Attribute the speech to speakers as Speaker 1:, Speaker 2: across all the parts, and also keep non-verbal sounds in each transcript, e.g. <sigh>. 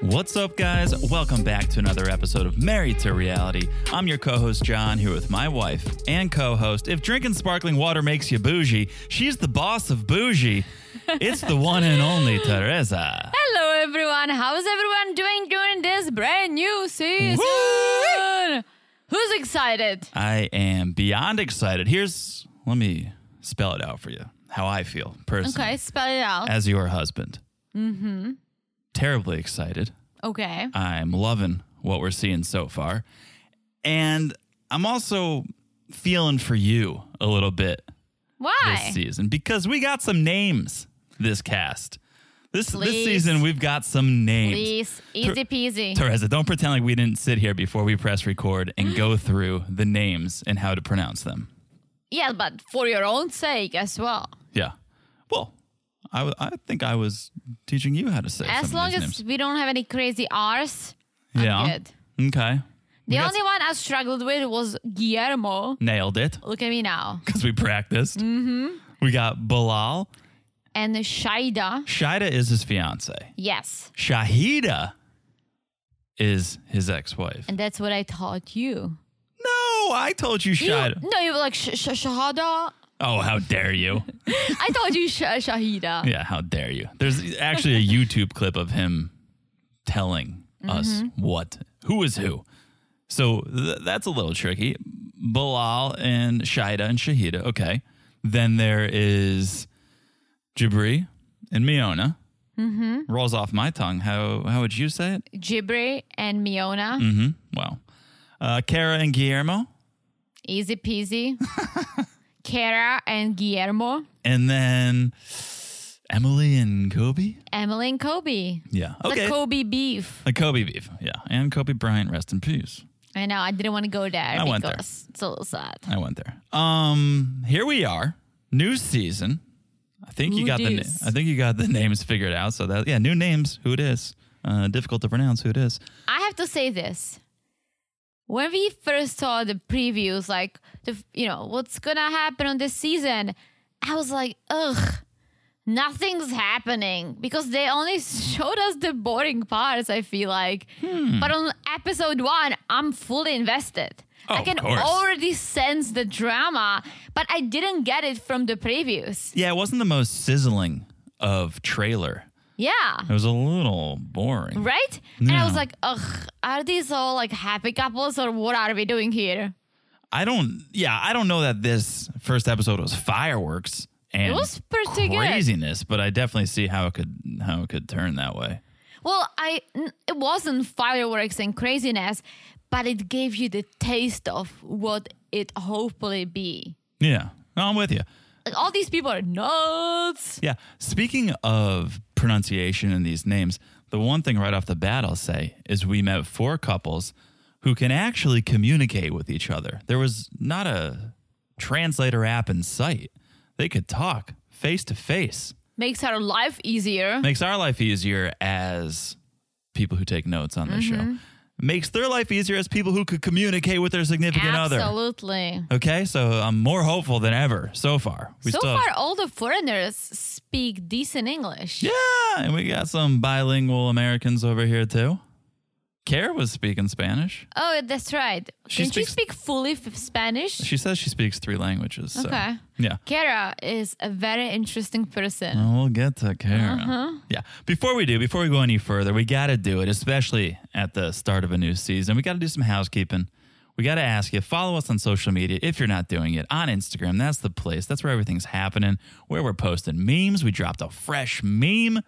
Speaker 1: What's up, guys? Welcome back to another episode of Married to Reality. I'm your co host, John, here with my wife and co host. If drinking sparkling water makes you bougie, she's the boss of bougie. It's the one and only Teresa.
Speaker 2: Hello, everyone. How's everyone doing during this brand new season? Who's excited?
Speaker 1: I am beyond excited. Here's, let me spell it out for you how I feel personally
Speaker 2: Okay, spell it out.
Speaker 1: as your husband. Mm hmm. Terribly excited.
Speaker 2: Okay.
Speaker 1: I'm loving what we're seeing so far. And I'm also feeling for you a little bit this
Speaker 2: Why?
Speaker 1: season because we got some names this cast. This this
Speaker 2: Please.
Speaker 1: season we've got some names.
Speaker 2: Please, easy peasy.
Speaker 1: Teresa, don't pretend like we didn't sit here before we press record and
Speaker 2: <gasps>
Speaker 1: go through the names and how to pronounce them.
Speaker 2: yeah, but for your own sake as well.
Speaker 1: Yeah. Well, I, w- I think I was teaching you how to say some
Speaker 2: As
Speaker 1: of
Speaker 2: long
Speaker 1: these
Speaker 2: as we don't have any crazy R's,
Speaker 1: names.
Speaker 2: I'm
Speaker 1: yeah. Okay. We
Speaker 2: the
Speaker 1: got
Speaker 2: only one I struggled with was Guillermo.
Speaker 1: s- nailed it.
Speaker 2: Look at me now.
Speaker 1: because we practiced. Mm-hmm. We got Bilal.
Speaker 2: And Shaida.
Speaker 1: Shida is his fiance.
Speaker 2: Yes.
Speaker 1: Shahida is his ex-wife.
Speaker 2: And that's what I taught you.
Speaker 1: No, I told you
Speaker 2: You-
Speaker 1: Shida.
Speaker 2: no, you were like sh- sh- Shahada.
Speaker 1: Oh, how dare <laughs> you!
Speaker 2: I told you sh-
Speaker 1: <laughs>
Speaker 2: Shahida.
Speaker 1: yeah, how dare you! There's actually a YouTube clip of him telling us what who is who. So th- that's a little tricky. Bilal and Shida and Shahida. Okay, then there is Jabri and Miona. Mm-hmm. Rolls off my tongue. How how would you say it?
Speaker 2: Jibri and Miona.
Speaker 1: Mm. Wow. Uh, Kara and Guillermo. <laughs>
Speaker 2: Easy peasy. Kara and Guillermo.
Speaker 1: And then Emily and Kobe.
Speaker 2: Emily and Kobe.
Speaker 1: Yeah.
Speaker 2: The
Speaker 1: Okay.
Speaker 2: Kobe beef.
Speaker 1: The Kobe beef. Yeah. And Kobe Bryant, rest in peace.
Speaker 2: I know. I didn't want to go there
Speaker 1: I
Speaker 2: because
Speaker 1: went there.
Speaker 2: it's a little sad.
Speaker 1: I went there. Um, here we are. New season. I think you
Speaker 2: Who
Speaker 1: got the
Speaker 2: dis?
Speaker 1: na- I think you got the <laughs> names figured out. So that yeah, new names, who it is. Uh, difficult to pronounce who it is.
Speaker 2: I have to say this. When we first saw the previews, like the you know what's gonna happen on this season, I was like, ugh, nothing's happening because they only <laughs> showed us the boring parts. I feel like,
Speaker 1: Hmm.
Speaker 2: but on episode one, I'm fully invested.
Speaker 1: Oh,
Speaker 2: I
Speaker 1: of
Speaker 2: can
Speaker 1: course.
Speaker 2: already sense the drama, but I didn't get it from the previews.
Speaker 1: Yeah, it wasn't the most sizzling of trailer.
Speaker 2: Yeah.
Speaker 1: It was a little boring.
Speaker 2: Right? And I was
Speaker 1: No.
Speaker 2: like, ugh, are these all like happy couples or what are we doing here?
Speaker 1: I don't. Yeah, I don't know that this first episode was fireworks and
Speaker 2: It was pretty good.
Speaker 1: craziness, but I definitely see how it could how it could turn that way.
Speaker 2: Well, I n- it wasn't fireworks and craziness, but it gave you the taste of what it hopefully be.
Speaker 1: Yeah, no, I'm with you.
Speaker 2: Like all these people are nuts.
Speaker 1: Yeah. Speaking of pronunciation and these names, the one thing right off the bat I'll say is we met four couples who can actually communicate with each other. There was not a translator app in sight. They could talk face to face.
Speaker 2: Makes our life easier.
Speaker 1: makes our life easier as people who take notes on this
Speaker 2: Mm-hmm.
Speaker 1: show. Makes their life easier as people who could communicate with their significant other.
Speaker 2: Absolutely.
Speaker 1: Okay, so I'm more hopeful than ever so far. We
Speaker 2: so
Speaker 1: still
Speaker 2: far,
Speaker 1: have-
Speaker 2: all the foreigners speak decent English.
Speaker 1: yeah, and we got some bilingual Americans over here too. Kara was speaking Spanish.
Speaker 2: Oh, that's right.
Speaker 1: She
Speaker 2: Can
Speaker 1: speaks-
Speaker 2: she speak fully f- Spanish?
Speaker 1: She says she speaks three languages. so-
Speaker 2: Okay.
Speaker 1: Yeah.
Speaker 2: Kara is a very interesting person.
Speaker 1: Well, We'll get to Kara.
Speaker 2: Uh-huh.
Speaker 1: Yeah. Before we do, before we go any further, we got to do it, especially at the start of a new season. We got to do some housekeeping. We got to ask you, follow us on social media if you're not doing it. On Instagram, that's the place. That's where everything's happening, where we're posting memes. We dropped a fresh meme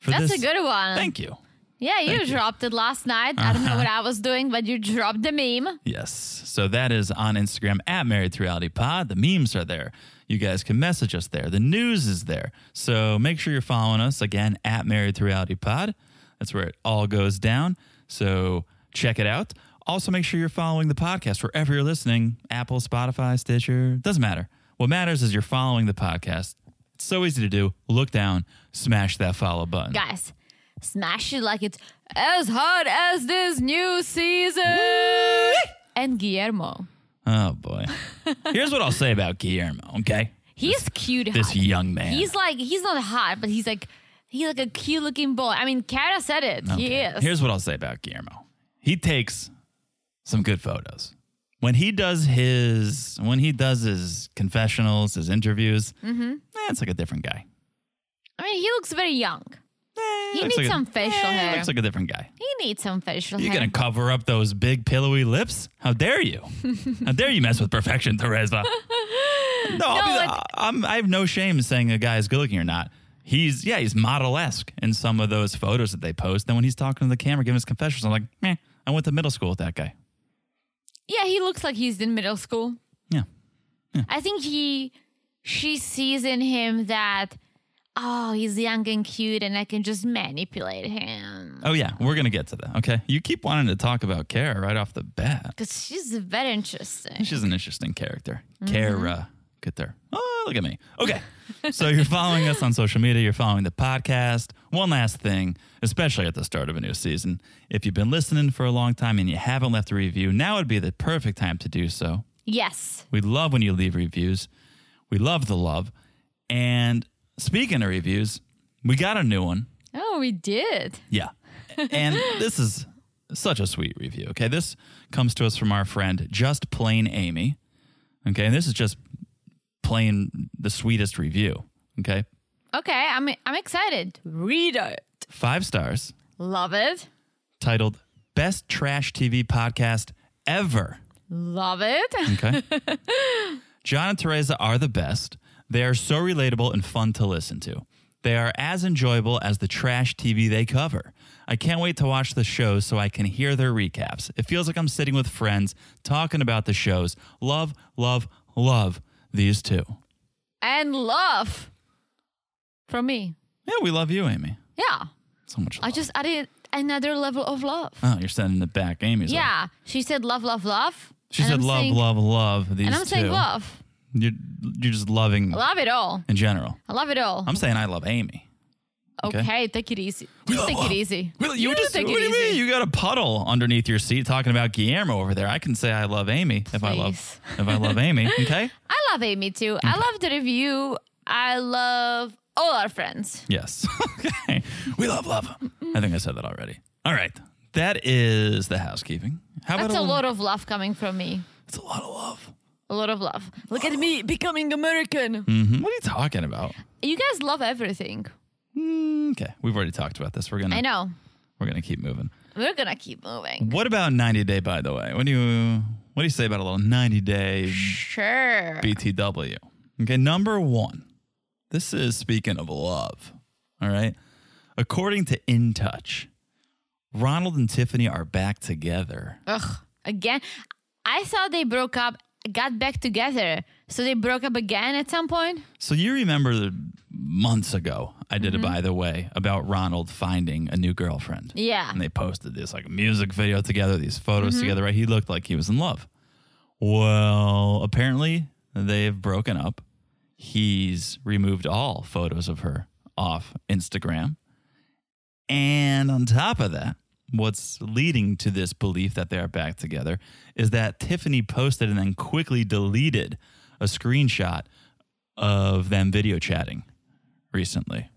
Speaker 1: for
Speaker 2: That's
Speaker 1: this.
Speaker 2: a good one.
Speaker 1: Thank you.
Speaker 2: yeah, you
Speaker 1: thank you. Uh-huh.
Speaker 2: dropped it last night. I don't know what I was doing, but you dropped the meme.
Speaker 1: Yes. So that is on Instagram at Married to Reality Pod. The memes are there. You guys can message us there. The news is there. So make sure you're following us again at Married to Reality Pod. That's where it all goes down. So check it out. Also, make sure you're following the podcast wherever you're listening Apple, Spotify, Stitcher. Doesn't matter. What matters is you're following the podcast. It's so easy to do. Look down, smash that follow button.
Speaker 2: Guys, smash it like it's as hot as this new season. And Guillermo.
Speaker 1: Oh, boy. Here's what I'll say about Guillermo, okay?
Speaker 2: He's cute.
Speaker 1: This
Speaker 2: hot.
Speaker 1: young man.
Speaker 2: He's like, he's not hot, but he's like He's like a cute looking boy. I mean, Kara said it. He
Speaker 1: Okay.
Speaker 2: is.
Speaker 1: Here's what I'll say about Guillermo. He takes some good photos. When he does his when he does his confessionals, his interviews,
Speaker 2: Mm-hmm.
Speaker 1: eh, it's like a different guy.
Speaker 2: I mean, he looks very young.
Speaker 1: Eh, looks
Speaker 2: He needs
Speaker 1: like a-
Speaker 2: some facial
Speaker 1: eh,
Speaker 2: hair.
Speaker 1: Looks like a different guy.
Speaker 2: He needs some facial
Speaker 1: You're
Speaker 2: hair.
Speaker 1: gonna cover up those big pillowy lips? How dare you? How dare you mess with perfection, Teresa? No, I'll be
Speaker 2: No,
Speaker 1: the-
Speaker 2: it-
Speaker 1: I- I'm, I have no shame in saying a guy is good looking or not. He's yeah, he's model esque in some of those photos that they post. Then when he's talking to the camera, giving his confessions, I'm like, meh, I went to middle school with that guy.
Speaker 2: yeah, he looks like he's in middle school.
Speaker 1: Yeah.
Speaker 2: I think he, she sees in him that, oh, he's young and cute, and I can just manipulate him.
Speaker 1: Oh yeah, we're gonna get to that. Okay, you keep wanting to talk about Kara right off the bat.
Speaker 2: Because she's very interesting.
Speaker 1: She's an interesting character. Kara. Good there. Oh, look at me. Okay. So you're following us on social media, you're following the podcast. One last thing, especially at the start of a new season. If you've been listening for a long time and you haven't left a review, now would be the perfect time to do so.
Speaker 2: Yes.
Speaker 1: We love when you leave reviews. We love the love. And speaking of reviews, we got a new one.
Speaker 2: Oh, we did.
Speaker 1: Yeah. And this is such a sweet review. Okay. This comes to us from our friend, just plain Amy. Okay. And this is just plain the sweetest review. Okay.
Speaker 2: Okay, I'm I'm excited. Read it.
Speaker 1: Five stars
Speaker 2: Love it.
Speaker 1: titled Best Trash TV Podcast Ever.
Speaker 2: Love it. <laughs>
Speaker 1: Okay. John and Teresa are the best. They are so relatable and fun to listen to. They are as enjoyable as the trash TV they cover. I can't wait to watch the shows so I can hear their recaps. It feels like I'm sitting with friends talking about the shows. Love, love, love these two.
Speaker 2: and love from me.
Speaker 1: Yeah, we love you, Amy.
Speaker 2: Yeah.
Speaker 1: So much love.
Speaker 2: I just added another level of love.
Speaker 1: oh, you're sending it back, Amy's. like-
Speaker 2: Yeah. She said love, love, love.
Speaker 1: She
Speaker 2: And
Speaker 1: said
Speaker 2: I'm
Speaker 1: love,
Speaker 2: saying-
Speaker 1: love, love these
Speaker 2: And I'm
Speaker 1: two.
Speaker 2: saying love.
Speaker 1: You're, you're just loving
Speaker 2: Love it all.
Speaker 1: in general.
Speaker 2: I love it all.
Speaker 1: I'm saying I love Amy.
Speaker 2: okay.
Speaker 1: okay.
Speaker 2: take it easy. Just take it easy.
Speaker 1: Well, you, just
Speaker 2: take
Speaker 1: what
Speaker 2: it
Speaker 1: do you
Speaker 2: easy.
Speaker 1: mean? You got a puddle underneath your seat talking about Guillermo over there. I can say I love Amy if I love
Speaker 2: Please.
Speaker 1: if I love Amy.
Speaker 2: <laughs>
Speaker 1: Okay.
Speaker 2: I love Amy too. I love the review. I love all our friends.
Speaker 1: Yes. <laughs> okay. We love love. I think I said that already. All right. That is the housekeeping. How about
Speaker 2: That's a
Speaker 1: little-
Speaker 2: lot of love coming from me.
Speaker 1: It's a lot of love.
Speaker 2: A lot of love.
Speaker 1: <sighs>
Speaker 2: Look at me becoming American.
Speaker 1: Mhm. What are you talking about? Mm,
Speaker 2: You guys love everything.
Speaker 1: Okay. We've already talked about this. We're
Speaker 2: I
Speaker 1: gonna
Speaker 2: know.
Speaker 1: we're gonna keep moving.
Speaker 2: We're gonna keep moving.
Speaker 1: What about 90 day? By the way, what do you what do you say about a little 90 day
Speaker 2: Sure.
Speaker 1: BTW. Okay, number one. This is speaking of love. All right. According to In Touch, Ronald and Tiffany are back together.
Speaker 2: Ugh. Again. I thought they broke up, got back together. So they broke up again at some point?
Speaker 1: So you remember the months ago, I did a by the way about Ronald finding a new girlfriend.
Speaker 2: Yeah.
Speaker 1: And they posted this like music video together, these photos together, right? He looked like he was in love. Well, apparently they've broken up. He's removed all photos of her off Instagram. And on top of that, what's leading to this belief that they are back together is that Tiffany posted and then quickly deleted a screenshot of them video chatting recently.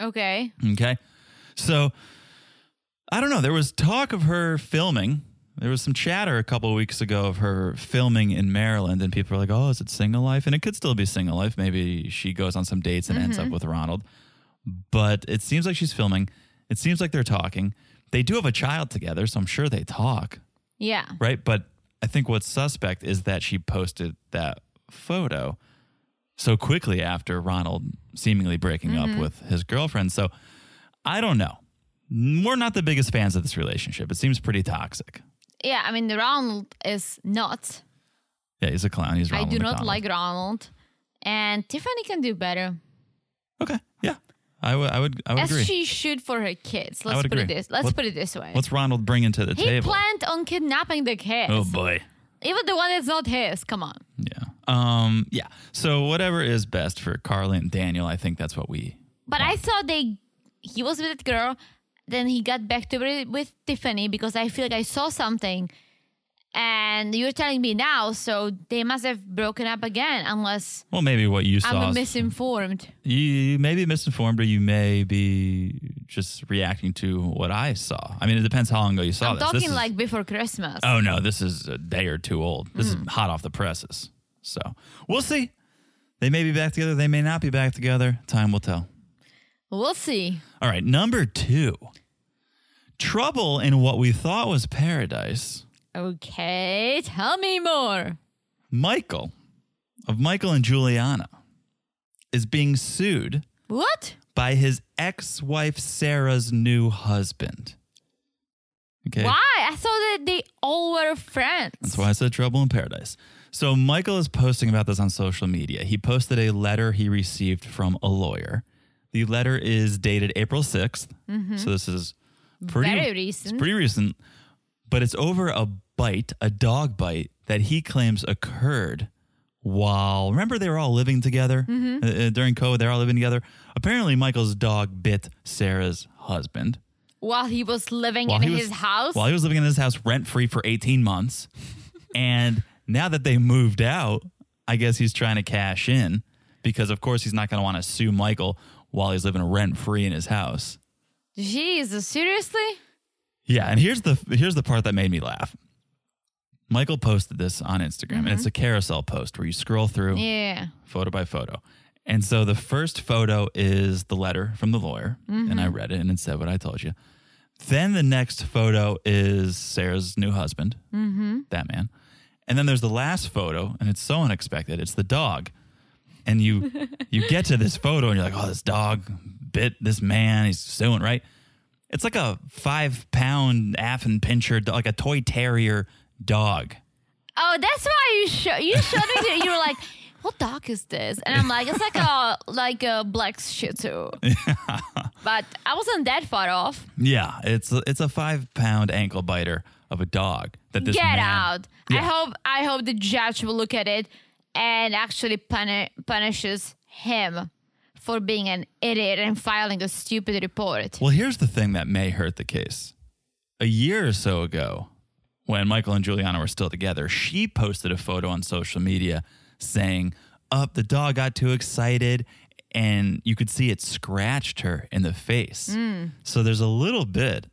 Speaker 2: Okay.
Speaker 1: Okay. So I don't know. There was talk of her filming. There was some chatter a couple of weeks ago of her filming in Maryland, and people were like, oh, is it single life? And it could still be single life. Maybe she goes on some dates and ends up with Ronald. But it seems like she's filming. It seems like they're talking. They do have a child together, so I'm sure they talk,
Speaker 2: Yeah.
Speaker 1: right? But I think what's suspect is that she posted that photo so quickly after Ronald seemingly breaking
Speaker 2: Mm-hmm.
Speaker 1: up with his girlfriend. So I don't know. We're not the biggest fans of this relationship. It seems pretty toxic.
Speaker 2: Yeah. I mean, Ronald is not.
Speaker 1: Yeah, he's a clown. He's Ronald
Speaker 2: I do not
Speaker 1: McDonald.
Speaker 2: like Ronald. And Tiffany can do better.
Speaker 1: Okay, yeah, I would. I would. I would
Speaker 2: As
Speaker 1: agree.
Speaker 2: she should for her kids.
Speaker 1: would
Speaker 2: Let's put it
Speaker 1: agree.
Speaker 2: this. Let's
Speaker 1: What-
Speaker 2: put it this way.
Speaker 1: What's Ronald bringing to the
Speaker 2: He
Speaker 1: table?
Speaker 2: planned on kidnapping the kids.
Speaker 1: oh boy.
Speaker 2: Even the one that's not his. Come on.
Speaker 1: Yeah. Um. Yeah. So whatever is best for Carly and Daniel, I think that's what we.
Speaker 2: But I thought they he was with that girl, then he got back to with, with Tiffany because I feel like I saw something And you're telling me now, so they must have broken up again, unless
Speaker 1: Well, maybe what you saw.
Speaker 2: I'm
Speaker 1: is-
Speaker 2: misinformed.
Speaker 1: you, you may be misinformed, or you may be just reacting to what I saw. I mean, it depends how long ago you saw
Speaker 2: I'm
Speaker 1: this.
Speaker 2: talking
Speaker 1: This is-
Speaker 2: like before Christmas.
Speaker 1: Oh no, this is a day or two old. This
Speaker 2: Hmm.
Speaker 1: is hot off the presses. So we'll see. They may be back together. They may not be back together. Time will tell.
Speaker 2: We'll see.
Speaker 1: All right, number two. Trouble in what we thought was paradise.
Speaker 2: Okay, tell me more.
Speaker 1: Michael of Michael and Juliana is being sued
Speaker 2: What?
Speaker 1: by his ex-wife Sarah's new husband. Okay.
Speaker 2: Why? I thought that they all were friends.
Speaker 1: That's why I said trouble in paradise. So Michael is posting about this on social media. He posted a letter he received from a lawyer. The letter is dated April 6th. So this is pretty
Speaker 2: Mm-hmm. Very
Speaker 1: It's
Speaker 2: recent.
Speaker 1: pretty recent, but it's over a bite, a dog bite that he claims occurred while remember they were all living together
Speaker 2: Mm-hmm.
Speaker 1: Uh, uh, during COVID, they're all living together. Apparently Michael's dog bit Sarah's husband
Speaker 2: While he was living
Speaker 1: while
Speaker 2: in
Speaker 1: he was-
Speaker 2: his house.
Speaker 1: While he was living in his house rent free for 18 months. and now that they moved out, I guess he's trying to cash in because, of course, he's not going to want to sue Michael while he's living rent free in his house.
Speaker 2: Jesus, seriously?
Speaker 1: Yeah, and here's the here's the part that made me laugh. Michael posted this on Instagram, and it's a carousel post where you scroll through
Speaker 2: Mm-hmm. Yeah.
Speaker 1: photo by photo. And so the first photo is the letter from the lawyer, and I read it and it said what I told you. Then the next photo is Sarah's new husband, mm-hmm. that man. And then there's the last photo, and it's so unexpected. It's the dog, and you you get to this photo, and you're like, "Oh, this dog bit this man. He's suing, right?" It's like a five pound Affin pincher, do- like a toy terrier dog.
Speaker 2: Oh, that's why you show you showed me that you were like, what dog is this? And I'm like, it's like a like a black Shih Tzu. but I wasn't that far off.
Speaker 1: Yeah, it's a, it's a five pound ankle biter of a dog that this
Speaker 2: Get
Speaker 1: man-
Speaker 2: out! I
Speaker 1: Yeah.
Speaker 2: hope I hope the judge will look at it and actually puni- punishes him for being an idiot and filing a stupid report.
Speaker 1: Well, here's the thing that may hurt the case. A year or so ago, when Michael and Juliana were still together, she posted a photo on social media saying, "Up, the dog got too excited." And you could see it scratched her in the face.
Speaker 2: Hmm.
Speaker 1: So there's a little bit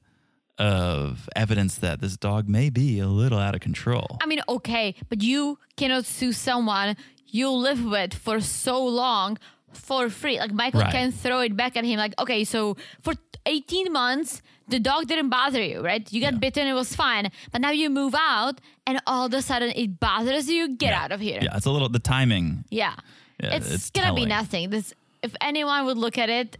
Speaker 1: of evidence that this dog may be a little out of control.
Speaker 2: I mean, okay, but you cannot sue someone you live with for so long for free. Like Michael
Speaker 1: Right.
Speaker 2: can throw it back at him. Like, okay, so for 18 months, the dog didn't bother you, right? You got bitten, it was fine. But now you move out, and all of a sudden it bothers you. Get out of here.
Speaker 1: Yeah, it's a little, the timing
Speaker 2: Yeah.
Speaker 1: Yeah,
Speaker 2: it's,
Speaker 1: it's
Speaker 2: gonna be
Speaker 1: telling.
Speaker 2: nothing. This if anyone would look at it,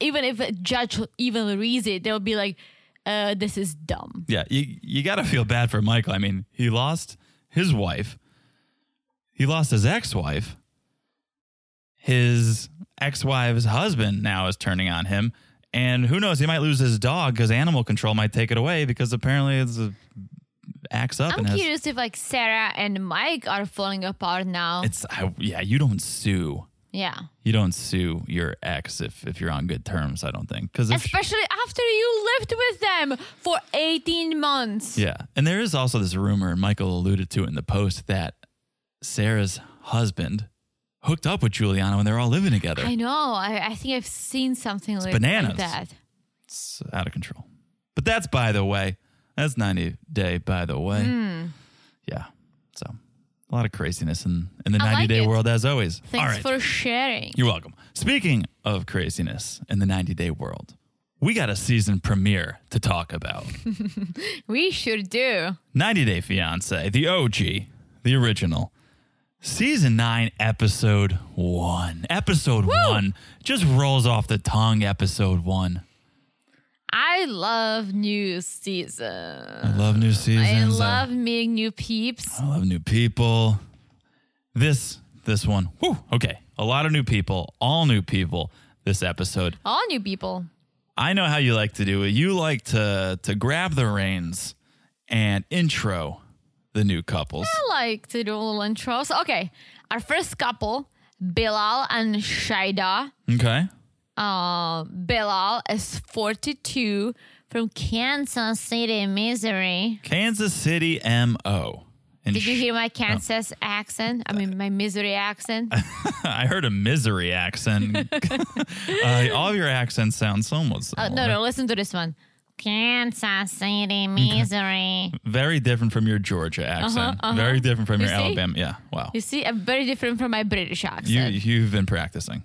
Speaker 2: even if a judge even reads it, they'll be like, uh, this is dumb.
Speaker 1: Yeah, you you got to feel bad for Michael. I mean, he lost his wife. He lost his ex-wife. His ex-wife's husband now is turning on him, and who knows? He might lose his dog because animal control might take it away because apparently it's a, acts up
Speaker 2: I'm
Speaker 1: and has.
Speaker 2: curious if like Sarah and Mike are falling apart now.
Speaker 1: It's I, yeah. You don't sue.
Speaker 2: yeah.
Speaker 1: You don't sue your ex if if you're on good terms. I don't think because
Speaker 2: Especially after you lived with them for 18 months.
Speaker 1: Yeah. And there is also this rumor, and Michael alluded to it in the post, that Sarah's husband hooked up with Juliana when they were all living together.
Speaker 2: I know. I, I think I've seen something like, like
Speaker 1: bananas.
Speaker 2: that.
Speaker 1: It's out of control. But that's by the way. That's 90 Day, by the way.
Speaker 2: Hmm.
Speaker 1: Yeah. So a lot of craziness in, in the
Speaker 2: I
Speaker 1: 90
Speaker 2: like
Speaker 1: Day
Speaker 2: it.
Speaker 1: world, as always. all
Speaker 2: Thanks
Speaker 1: right.
Speaker 2: for sharing.
Speaker 1: You're welcome. Speaking of craziness in the 90 Day world, we got a season premiere to talk about.
Speaker 2: We sure do.
Speaker 1: 90 Day Fiance, the OG, the original. Season 9, episode 1. Episode 1 just rolls off the tongue, episode 1.
Speaker 2: I love new season.
Speaker 1: I love new seasons.
Speaker 2: Uh,
Speaker 1: uh,
Speaker 2: I love meeting new peeps.
Speaker 1: I love new people. This this one. Whew, okay. A lot of new people, all new people this episode.
Speaker 2: All new people.
Speaker 1: I know how you like to do it. You like to to grab the reins and intro the new couples.
Speaker 2: I like to do a little intros. Okay. Our first couple, Bilal and Shaida.
Speaker 1: Okay.
Speaker 2: Uh, Bilal is 42 from Kansas City, Missouri.
Speaker 1: Kansas City, MO. And
Speaker 2: Did you
Speaker 1: sh- <laughs>
Speaker 2: hear my Kansas accent? I mean, my Missouri accent.
Speaker 1: I heard a misery
Speaker 2: <laughs>
Speaker 1: accent. uh, all your accents sound somewhat
Speaker 2: Oh,
Speaker 1: similar.
Speaker 2: no, no, listen to this one. Kansas City,
Speaker 1: <laughs>
Speaker 2: Missouri.
Speaker 1: Very different from your Georgia accent. Very different from
Speaker 2: Uh-huh, You
Speaker 1: your
Speaker 2: see?
Speaker 1: Alabama. Yeah. Wow.
Speaker 2: You see, I'm very different from my British accent.
Speaker 1: You you've been practicing.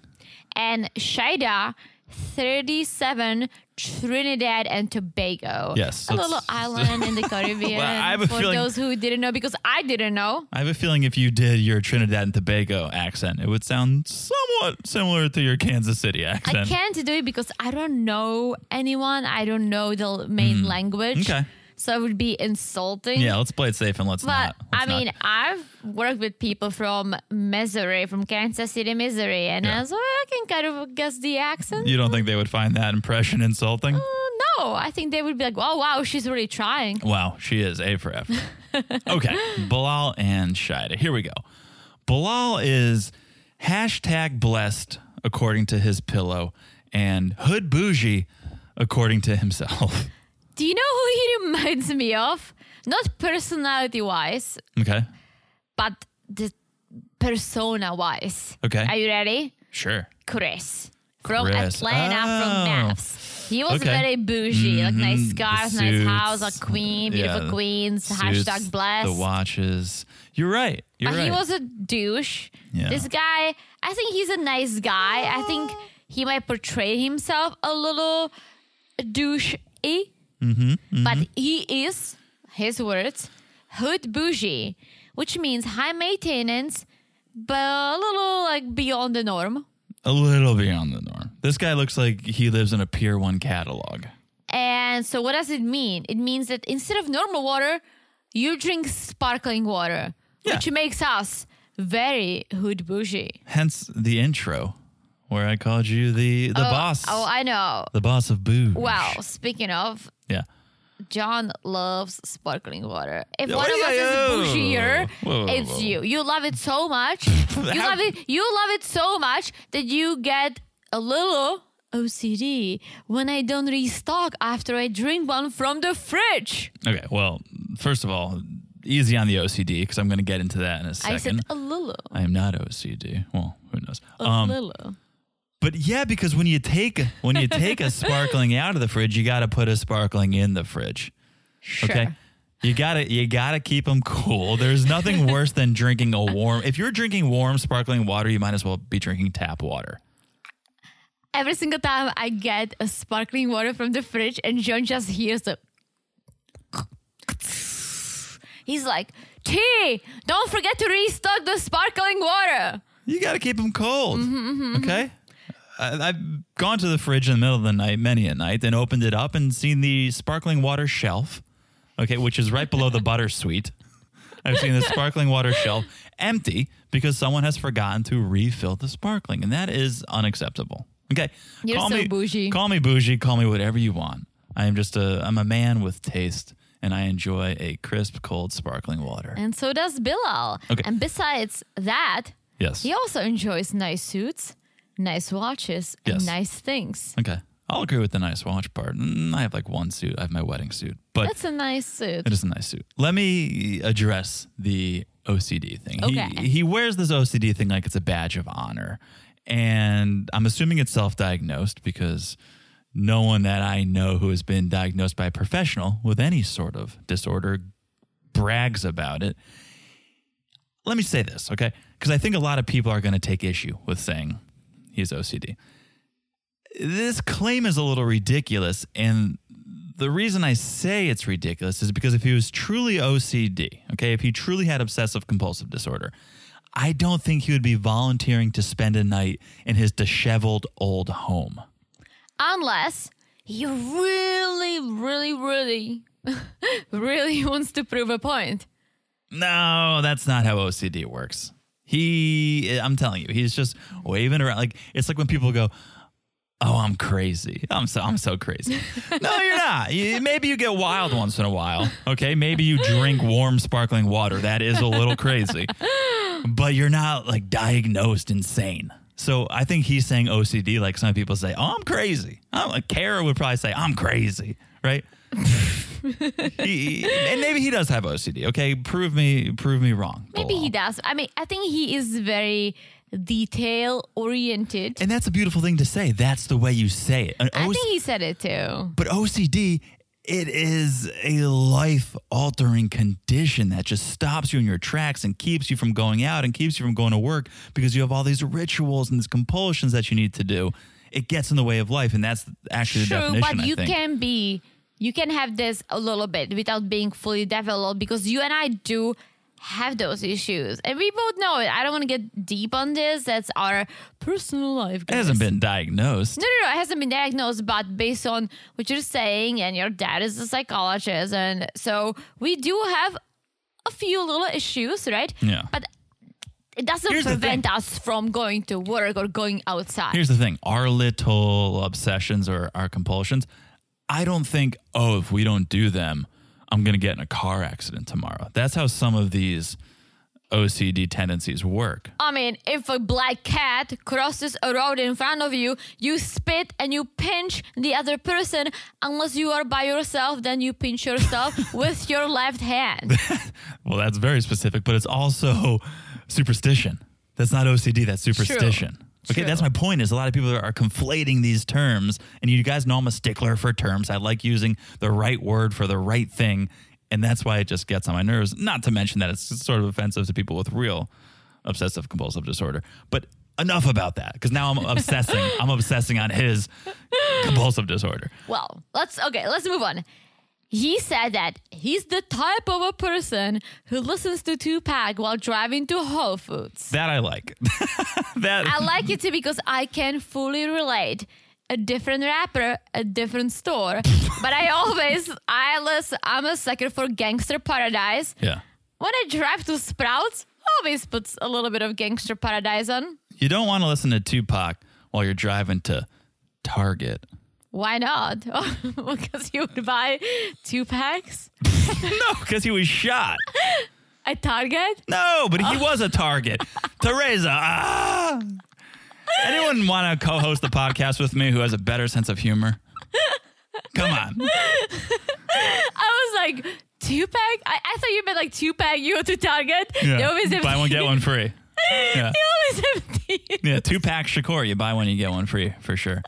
Speaker 2: and Shida, 37 Trinidad and Tobago.
Speaker 1: Yes,
Speaker 2: A little
Speaker 1: that's-
Speaker 2: island
Speaker 1: <laughs>
Speaker 2: in the Caribbean.
Speaker 1: I have a
Speaker 2: for
Speaker 1: feeling-
Speaker 2: those who didn't know, because I didn't know.
Speaker 1: I have a feeling if you did your Trinidad and Tobago accent, it would sound somewhat similar to your Kansas City accent.
Speaker 2: I can't do it because I don't know anyone. I don't know the l- main language.
Speaker 1: Mm. Okay.
Speaker 2: So it would be insulting.
Speaker 1: Yeah, let's play it safe and let's
Speaker 2: But
Speaker 1: not.
Speaker 2: I
Speaker 1: let's not.
Speaker 2: mean, I've worked with people from Missouri, from Kansas City, Missouri, and
Speaker 1: Yeah.
Speaker 2: I was like, I can kind of guess the accent.
Speaker 1: you don't think they would find that impression insulting?
Speaker 2: Uh, No, I think they would be like, "Oh wow, she's really trying."
Speaker 1: Wow, she is A for effort. <laughs> okay, Bilal and Shida. Here we go. Bilal is hashtag blessed according to his pillow, and hood bougie according to himself. <laughs>
Speaker 2: Do you know who he <laughs> reminds me of? Not personality wise,
Speaker 1: Okay,
Speaker 2: but the persona wise.
Speaker 1: Okay.
Speaker 2: Are you ready?
Speaker 1: sure.
Speaker 2: Chris from
Speaker 1: Chris.
Speaker 2: Atlanta
Speaker 1: Oh.
Speaker 2: from Maps. He was
Speaker 1: Okay.
Speaker 2: very bougie, like nice
Speaker 1: Mhm. The
Speaker 2: scars, nice house,
Speaker 1: suits.
Speaker 2: a queen, beautiful
Speaker 1: Yeah.
Speaker 2: queens,
Speaker 1: Suits,
Speaker 2: hashtag blessed.
Speaker 1: The watches. You're right. You're
Speaker 2: but
Speaker 1: right.
Speaker 2: he was a douche.
Speaker 1: Yeah.
Speaker 2: This guy, I think he's a nice guy. I think he might portray himself a little douche y.
Speaker 1: Mm-hmm,
Speaker 2: But he is, his words, hood bougie, which means high maintenance, but a little like beyond the norm.
Speaker 1: a little beyond the norm. This guy looks like he lives in a Pier 1 catalog.
Speaker 2: And so, what does it mean? It means that instead of normal water, you drink sparkling water,
Speaker 1: Yeah.
Speaker 2: which makes us very hood bougie.
Speaker 1: Hence the intro where I called you the, the boss.
Speaker 2: Oh, I know.
Speaker 1: the boss of booze.
Speaker 2: Wow. Speaking of,
Speaker 1: Yeah.
Speaker 2: John loves sparkling water. If
Speaker 1: Yeah,
Speaker 2: one of us
Speaker 1: yeah,
Speaker 2: is
Speaker 1: yeah.
Speaker 2: bougier,
Speaker 1: Whoa, whoa,
Speaker 2: it's
Speaker 1: whoa.
Speaker 2: you. You love it
Speaker 1: <laughs>
Speaker 2: so much. you love it. You love it so much that you get a little OCD when I don't restock after I drink one from the fridge.
Speaker 1: Okay. Well, first of all, easy on the OCD because I'm going to get into that in a
Speaker 2: I said
Speaker 1: second.
Speaker 2: a little,
Speaker 1: I, am not OCD. Well, who knows? Uh,
Speaker 2: a little.
Speaker 1: But yeah, because when you take when you take a
Speaker 2: <laughs>
Speaker 1: sparkling out of the fridge, you got to put a sparkling in the fridge.
Speaker 2: Sure.
Speaker 1: Okay. You gotta you gotta keep them cool. There's nothing worse than drinking a warm. If you're drinking warm sparkling water, you might as well be drinking tap water.
Speaker 2: Every single time I get a sparkling water from the fridge, and John just hears the. He's like, T, don't forget to restock the sparkling water.
Speaker 1: You gotta keep them cold.
Speaker 2: Mm-hmm,
Speaker 1: Okay. I, I've gone to the fridge in the middle of the night, many a night, and opened it up and seen the sparkling water shelf. Okay, which is right
Speaker 2: <laughs>
Speaker 1: below the butter sweet. I've seen the sparkling water shelf empty because someone has forgotten to refill the sparkling, and that is unacceptable. Okay,
Speaker 2: You're so
Speaker 1: me,
Speaker 2: bougie.
Speaker 1: Call me bougie. Call me whatever you want. I am just a I'm a man with taste, and I enjoy a crisp, cold, sparkling water.
Speaker 2: And so does Bilal.
Speaker 1: Okay.
Speaker 2: And besides that,
Speaker 1: yes.
Speaker 2: he also enjoys nice suits, nice watches, and
Speaker 1: Yes.
Speaker 2: nice things.
Speaker 1: Okay. I'll agree with the nice watch part. Mm, I have like one suit. I have my wedding suit, but
Speaker 2: That's a nice suit.
Speaker 1: it is a nice suit. Let me address the OCD thing.
Speaker 2: Okay.
Speaker 1: He, he wears this OCD thing like it's a badge of honor. And I'm assuming it's self diagnosed because no one that I know who has been diagnosed by a professional with any sort of disorder brags about it. Let me say this, okay? Because I think a lot of people are going to take issue with saying he's OCD. This claim is a little ridiculous. And the reason I say it's ridiculous is because if he was truly OCD, okay, if he truly had obsessive compulsive disorder, I don't think he would be volunteering to spend a night in his disheveled old home.
Speaker 2: Unless he really, really, really, <laughs> really wants to prove a point.
Speaker 1: No, that's not how OCD works. He, I'm telling you, he's just waving around. Like it's like when people go, "Oh, I'm crazy. I'm so, I'm so crazy." no, you're not. You, maybe you get wild once in a while. Okay, maybe you drink warm sparkling water. That is a little crazy, but you're not like diagnosed insane. So I Oh, think he's saying OCD, like some people say, "Oh, I'm crazy." I'm like Kara would probably say, "I'm crazy," right? <laughs> He- and maybe he does have OCD. Okay, prove me, prove me wrong.
Speaker 2: Maybe he
Speaker 1: Bilal.
Speaker 2: does. I mean, I think he is very detail oriented.
Speaker 1: And that's a beautiful thing to say. That's the way you say it. An
Speaker 2: I
Speaker 1: OC
Speaker 2: think he said it too.
Speaker 1: but OCD, it is a life altering condition that just stops you in your tracks and keeps you from going out and keeps you from going to work because you have all these rituals and these compulsions that you need to do. It gets in the way of life, and that's actually the
Speaker 2: True,
Speaker 1: definition.
Speaker 2: but you
Speaker 1: I think.
Speaker 2: can be, you can have this a little bit without being fully developed because you and I do have those issues, and we both know it. I don't want to get deep on this. That's our personal life.
Speaker 1: it
Speaker 2: guys.
Speaker 1: hasn't been diagnosed.
Speaker 2: No, no, no. It hasn't been diagnosed, but based on what you're saying, and your dad is a psychologist, and so we do have a few little issues, right?
Speaker 1: Yeah.
Speaker 2: But it doesn't
Speaker 1: Here's the
Speaker 2: prevent
Speaker 1: thing.
Speaker 2: us from going to work or going outside.
Speaker 1: Here's the thing our little obsessions or our compulsions, I don't think, oh, if we don't do them, I'm going to get in a car accident tomorrow. That's how some of these OCD tendencies work.
Speaker 2: I mean, if a black cat crosses a road in front of you, you spit and you pinch the other person. Unless you are by yourself, then you
Speaker 1: <laughs>
Speaker 2: pinch yourself with your left hand.
Speaker 1: Well, that's very specific, but it's also <laughs> superstition. That's not OCD, that's superstition. Okay,
Speaker 2: True.
Speaker 1: that's my point is a lot of people are conflating these terms and you guys know I'm a stickler for terms. I like using the right word for the right thing and that's why it just gets on my nerves. Not to mention that it's sort of offensive to people with real obsessive compulsive disorder. But enough about that cuz now I'm obsessing. I'm obsessing on his compulsive disorder.
Speaker 2: Well, let's okay, let's move on. He said that he's the type of a person who listens to Tupac while driving to Whole Foods.
Speaker 1: That I like. <laughs> that
Speaker 2: I like it too because I can fully relate. A different rapper, a different store. but I always, I listen, I'm a sucker for Gangster Paradise.
Speaker 1: Yeah.
Speaker 2: When I drive to Sprouts, always puts a little bit of Gangster Paradise on.
Speaker 1: You don't want to listen to Tupac while you're driving to Target.
Speaker 2: Why not? <laughs> because you would buy two packs
Speaker 1: No, because he was shot.
Speaker 2: at Target.
Speaker 1: No, but he was a target. Teresa, ah! Anyone want to co host the podcast with me who has a better sense of humor? Come on.
Speaker 2: I was like, two pack? I, I thought you meant like two pack. You go to Target. They always have
Speaker 1: Buy one, get one free. Yeah.
Speaker 2: <laughs> They always have
Speaker 1: <laughs>
Speaker 2: these.
Speaker 1: yeah, two pack Shakur. You buy one, you get one free for sure.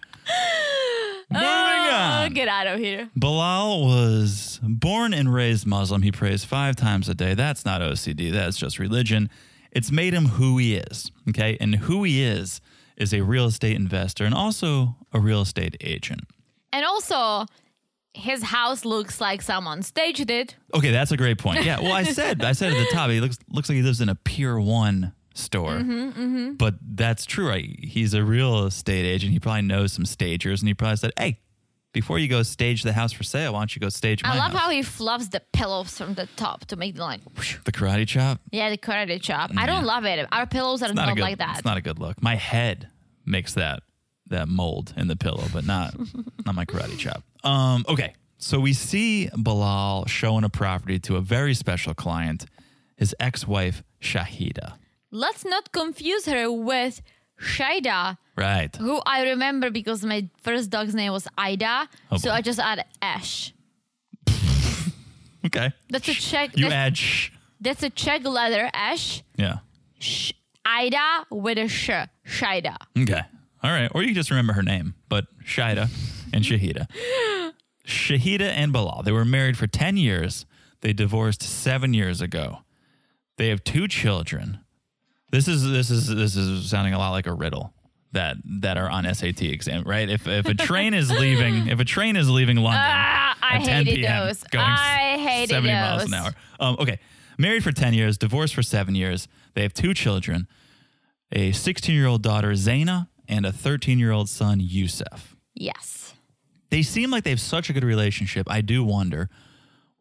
Speaker 1: Moving
Speaker 2: Oh,
Speaker 1: on.
Speaker 2: <laughs> get out of here.
Speaker 1: Bilal was born and raised Muslim. He prays five times a day. That's not OCD, that's just religion. It's made him who he is. Okay. And who he is is a real estate investor and also a real estate agent.
Speaker 2: And also, his house looks like someone staged it.
Speaker 1: Okay, that's a great point. Yeah. Well,
Speaker 2: <laughs>
Speaker 1: I said I said at the top, he looks looks like he lives in a Pier One store.
Speaker 2: Mm-hmm,
Speaker 1: But that's true. Right? He's a real estate agent. He probably knows some stagers, and he probably said, "Hey, before you go stage the house for sale, why don't you go stage my
Speaker 2: I love
Speaker 1: house?"
Speaker 2: how he fluffs the pillows from the top to make them like,
Speaker 1: the karate chop.
Speaker 2: yeah, the karate chop. I don't love it. Our pillows are
Speaker 1: Not
Speaker 2: not,
Speaker 1: a good,
Speaker 2: like that.
Speaker 1: It's not a good look. My head makes that that mold in the pillow, but
Speaker 2: <laughs>
Speaker 1: not not my karate chop. Um, okay, so we see Bilal showing a property to a very special client, his ex-wife Shahida.
Speaker 2: Let's not confuse her with Shida,
Speaker 1: Right.
Speaker 2: who I remember because my first dog's name was Ida.
Speaker 1: Oh,
Speaker 2: so
Speaker 1: boy.
Speaker 2: I just add Ash.
Speaker 1: Okay.
Speaker 2: That's a check.
Speaker 1: You
Speaker 2: that's-
Speaker 1: add sh.
Speaker 2: That's a Czech letter, Ash.
Speaker 1: Yeah.
Speaker 2: Sh- Ida with a sh. Shida.
Speaker 1: Okay. All right. Or you can just remember her name, but Shida and Shahida. Shahida and Bilal, they were married for 10 years. They divorced seven years ago. They have two children. This is this is this is sounding a lot like a riddle that that are on SAT exam, right? If if a train is leaving, if a train is leaving London,
Speaker 2: Ah, I
Speaker 1: at 10
Speaker 2: hated
Speaker 1: p.m.
Speaker 2: those.
Speaker 1: Going
Speaker 2: I hated
Speaker 1: 70 miles an
Speaker 2: those.
Speaker 1: hour. Um, okay. Married for 10 years, divorced for seven years. They have two children a 16 year old daughter, Zaina, and a 13 year old son, Yusef.
Speaker 2: Yes.
Speaker 1: They seem like they have such a good relationship. I do wonder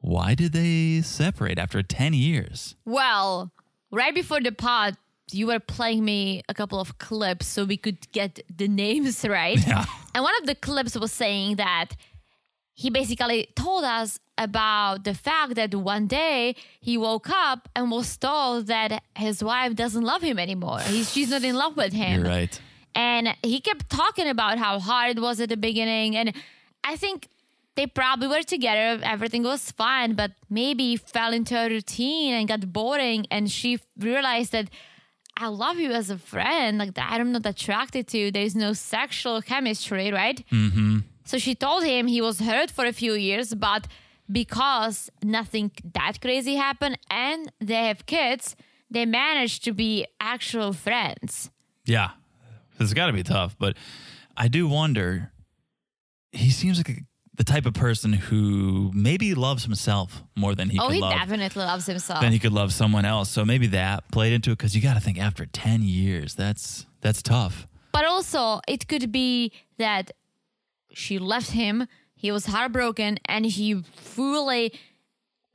Speaker 1: why did they separate after 10 years?
Speaker 2: Well, right before the pod, you were playing me a couple of clips so we could get the names <laughs> right.
Speaker 1: Yeah.
Speaker 2: And one of the clips was saying that he basically told us about the fact that one day he woke up and was told that his wife doesn't love him anymore. He's, she's not in love with him.
Speaker 1: <laughs> You're right.
Speaker 2: And he kept talking about how hard it was at the beginning. And I think they probably were together, everything was fine, but maybe fell into a routine and got boring and she realized that I love you as a friend, like that I'm not attracted to. There's no sexual chemistry, right? Mm-hmm. So she told him he was hurt for a few years, but because nothing that crazy happened and they have kids, they managed to be actual friends.
Speaker 1: Yeah. It's got to be tough, but I do wonder. He seems like a, the type of person who maybe loves himself more than he
Speaker 2: oh,
Speaker 1: could
Speaker 2: he
Speaker 1: love
Speaker 2: definitely loves himself.
Speaker 1: than he could love someone else. So maybe that played into it because you got to think after ten years, that's that's tough.
Speaker 2: But also, it could be that she left him, he was heartbroken, and he fully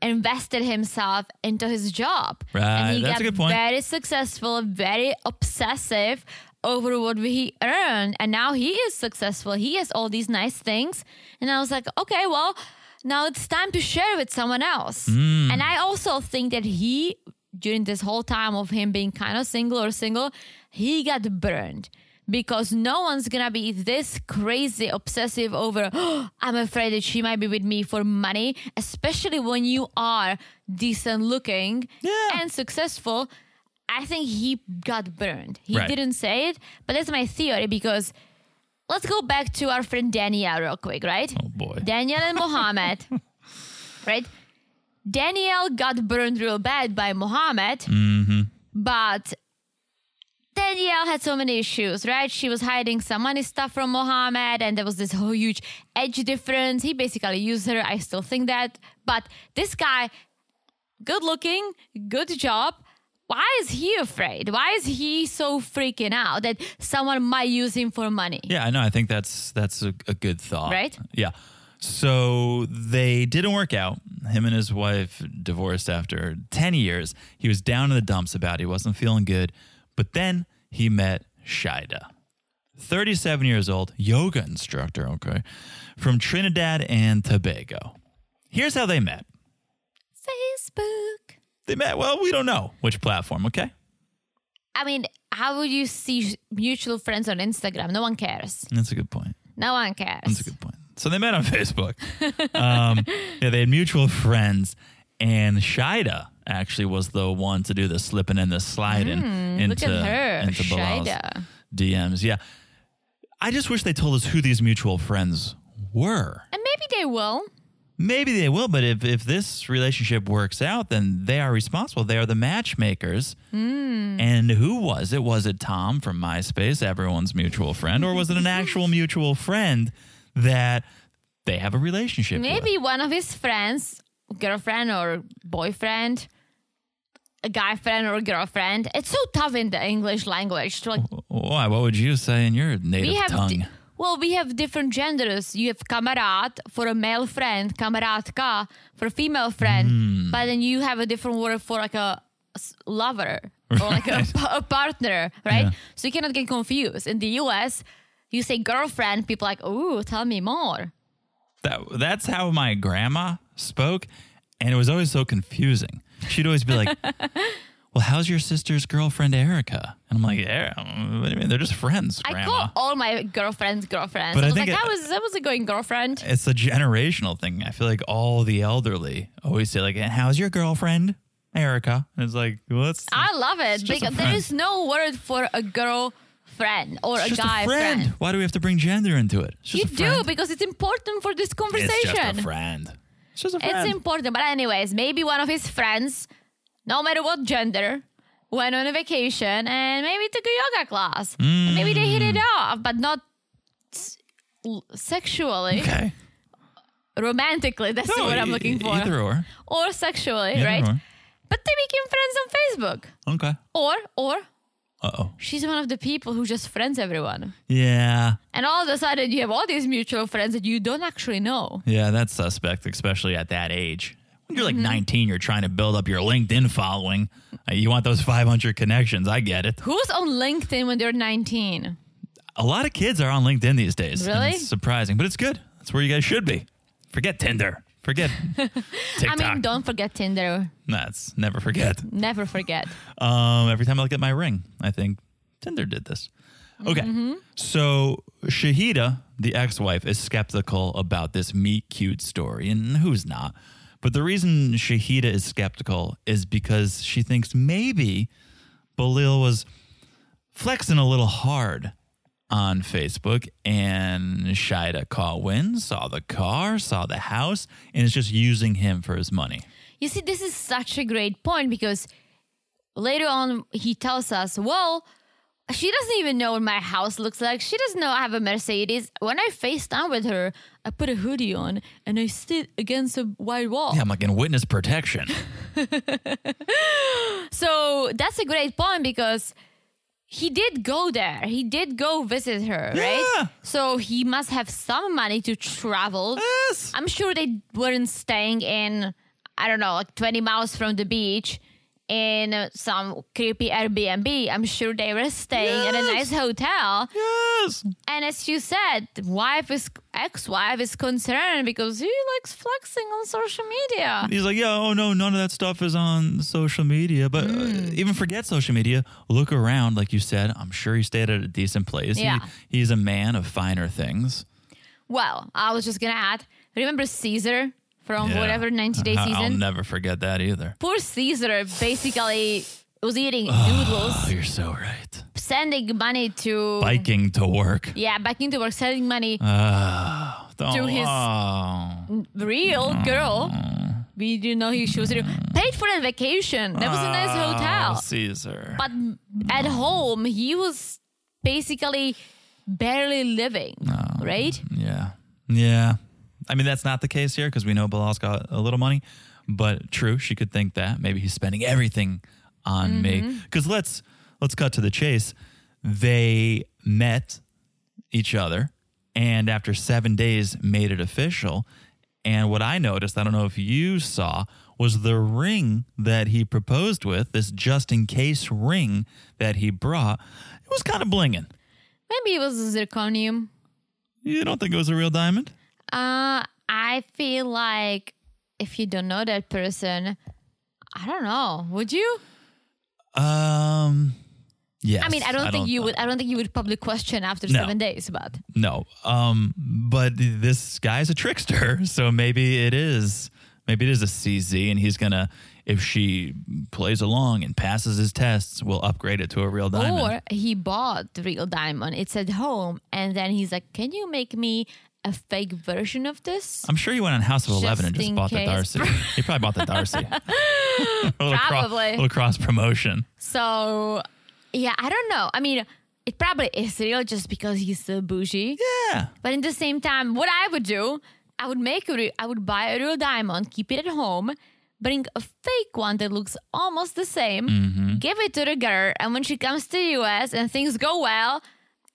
Speaker 2: invested himself into his job.
Speaker 1: Right,
Speaker 2: And he
Speaker 1: that's
Speaker 2: got
Speaker 1: a good point.
Speaker 2: very successful, very obsessive over what he earned. And now he is successful. He has all these nice things. And I was like, okay, well, now it's time to share with someone else. And I also think that he, during this whole time of him being kind of single or single, he got burned. Because no one's gonna be this crazy obsessive over, <gasps> "Oh, I'm afraid that she might be with me for money, especially when you are decent looking
Speaker 1: Yeah.
Speaker 2: and successful. I think he got burned. He
Speaker 1: Right.
Speaker 2: didn't say it, but that's my theory because let's go back to our friend Danielle real quick, right?
Speaker 1: Oh boy.
Speaker 2: Daniel and Mohammed, right? Daniel got burned real bad by Mohammed, but Danielle had so many issues, right? She was hiding some money stuff from Mohammed, and there was this whole huge edge difference. He basically used her. I still think that. But this guy, good looking, good job. Why is he afraid? Why is he so freaking out that someone might use him for money?
Speaker 1: Yeah, I know. I think that's that's a, a good thought.
Speaker 2: Right?
Speaker 1: Yeah. So they didn't work out. Him and his wife divorced after 10 years. He was down in the dumps about it. He wasn't feeling good. But then he met Shida, 37 years old, yoga instructor, okay, from Trinidad and Tobago. Here's how they met.
Speaker 2: Facebook.
Speaker 1: They met, well, we don't know which platform, okay?
Speaker 2: I mean, how would you see mutual friends on Instagram? No one cares.
Speaker 1: That's a good point.
Speaker 2: No one cares.
Speaker 1: That's a good point. So they met on <laughs> Facebook. um, yeah, they had mutual friends, and Shida actually was the one to do the slipping and the sliding
Speaker 2: Hmm, look
Speaker 1: into
Speaker 2: at her,
Speaker 1: into Bilal's
Speaker 2: Shida.
Speaker 1: DMs. Yeah, I just wish they told us who these mutual friends were.
Speaker 2: And maybe they will.
Speaker 1: Maybe they will, but if if this relationship works out, then they are responsible. They are the matchmakers.
Speaker 2: Hmm.
Speaker 1: And who was it? Was it Tom from MySpace, everyone's mutual friend, or was it an
Speaker 2: <laughs>
Speaker 1: actual mutual friend that they have a relationship with?
Speaker 2: Maybe one of his friends, girlfriend or boyfriend, a guy friend or girlfriend. It's so tough in the English language to like
Speaker 1: Why? What would you say in your native
Speaker 2: we have
Speaker 1: tongue?
Speaker 2: di- well, we have different genders. You have kamerad for a male friend, kameradka for a female friend,
Speaker 1: Hmm.
Speaker 2: but then you have a different word for like a s- lover or
Speaker 1: <laughs>
Speaker 2: like a, pa- a partner, right?
Speaker 1: Yeah.
Speaker 2: So you cannot get confused. In the US, you say girlfriend, people are like, "Ooh, tell me more."
Speaker 1: that, that's how my grandma spoke, and it was always so confusing. She'd always be
Speaker 2: <laughs>
Speaker 1: like, "Well, how's your sister's girlfriend Erica?" And I'm like, "Yeah, what do you mean? They're just friends,
Speaker 2: I
Speaker 1: grandma."
Speaker 2: call all my girlfriends girlfriends.
Speaker 1: But
Speaker 2: I
Speaker 1: I
Speaker 2: was
Speaker 1: think
Speaker 2: like,
Speaker 1: it-
Speaker 2: "That was that was a going girlfriend."
Speaker 1: it's a generational thing. I feel like all the elderly always say like, "And "How's your girlfriend, Erica?" And it's like, "Well, that's
Speaker 2: I love it
Speaker 1: just a
Speaker 2: because there
Speaker 1: friend.
Speaker 2: is no word for a girlfriend or
Speaker 1: it's
Speaker 2: a
Speaker 1: just
Speaker 2: guy
Speaker 1: a friend. Why do we have to bring gender into it? It's just
Speaker 2: You
Speaker 1: a friend.
Speaker 2: do because it's important for this conversation.
Speaker 1: It's just a friend. It's just a friend.
Speaker 2: It's important. But anyways, maybe one of his friends, no matter what gender, went on a vacation and maybe took a yoga class. And maybe they hit
Speaker 1: Mm.
Speaker 2: it off, but not s- l- sexually, <laughs>
Speaker 1: okay.
Speaker 2: romantically. That's
Speaker 1: No,
Speaker 2: what I'm
Speaker 1: e-
Speaker 2: looking for.
Speaker 1: Either or.
Speaker 2: Or sexually,
Speaker 1: Either
Speaker 2: right? But they became friends on Facebook.
Speaker 1: Or. Okay.
Speaker 2: Or, or
Speaker 1: Uh oh.
Speaker 2: she's one of the people who just friends everyone.
Speaker 1: Yeah.
Speaker 2: And all of a sudden, you have all these mutual friends that you don't actually know.
Speaker 1: Yeah, that's suspect, especially at that age. When you're like 19,
Speaker 2: Mm-hmm.
Speaker 1: you're trying to build up your LinkedIn following. Uh, You want those 500 connections. I get it.
Speaker 2: Who's on LinkedIn when they're 19?
Speaker 1: A lot of kids are on LinkedIn these days. and
Speaker 2: Really?
Speaker 1: It's surprising, but it's good. That's where you guys should be. Forget Tinder. Forget
Speaker 2: <laughs> I
Speaker 1: TikTok.
Speaker 2: mean, don't forget Tinder.
Speaker 1: That's never forget.
Speaker 2: Never forget.
Speaker 1: Um, every time I look at my ring, I think Tinder did this. Okay. So Shahida the ex wife, is skeptical about this meet cute story, and who's not? But the reason Shahida is skeptical is because she thinks maybe Balil was flexing a little hard on Facebook, and Shida caught wind, saw the car, saw the house, and is just using him for his money.
Speaker 2: You see, this is such a great point because later on he tells us, well, she doesn't even know what my house looks like. She doesn't know I have a Mercedes. When I FaceTime with her, I put a hoodie on and I sit against a white wall.
Speaker 1: Yeah, I'm like in witness protection.
Speaker 2: So that's a great point because he did go there. He did go visit her,
Speaker 1: Yeah.
Speaker 2: right? So he must have some money to travel.
Speaker 1: yes.
Speaker 2: I'm sure they weren't staying in, I don't know, like 20 miles from the beach in uh, some creepy Airbnb. I'm sure they were staying at a
Speaker 1: Yes.
Speaker 2: nice hotel.
Speaker 1: Yes.
Speaker 2: And as you said, the wife is ex-wife is concerned because he likes flexing on social media.
Speaker 1: He's like, yeah, oh no, none of that stuff is on social media. But
Speaker 2: Mm.
Speaker 1: uh, even forget social media. Look around, like you said. I'm sure he stayed at a decent place. He-
Speaker 2: Yeah.
Speaker 1: he's a man of finer things.
Speaker 2: Well, I was just gonna add, remember Caesar from
Speaker 1: Yeah. Oh,
Speaker 2: whatever 90
Speaker 1: <laughs>
Speaker 2: day
Speaker 1: I- I'll
Speaker 2: season?
Speaker 1: never forget that either.
Speaker 2: Poor Caesar basically was eating
Speaker 1: <sighs>
Speaker 2: noodles,
Speaker 1: Oh, you're so right.
Speaker 2: sending money to
Speaker 1: Biking to work.
Speaker 2: yeah, back into work, sending money
Speaker 1: Oh,
Speaker 2: To his-
Speaker 1: oh.
Speaker 2: real girl. We didn't know he, she was real. Paid for a vacation. That was a nice
Speaker 1: Oh,
Speaker 2: hotel.
Speaker 1: Caesar.
Speaker 2: But at home, he was basically barely living, right?
Speaker 1: yeah. Yeah. I mean, that's not the case here because we know Bilal's got a little money. But true, she could think that. Maybe he's spending everything on me. Because let's let's cut to the chase. They met each other and after seven days made it official. And what I noticed, I don't know if you saw, was the ring that he proposed with, this just in case ring that he brought, it was kind of blinging.
Speaker 2: Maybe it was a zirconium.
Speaker 1: You don't think it was a real diamond?
Speaker 2: Uh, I feel like if you don't know that person, I don't know. Would you?
Speaker 1: Um, yes.
Speaker 2: I mean, I don't think you would. I don't think you would public question after
Speaker 1: No.
Speaker 2: seven days. But
Speaker 1: No. Um, but this guy's a trickster, <laughs> so maybe it is. Maybe it is a CZ, and he's gonna. If she plays along and passes his tests, we'll upgrade it to a real diamond.
Speaker 2: or he bought the real diamond. It's at home, and then he's like, "Can you make me a fake version of this?"
Speaker 1: I'm sure he went on House of
Speaker 2: Just
Speaker 1: Eleven and just
Speaker 2: in
Speaker 1: bought the
Speaker 2: case.
Speaker 1: Darcy. he probably bought the Darcy. <laughs>
Speaker 2: <laughs>
Speaker 1: a little
Speaker 2: Probably.
Speaker 1: cross, little cross promotion.
Speaker 2: So, yeah, I don't know. I mean, it probably is real just because he's so bougie.
Speaker 1: Yeah.
Speaker 2: But in the same time, what I would do, I would make a re- I would buy a real diamond, keep it at home, bring a fake one that looks almost the same,
Speaker 1: Mm-hmm.
Speaker 2: give it to the girl, and when she comes to the US and things go well,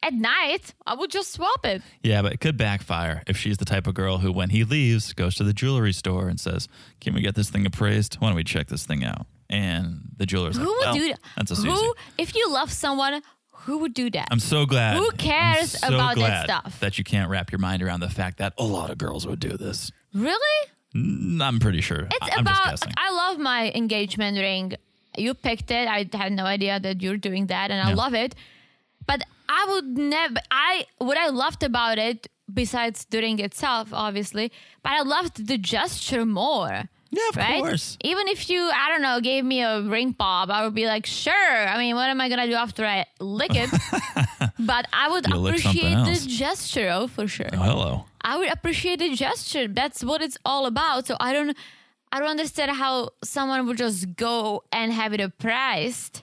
Speaker 2: at night I would just swap it.
Speaker 1: Yeah, but it could backfire if she's the type of girl who, when he leaves, goes to the jewelry store and says, "Can we get this thing appraised? Why don't we check this thing out?" And the jeweler's
Speaker 2: Who
Speaker 1: like,
Speaker 2: would
Speaker 1: "Well,
Speaker 2: do that?
Speaker 1: That's a Susie." Um,
Speaker 2: who, if you love someone, who would do that?
Speaker 1: I'm so glad.
Speaker 2: Who
Speaker 1: I'm
Speaker 2: cares
Speaker 1: so
Speaker 2: about that
Speaker 1: glad
Speaker 2: stuff?
Speaker 1: That you can't wrap your mind around the fact that a lot of girls would do this.
Speaker 2: really?
Speaker 1: Mm, I'm pretty sure.
Speaker 2: It's
Speaker 1: I- I'm
Speaker 2: about.
Speaker 1: just guessing.
Speaker 2: I love my engagement ring. You picked it. I had no idea that you're doing that, and I
Speaker 1: Yeah.
Speaker 2: love it. But I would never. I what I loved about it, besides the ring itself, obviously, but I loved the gesture more.
Speaker 1: yeah, of
Speaker 2: Right?
Speaker 1: course.
Speaker 2: Even if you, I don't know, gave me a ring pop, I would be like, sure. I mean, what am I gonna do after I lick
Speaker 1: <laughs>
Speaker 2: it? but I would
Speaker 1: You'll lick something
Speaker 2: appreciate the
Speaker 1: else.
Speaker 2: gesture, oh, for sure.
Speaker 1: Oh, hello.
Speaker 2: I would appreciate the gesture. That's what it's all about. So I don't I don't understand how someone would just go and have it appraised.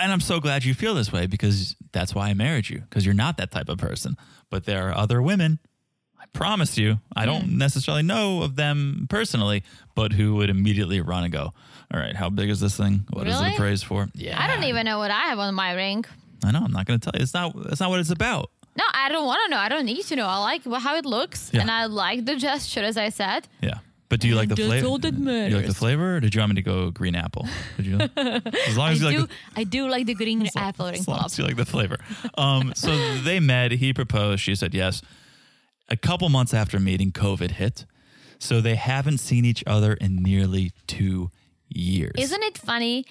Speaker 1: and I'm so glad you feel this way because that's why I married you because you're not that type of person. But there are other women, I promise you, I don't necessarily know of them personally, but who would immediately run and go, All right, how big is this thing? What is
Speaker 2: Really?
Speaker 1: it appraised for? Yeah.
Speaker 2: I don't e- even know what I have on my ring.
Speaker 1: I know. I'm not going to tell you. It's not, that's not what it's about.
Speaker 2: No, I don't want to know. I don't need to know. I like wh- how it looks
Speaker 1: Yeah.
Speaker 2: and I like the gesture as I said.
Speaker 1: Yeah. But do you like the
Speaker 2: that's
Speaker 1: flavor?
Speaker 2: all that
Speaker 1: you like the
Speaker 2: matters.
Speaker 1: flavor or did you want me to go green apple? Did
Speaker 2: <laughs>
Speaker 1: you? As long
Speaker 2: I
Speaker 1: as you like
Speaker 2: do
Speaker 1: the,
Speaker 2: I do like the green apple ring
Speaker 1: as long
Speaker 2: pop.
Speaker 1: as you like the flavor. Um, so
Speaker 2: <laughs>
Speaker 1: they met. He proposed. She said yes. A couple months after meeting, COVID hit. So they haven't seen each other in nearly two years.
Speaker 2: Isn't it funny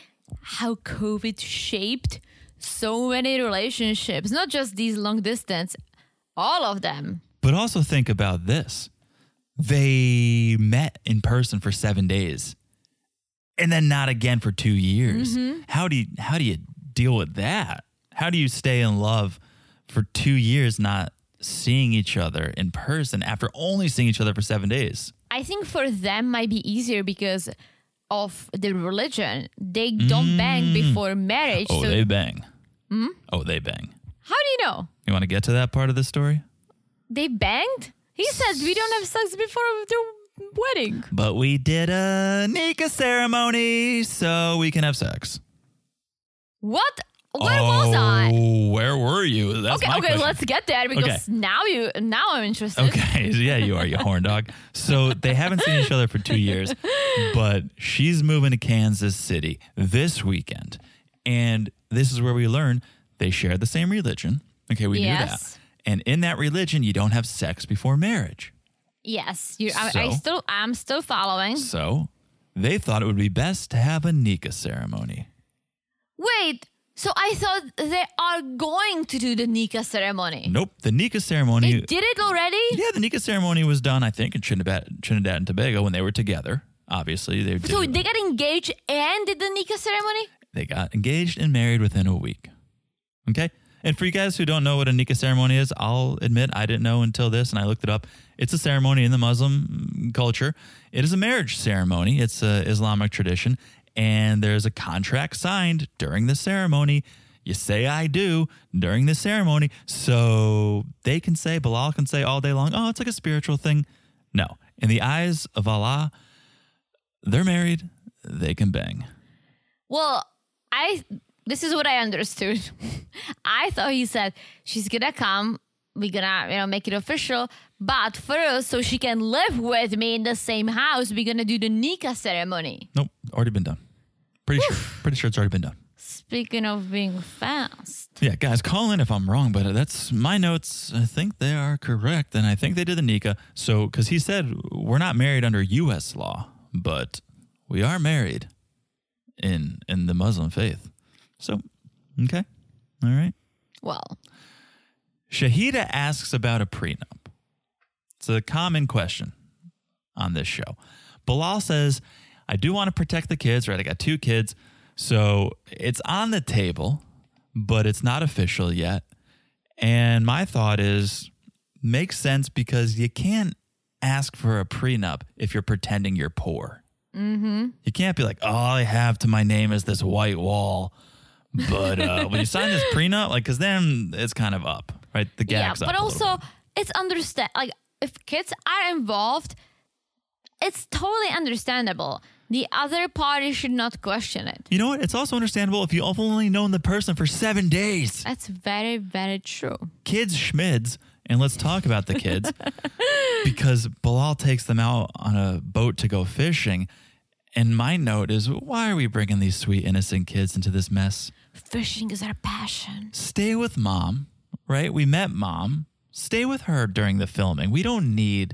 Speaker 2: how COVID shaped so many relationships, not just these long distance? All of them.
Speaker 1: But also think about this. They met in person for seven days and then not again for two years.
Speaker 2: Mm-hmm.
Speaker 1: How do you how do you deal with that? How do you stay in love for two years not seeing each other in person after only seeing each other for seven days?
Speaker 2: I think for them might be easier because of the religion. They don't bang before marriage.
Speaker 1: Mm. Oh,
Speaker 2: so Mm-hmm.
Speaker 1: they bang. Oh, they bang.
Speaker 2: how do you know?
Speaker 1: You want to get to that part of the story?
Speaker 2: They banged? He said we don't have sex before the wedding.
Speaker 1: But we did a Nika ceremony so we can have sex. Oh,
Speaker 2: What? Where was I?
Speaker 1: Where were you? That's
Speaker 2: Okay,
Speaker 1: my
Speaker 2: okay,
Speaker 1: question. <laughs>
Speaker 2: let's get there because now you now I'm interested.
Speaker 1: Okay, yeah, you are, you horn dog. So they haven't seen each other for two
Speaker 2: <laughs>
Speaker 1: years, but she's moving to Kansas City this weekend. And this is where we learn they share the same religion. Okay, we knew that.
Speaker 2: Yes.
Speaker 1: And in that religion, you don't have sex before marriage.
Speaker 2: Yes, you I, I
Speaker 1: So?
Speaker 2: still I'm still following.
Speaker 1: So they thought it would be best to have a Nika ceremony.
Speaker 2: Wait, so I thought they are going to do the Nika ceremony.
Speaker 1: Nope, the Nika ceremony.
Speaker 2: They did it already?
Speaker 1: Yeah, the Nika ceremony was done, I think, in Trinidad, Trinidad and Tobago when they were together. Obviously, they, did,
Speaker 2: So they got engaged and did the Nika ceremony?
Speaker 1: they got engaged and married within a week. Okay. And for you guys who don't know what a Nika ceremony is, I'll admit I didn't know until this and I looked it up. It's a ceremony in the Muslim culture. It is a marriage ceremony, it's an Islamic tradition. And there's a contract signed during the ceremony. You say, I do during the ceremony. So they can say, Bilal can say all day long, oh, it's like a spiritual thing. No. In the eyes of Allah, they're married, they can bang.
Speaker 2: Well, I this is what I understood. <laughs> I thought he said she's gonna come. We're gonna, you know, make it official. But first, so she can live with me in the same house, we're gonna do the Nika ceremony.
Speaker 1: Nope, already been done. Pretty sure. Pretty sure it's already been done.
Speaker 2: Speaking of being fast.
Speaker 1: Yeah, guys, call in if I'm wrong, but that's my notes. I think they are correct, and I think they did the Nika. So, because he said we're not married under U.S. law, but we are married in in the Muslim faith. So, okay, all right.
Speaker 2: Well,
Speaker 1: Shahida asks about a prenup. It's a common question on this show. Bilal says, I do want to protect the kids, right? I got two kids. So it's on the table, but it's not official yet. And my thought is, makes sense because you can't ask for a prenup if you're pretending you're poor. Mm-hmm. You can't be like, all I have to my name is this white wall. But uh, when you sign this <laughs> prenup, like, because then it's kind of up, right? The
Speaker 2: yeah,
Speaker 1: gag's up.
Speaker 2: but
Speaker 1: a little bit.
Speaker 2: also it's understand like if kids are involved, it's totally understandable. The other party should not question it.
Speaker 1: You know what? It's also understandable if you've only known the person for seven days.
Speaker 2: That's very, very true.
Speaker 1: Kids schmids, and let's talk about the kids because Bilal takes them out on a boat to go fishing. And my note is why are we bringing these sweet, innocent kids into this mess?
Speaker 2: Fishing is our passion.
Speaker 1: Stay with mom, right? We met mom. Stay with her during the filming. We don't need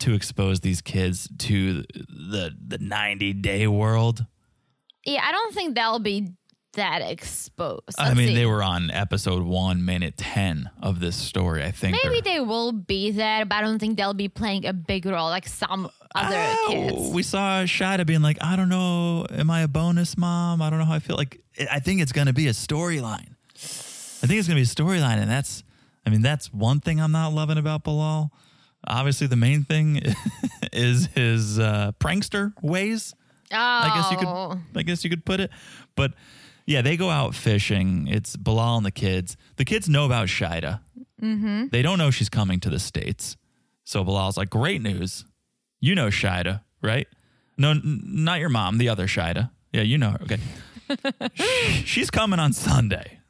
Speaker 1: to expose these kids to the the 90 day world.
Speaker 2: Yeah, I don't think they'll be that exposed.
Speaker 1: I mean, they were on episode one, minute 10 of this story, I think.
Speaker 2: maybe
Speaker 1: or-
Speaker 2: they will be there, but I don't think they'll be playing a big role like some other
Speaker 1: Oh,
Speaker 2: kids.
Speaker 1: We saw Shida being like, I don't know, am I a bonus mom? I don't know how I feel. Like, I- I think it's going to be a storyline. I think it's going to be a storyline. And that's, I mean, that's one thing I'm not loving about Bilal. Obviously, the main thing <laughs> is his uh, prankster ways.
Speaker 2: Oh,
Speaker 1: I guess you could I guess you could put it. But yeah, they go out fishing. It's Bilal and the kids. The kids know about Shida. Mm-hmm. They don't know she's coming to the States. So Bilal's like, great news. You know Shida, right? No, n- not your mom, the other Shida. Yeah, you know her. Okay. she's coming on Sunday.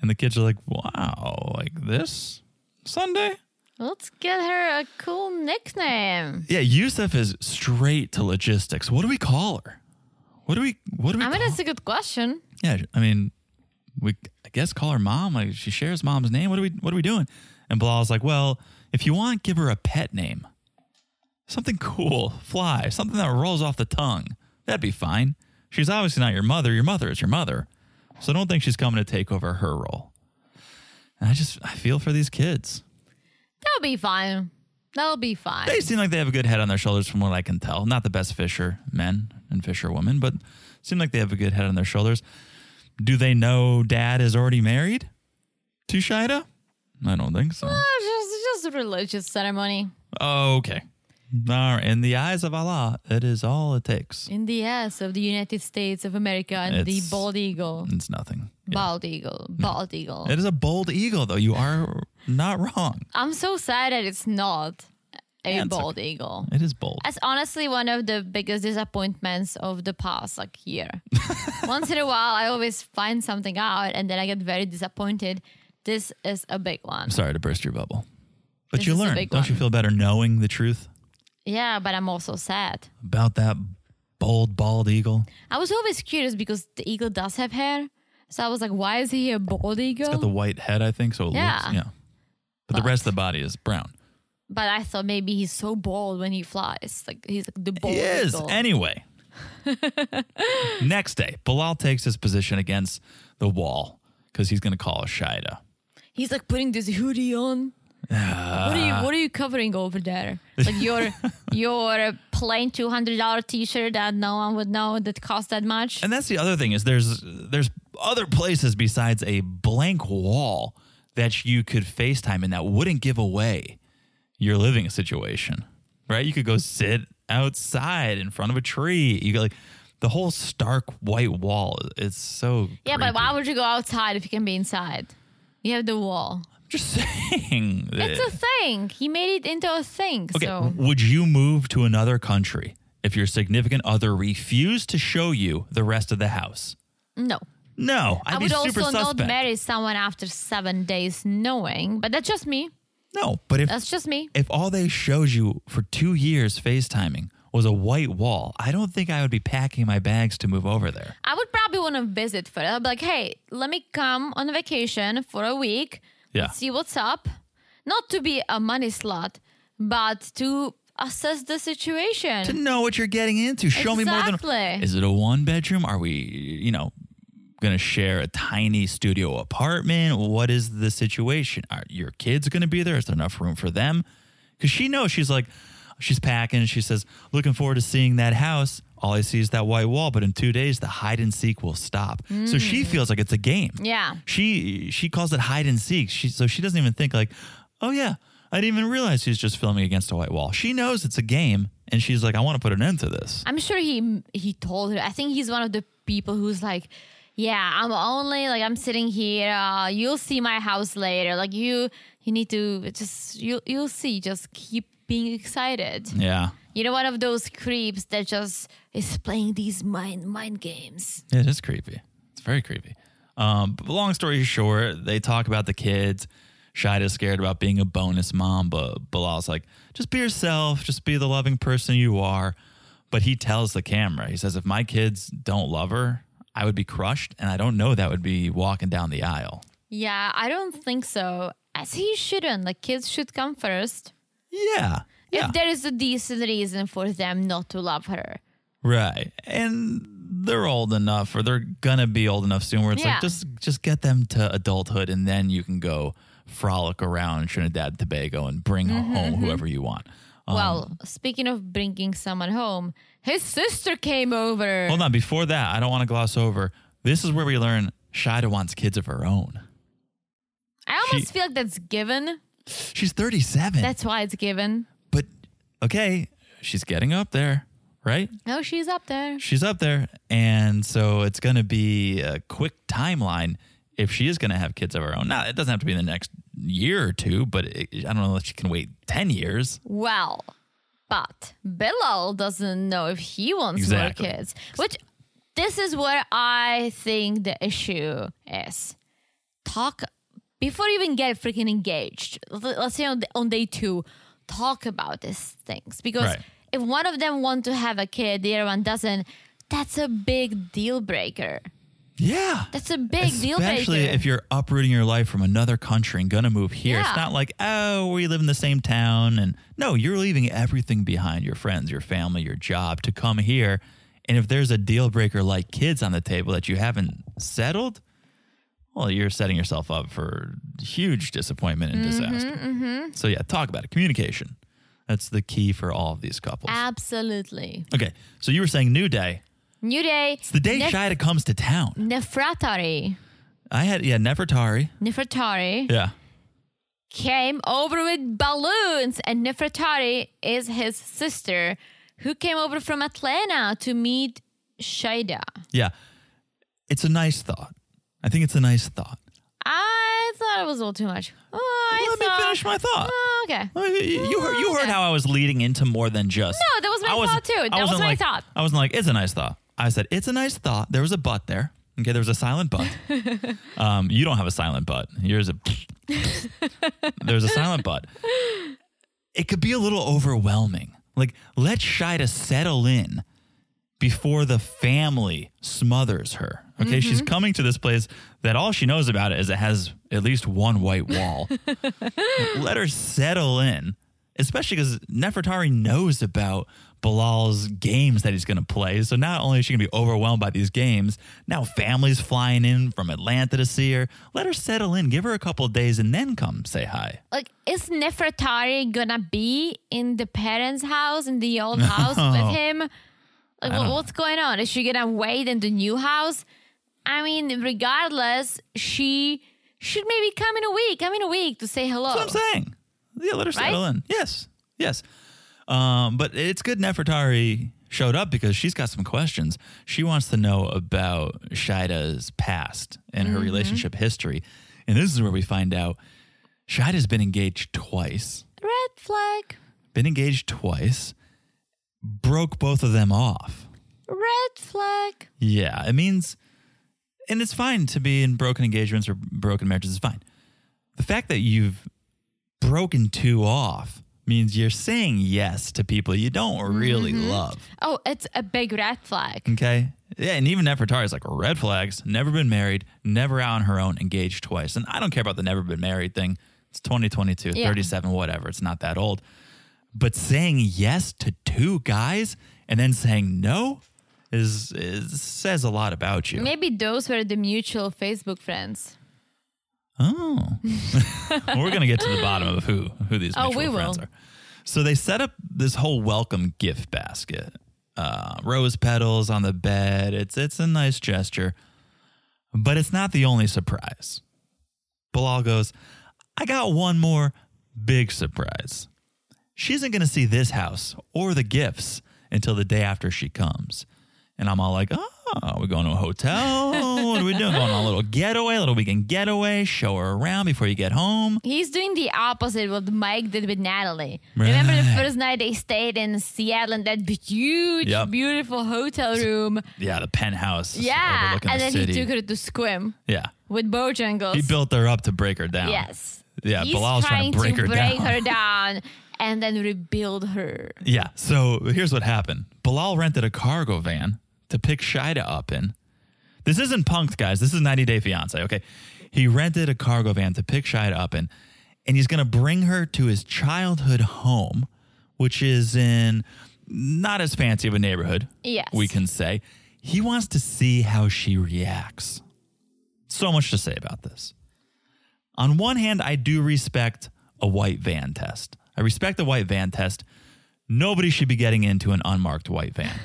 Speaker 1: And the kids are like, wow, like this Sunday?
Speaker 2: Let's get her a cool nickname.
Speaker 1: Yeah, Yusuf is straight to logistics. What do we call her? What do we what do we
Speaker 2: I
Speaker 1: call
Speaker 2: mean, that's a good question.
Speaker 1: yeah, I mean, we I guess call her mom. Like she shares mom's name. What are we What are we doing? And Bilal's like, well, if you want, give her a pet name, something cool, fly, something that rolls off the tongue. That'd be fine. She's obviously not your mother. Your mother is your mother, so don't think she's coming to take over her role. And I just I feel for these kids.
Speaker 2: That'll be fine. That'll be fine.
Speaker 1: They seem like they have a good head on their shoulders, from what I can tell. Not the best fisher men and fisher women, but seem like they have a good head on their shoulders. Do they know Dad is already married to Shida? I don't think so. Oh,
Speaker 2: Uh, just, just a religious ceremony.
Speaker 1: Okay. All right. In the eyes of Allah, it is all it takes.
Speaker 2: In the ass of the United States of America and
Speaker 1: It's-
Speaker 2: the bald eagle.
Speaker 1: It's nothing.
Speaker 2: Bald eagle. Bald eagle.
Speaker 1: It is a bold eagle, though. You are not wrong.
Speaker 2: I'm so sad that it's not a
Speaker 1: Yeah, it's
Speaker 2: bald eagle.
Speaker 1: It is bold.
Speaker 2: That's honestly one of the biggest disappointments of the past like
Speaker 1: <laughs>
Speaker 2: year. Once in a while, I always find something out and then I get very disappointed. This is a big one.
Speaker 1: I'm sorry to burst your bubble. But
Speaker 2: This
Speaker 1: you
Speaker 2: is a
Speaker 1: learn.
Speaker 2: big
Speaker 1: Don't you
Speaker 2: one.
Speaker 1: feel better knowing the truth
Speaker 2: Yeah, but I'm also sad.
Speaker 1: about that bold, bald eagle?
Speaker 2: I was always curious because the eagle does have hair. So I was like, why is he a bald eagle?
Speaker 1: Got the white head, I think. So it
Speaker 2: Yeah.
Speaker 1: looks, yeah. But, the rest of the body is brown.
Speaker 2: but I thought maybe he's so bald when he flies. Like he's like the bald
Speaker 1: He is.
Speaker 2: eagle. <laughs>
Speaker 1: Anyway. Next day, Bilal takes his position against the wall because he's going to call Shida.
Speaker 2: he's like putting this hoodie on. what are you what are you covering over there? Like
Speaker 1: <laughs>
Speaker 2: your your plain two hundred dollar t shirt that no one would know that cost that much.
Speaker 1: And that's the other thing is there's there's other places besides a blank wall that you could FaceTime and that wouldn't give away your living situation. Right? You could go sit outside in front of a tree. You go like the whole stark white wall. It's so
Speaker 2: yeah, but
Speaker 1: creepy.
Speaker 2: why would you go outside if you can be inside? You have the wall.
Speaker 1: I'm just <laughs> saying
Speaker 2: It's a thing. He made it into a thing.
Speaker 1: Okay.
Speaker 2: So
Speaker 1: Would you move to another country if your significant other refused to show you the rest of the house?
Speaker 2: no.
Speaker 1: No, I'd
Speaker 2: I
Speaker 1: be
Speaker 2: would
Speaker 1: super
Speaker 2: also
Speaker 1: suspect.
Speaker 2: not marry someone after seven days knowing, but that's just me.
Speaker 1: no, but if
Speaker 2: That's just me.
Speaker 1: if all they showed you for two years FaceTiming was a white wall, I don't think I would be packing my bags to move over there.
Speaker 2: I would probably want to visit first. I'd be like, hey, let me come on vacation for a week.
Speaker 1: Yeah.
Speaker 2: see what's up. Not to be a money slut, but to assess
Speaker 1: To
Speaker 2: the situation.
Speaker 1: know what you're getting into. Show me more than
Speaker 2: Exactly.
Speaker 1: Is it a one bedroom? Are we, you know, gonna share a tiny studio apartment? What is the situation? Are your kids gonna be there? Is there enough room for them? Cause she knows she's like she's packing, she says, looking forward to seeing that house. All I see is that white wall, but in two days the hide and seek will stop. So she feels like it's a game.
Speaker 2: Yeah.
Speaker 1: she she calls it hide and seek. She so she doesn't even think like, oh yeah, I didn't even realize he's just filming against a white wall. She knows it's a game, and she's like, I want to put an end to this.
Speaker 2: I'm sure he he told her. I think he's one of the people who's like, yeah, I'm only like I'm sitting here. Uh, you'll see my house later. Like you you need to just you you'll see. Just keep being excited.
Speaker 1: Yeah,
Speaker 2: You know, one of those creeps that just is playing these mind mind games.
Speaker 1: it is creepy. It's very creepy. Um, but long story short, they talk about the kids. Shida's scared about being a bonus mom, but Bilal's like, just be yourself, just be the loving person you are. But he tells the camera, he says, if my kids don't love her, I would be crushed, and I don't know that would be walking down the aisle.
Speaker 2: Yeah, I don't think so. As he shouldn't. Like kids should come first.
Speaker 1: Yeah. Yeah.
Speaker 2: if there is a decent reason for them not to love her.
Speaker 1: Right. And they're old enough or they're gonna be old enough soon where it's
Speaker 2: Yeah.
Speaker 1: like just just get them to adulthood and then you can go frolic around Trinidad and Tobago and bring home whoever you want. Um,
Speaker 2: Mm-hmm, well, speaking of bringing someone home, his sister came over.
Speaker 1: hold on, before that, I don't want to gloss over. This is where we learn Shida wants kids of her own.
Speaker 2: I almost
Speaker 1: she-
Speaker 2: feel like that's given.
Speaker 1: She's 37.
Speaker 2: That's why it's given.
Speaker 1: but okay, she's getting up there, right?
Speaker 2: Oh, she's up there.
Speaker 1: she's up there and so it's going to be a quick timeline if she is going to have kids of her own now it doesn't have to be in the next year or two but it, i don't know if she can wait 10 years
Speaker 2: Well, but Bilal doesn't know if he wants
Speaker 1: Exactly.
Speaker 2: more kids, which this is where I think the issue is. Talk before you even get freaking engaged. l- Let's say on, on day two, talk about these things because
Speaker 1: Right.
Speaker 2: if one of them want to have a kid, the other one doesn't. That's a big deal breaker.
Speaker 1: yeah
Speaker 2: That's a big deal breaker.
Speaker 1: especially if you're uprooting your life from another country and going to move here
Speaker 2: Yeah.
Speaker 1: it's not like oh we live in the same town and no you're leaving everything behind your friends your family your job to come here and if there's a deal breaker like kids on the table that you haven't settled well, you're setting yourself up for huge disappointment and
Speaker 2: Mm-hmm,
Speaker 1: disaster. So, yeah, talk about it. Communication. That's the key for all of these couples.
Speaker 2: Absolutely.
Speaker 1: okay. So, you were saying New Day.
Speaker 2: New Day.
Speaker 1: It's the day
Speaker 2: Nef-
Speaker 1: Shida comes to town.
Speaker 2: Nefertari.
Speaker 1: I had, yeah, Nefertari.
Speaker 2: Nefertari
Speaker 1: Yeah.
Speaker 2: came over with balloons, and Nefertari is his sister who came over from Atlanta to meet Shida.
Speaker 1: Yeah. It's a nice thought. I think it's a nice thought.
Speaker 2: I thought it was a little too much. Oh, I
Speaker 1: Let
Speaker 2: saw-
Speaker 1: me finish my thought.
Speaker 2: Oh, okay.
Speaker 1: Let me- You you heard, you heard
Speaker 2: Okay.
Speaker 1: how I was leading into more than just.
Speaker 2: No, that was my
Speaker 1: I wasn't-
Speaker 2: thought too.
Speaker 1: I
Speaker 2: That was
Speaker 1: wasn't
Speaker 2: my
Speaker 1: like-
Speaker 2: thought.
Speaker 1: I wasn't like, it's a nice thought. I said, it's a nice thought. There was a but there. Okay, there was a silent
Speaker 2: <laughs>
Speaker 1: but. um, you don't have a silent but. Yours a. <laughs> There's a silent but. It could be a little overwhelming. Like, let Shida settle in before the family smothers her. Okay, she's
Speaker 2: Mm-hmm.
Speaker 1: coming to this place that all she knows about it is it has at least one white wall. Let her settle in, especially because Nefertari knows about Bilal's games that he's going to play. So not only is she going to be overwhelmed by these games, now families flying in from Atlanta to see her. Let her settle in, give her a couple of days, and then come say hi.
Speaker 2: Like, is Nefertari gonna be in the parents' house, in the
Speaker 1: <laughs>
Speaker 2: old house with him? Like, what, what's going on? Is she gonna wait in the new house? I mean, regardless, she should maybe come in a week. Come in a week to say hello.
Speaker 1: That's what I'm saying. Yeah, let her settle in. Yes, yes. Um, but it's good Nefertari showed up because she's got some questions. She wants to know about Shida's past and her relationship history. And this is where we find out Shida's been engaged twice,
Speaker 2: Red flag.
Speaker 1: been engaged twice, broke both of them off.
Speaker 2: Red flag.
Speaker 1: Yeah, it means, and it's fine to be in broken engagements or broken marriages. It's fine. The fact that you've broken two off means you're saying yes to people you don't really love.
Speaker 2: Oh, it's a big red flag.
Speaker 1: Okay. Yeah, and even Nefertari's like red flags. Never been married. Never out on her own. Engaged twice. And I don't care about the never been married thing. It's 2022,
Speaker 2: Yeah.
Speaker 1: 37, whatever. It's not that old. But saying yes to two guys and then saying no is, is says a lot about you.
Speaker 2: Maybe those were the mutual Facebook friends.
Speaker 1: Oh, <laughs> we're gonna get to the bottom of who who these
Speaker 2: Oh,
Speaker 1: mutual
Speaker 2: we will.
Speaker 1: friends are. So they set up this whole welcome gift basket, uh, rose petals on the bed. It's it's a nice gesture, but it's not the only surprise. Bilal goes, "I got one more big surprise. She isn't gonna see this house or the gifts until the day after she comes." And I'm all like, oh, we're going to a hotel. what are we doing? Going on a little getaway, little weekend getaway. Show her around before you get home.
Speaker 2: He's doing the opposite what Mike did with Natalie. Remember the
Speaker 1: Right.
Speaker 2: first night they stayed in Seattle in that huge,
Speaker 1: Yep.
Speaker 2: beautiful hotel room.
Speaker 1: Yeah, the penthouse.
Speaker 2: Yeah,
Speaker 1: overlooking
Speaker 2: and
Speaker 1: the
Speaker 2: then
Speaker 1: city.
Speaker 2: he took her to Squim
Speaker 1: Yeah,
Speaker 2: with Bojangles.
Speaker 1: he built her up to break her down.
Speaker 2: yes.
Speaker 1: Yeah,
Speaker 2: He's
Speaker 1: Bilal's trying
Speaker 2: trying
Speaker 1: to break her
Speaker 2: break
Speaker 1: down.
Speaker 2: her down and then rebuild her.
Speaker 1: Yeah. So here's what happened. Bilal rented a cargo van to pick Shida up in. This isn't punked, guys. This is 90 Day Fiance. Okay. He rented a cargo van to pick Shida up in, and he's going to bring her to his childhood home, which is in not as fancy of a neighborhood.
Speaker 2: Yes.
Speaker 1: We can say. He wants to see how she reacts. So much to say about this. On one hand, I do respect a white van test. I respect the white van test. Nobody should be getting into an unmarked white van.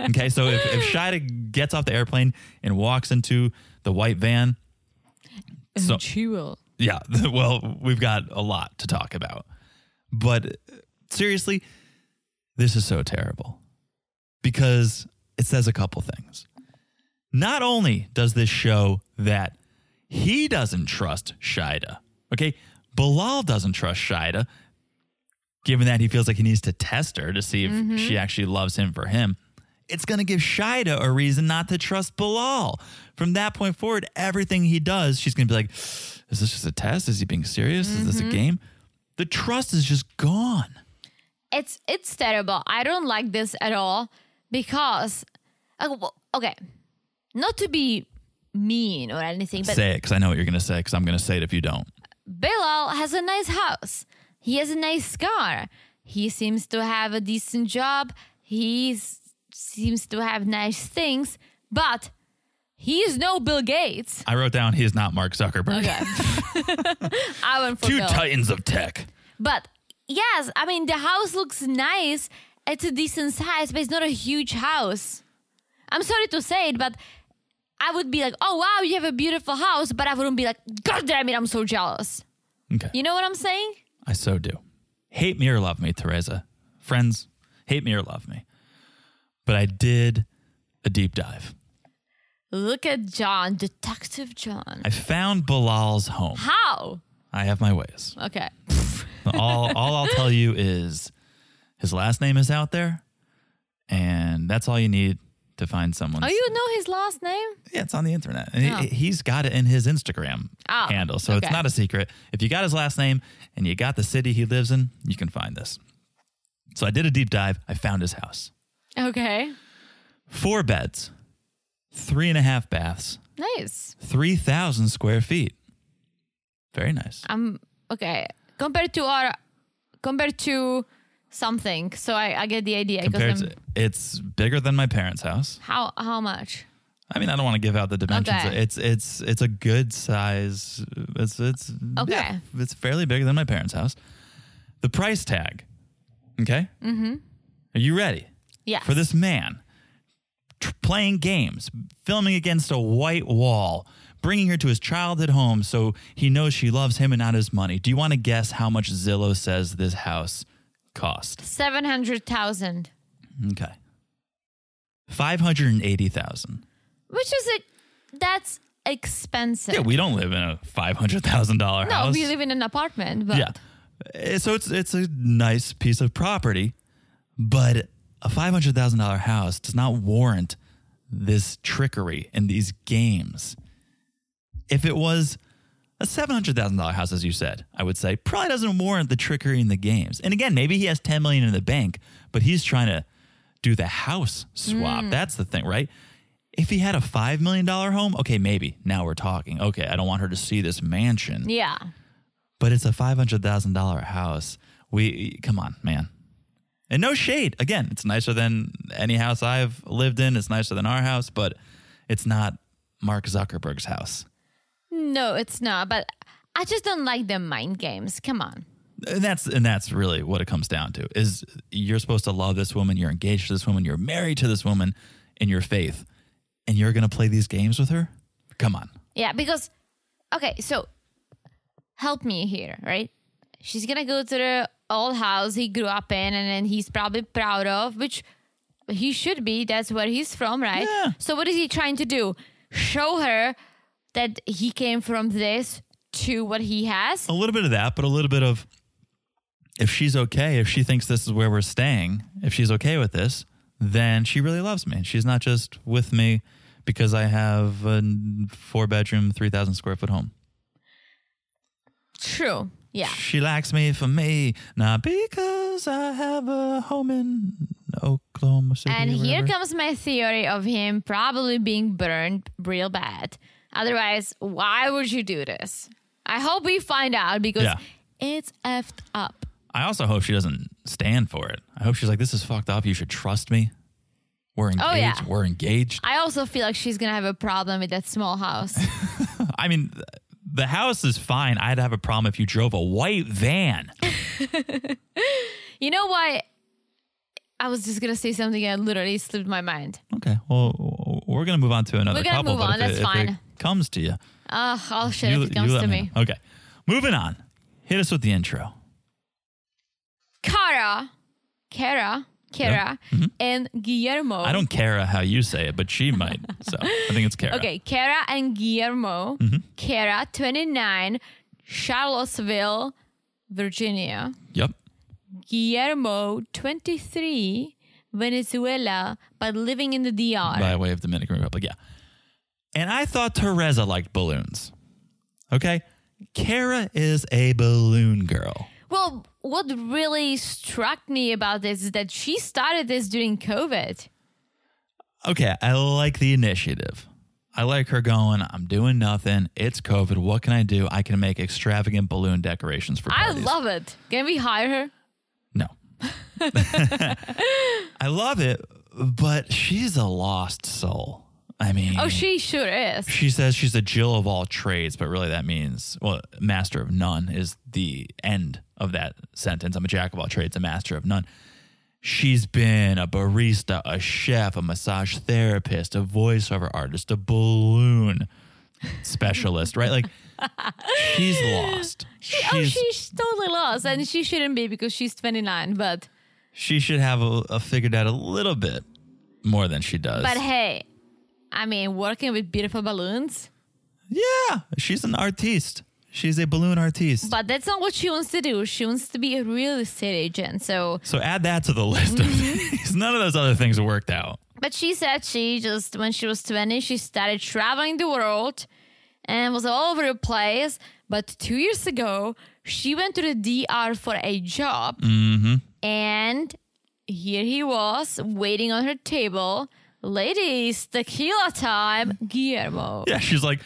Speaker 1: okay, so if, if Shida gets off the airplane and walks into the white van, So-
Speaker 2: and she will.
Speaker 1: yeah, <laughs> well, we've got a lot to talk about. But uh, seriously, this is so terrible because it says a couple things. Not only does this show that he doesn't trust Shida, okay? Bilal doesn't trust Shida, given that he feels like he needs to test her to see if she actually loves him for him. It's going to give Shida a reason not to trust Bilal. From that point forward, everything he does, she's going to be like, is this just a test? Is he being serious? Is this
Speaker 2: Mm-hmm.
Speaker 1: a game? The trust is just gone.
Speaker 2: It's it's terrible. I don't like this at all because uh, w- okay, not to be mean or anything, but
Speaker 1: say it because I know what you're going to say because I'm going to say it if you don't.
Speaker 2: Bilal has a nice house. He has a nice car. He seems to have a decent job. He s- seems to have nice things, but He's no Bill Gates.
Speaker 1: I wrote down he is not Mark Zuckerberg.
Speaker 2: Okay. <laughs> I went
Speaker 1: <laughs>
Speaker 2: for
Speaker 1: Two
Speaker 2: Bill.
Speaker 1: titans of tech.
Speaker 2: But yes, I mean the house looks nice. It's a decent size, but it's not a huge house. I'm sorry to say it, but I would be like, "Oh wow, you have a beautiful house," but I wouldn't be like, "God damn it, I'm so jealous."
Speaker 1: Okay.
Speaker 2: You know what I'm saying?
Speaker 1: I so do. Hate me or love me, Teresa. Friends, hate me or love me. But I did a deep dive.
Speaker 2: Look at John, Detective John.
Speaker 1: I found Bilal's home.
Speaker 2: How?
Speaker 1: I have my ways.
Speaker 2: Okay.
Speaker 1: All,
Speaker 2: <laughs>
Speaker 1: all I'll tell you is his last name is out there, and that's all you need to find someone.
Speaker 2: Oh, you know his last name?
Speaker 1: Yeah, it's on the internet. And
Speaker 2: Oh.
Speaker 1: he, he's got it in his Instagram
Speaker 2: Oh,
Speaker 1: handle. So
Speaker 2: okay.
Speaker 1: it's not a secret. If you got his last name and you got the city he lives in, you can find this. So I did a deep dive. I found his house.
Speaker 2: Okay.
Speaker 1: Four beds, three and a half baths,
Speaker 2: Nice.
Speaker 1: 3,000 square feet. Very nice.
Speaker 2: I'm okay. Compared to our, compared to something, so I, I get the idea. 'cause
Speaker 1: Compared
Speaker 2: I'm-
Speaker 1: to, it's bigger than my parents' house.
Speaker 2: how how much?
Speaker 1: I mean, I don't want to give out the dimensions.
Speaker 2: Okay.
Speaker 1: It's it's it's a good size. It's it's
Speaker 2: Okay.
Speaker 1: yeah, it's fairly bigger than my parents' house. The price tag. Okay. Mm-hmm. Are you ready
Speaker 2: Yeah.
Speaker 1: for this man tr- playing games, filming against a white wall, bringing her to his childhood home so he knows she loves him and not his money? Do you want to guess how much Zillow says this house cost?
Speaker 2: Seven hundred thousand,
Speaker 1: Okay. Five hundred and eighty thousand.
Speaker 2: which is a that's expensive.
Speaker 1: Yeah, we don't live in a five hundred thousand dollar
Speaker 2: no,
Speaker 1: house.
Speaker 2: we live in an apartment, but
Speaker 1: yeah, Uh, so it's it's a nice piece of property, but a five hundred thousand dollar house does not warrant this trickery and these games. If it was a seven hundred thousand dollar house, as you said, I would say probably doesn't warrant the trickery and the games. And again, maybe he has ten million in the bank, but he's trying to do the house swap. That's the thing, right? If he had a five million dollar home, okay, maybe now we're talking. Okay, I don't want her to see this mansion,
Speaker 2: yeah.
Speaker 1: but it's a five hundred thousand dollar house. We come on, man. And no shade. Again, it's nicer than any house I've lived in. It's nicer than our house, but it's not Mark Zuckerberg's house.
Speaker 2: No, it's not. But I just don't like the mind games. Come on.
Speaker 1: and that's and that's really what it comes down to is you're supposed to love this woman you're engaged to this woman you're married to this woman in your faith and you're going to play these games with her come on
Speaker 2: Yeah, because okay, so help me here, right? She's gonna go to the old house he grew up in, and then he's probably proud of, which he should be. That's where he's from, right?
Speaker 1: Yeah.
Speaker 2: So what is he trying to do? Show her that he came from this to what he has.
Speaker 1: a little bit of that but a little bit of if she's okay if she thinks this is where we're staying if she's okay with this then she really loves me she's not just with me because i have a four bedroom 3000 square foot home
Speaker 2: True. Yeah.
Speaker 1: She likes me for me, not because I have a home in Oklahoma City.
Speaker 2: And
Speaker 1: or
Speaker 2: here
Speaker 1: wherever.
Speaker 2: comes my theory of him probably being burned real bad. Otherwise, why would you do this? I hope we find out because
Speaker 1: Yeah.
Speaker 2: it's effed up.
Speaker 1: I also hope she doesn't stand for it. I hope she's like, "This is fucked up. You should trust me. We're engaged.
Speaker 2: Oh, yeah.
Speaker 1: We're engaged."
Speaker 2: I also feel like she's gonna have a problem with that
Speaker 1: <laughs>
Speaker 2: small house.
Speaker 1: I mean, th- the house is fine. I'd have a problem if you drove a white
Speaker 2: <laughs>
Speaker 1: van.
Speaker 2: you know why? I was just gonna say something that literally slipped my mind.
Speaker 1: okay. Well, we're gonna move on to another
Speaker 2: We're gonna
Speaker 1: couple.
Speaker 2: move
Speaker 1: but
Speaker 2: on,
Speaker 1: if
Speaker 2: that's
Speaker 1: it, if
Speaker 2: fine.
Speaker 1: it comes to you.
Speaker 2: Ugh, I'll shit if it comes
Speaker 1: let
Speaker 2: to me.
Speaker 1: know. Okay. Moving on. Hit us with the intro.
Speaker 2: Cara, Cara, Cara, and Guillermo.
Speaker 1: Mm-hmm. I don't care how you say it, but she might. so I think it's Kara.
Speaker 2: Oh. Okay, Cara and Guillermo. Cara, 29, Charlottesville, Virginia.
Speaker 1: Yep.
Speaker 2: Guillermo, 23, Venezuela, but living in the DR.
Speaker 1: by way of Dominican Republic. Yeah. And I thought Teresa liked balloons. Okay. Kara is a balloon girl.
Speaker 2: Well, what really struck me about this is that she started this during COVID.
Speaker 1: Okay. I like the initiative. I like her going, I'm doing nothing. It's COVID. What can I do? I can make extravagant balloon decorations for
Speaker 2: I
Speaker 1: parties.
Speaker 2: love it. Can we hire her?
Speaker 1: No. <laughs> I love it, but she's a lost soul. I mean,
Speaker 2: Oh, she sure is.
Speaker 1: Mm. she says she's a Jill of all trades, but really that means, well, master of none is the end of that sentence. I'm a jack of all trades, a master of none. She's been a barista, a chef, a massage therapist, a voiceover artist, a balloon specialist, right?
Speaker 2: <laughs>
Speaker 1: Like, she's lost. She's,
Speaker 2: oh, she's totally lost, and she shouldn't be because she's 29. But
Speaker 1: she should have a, a figured out a little bit more than she does.
Speaker 2: but hey, I mean, working with beautiful balloons.
Speaker 1: yeah, she's an artiste. She's a balloon artiste.
Speaker 2: But that's not what she wants to do. She wants to be a real estate agent. So,
Speaker 1: So add that to the list of
Speaker 2: Mm-hmm.
Speaker 1: things. None of those other things worked out.
Speaker 2: but she said she just, when she was 20, she started traveling the world and was all over the place. But two years ago, she went to the DR for a job. And here he was waiting on her table. Ladies, tequila time, Guillermo.
Speaker 1: Yeah, she's like,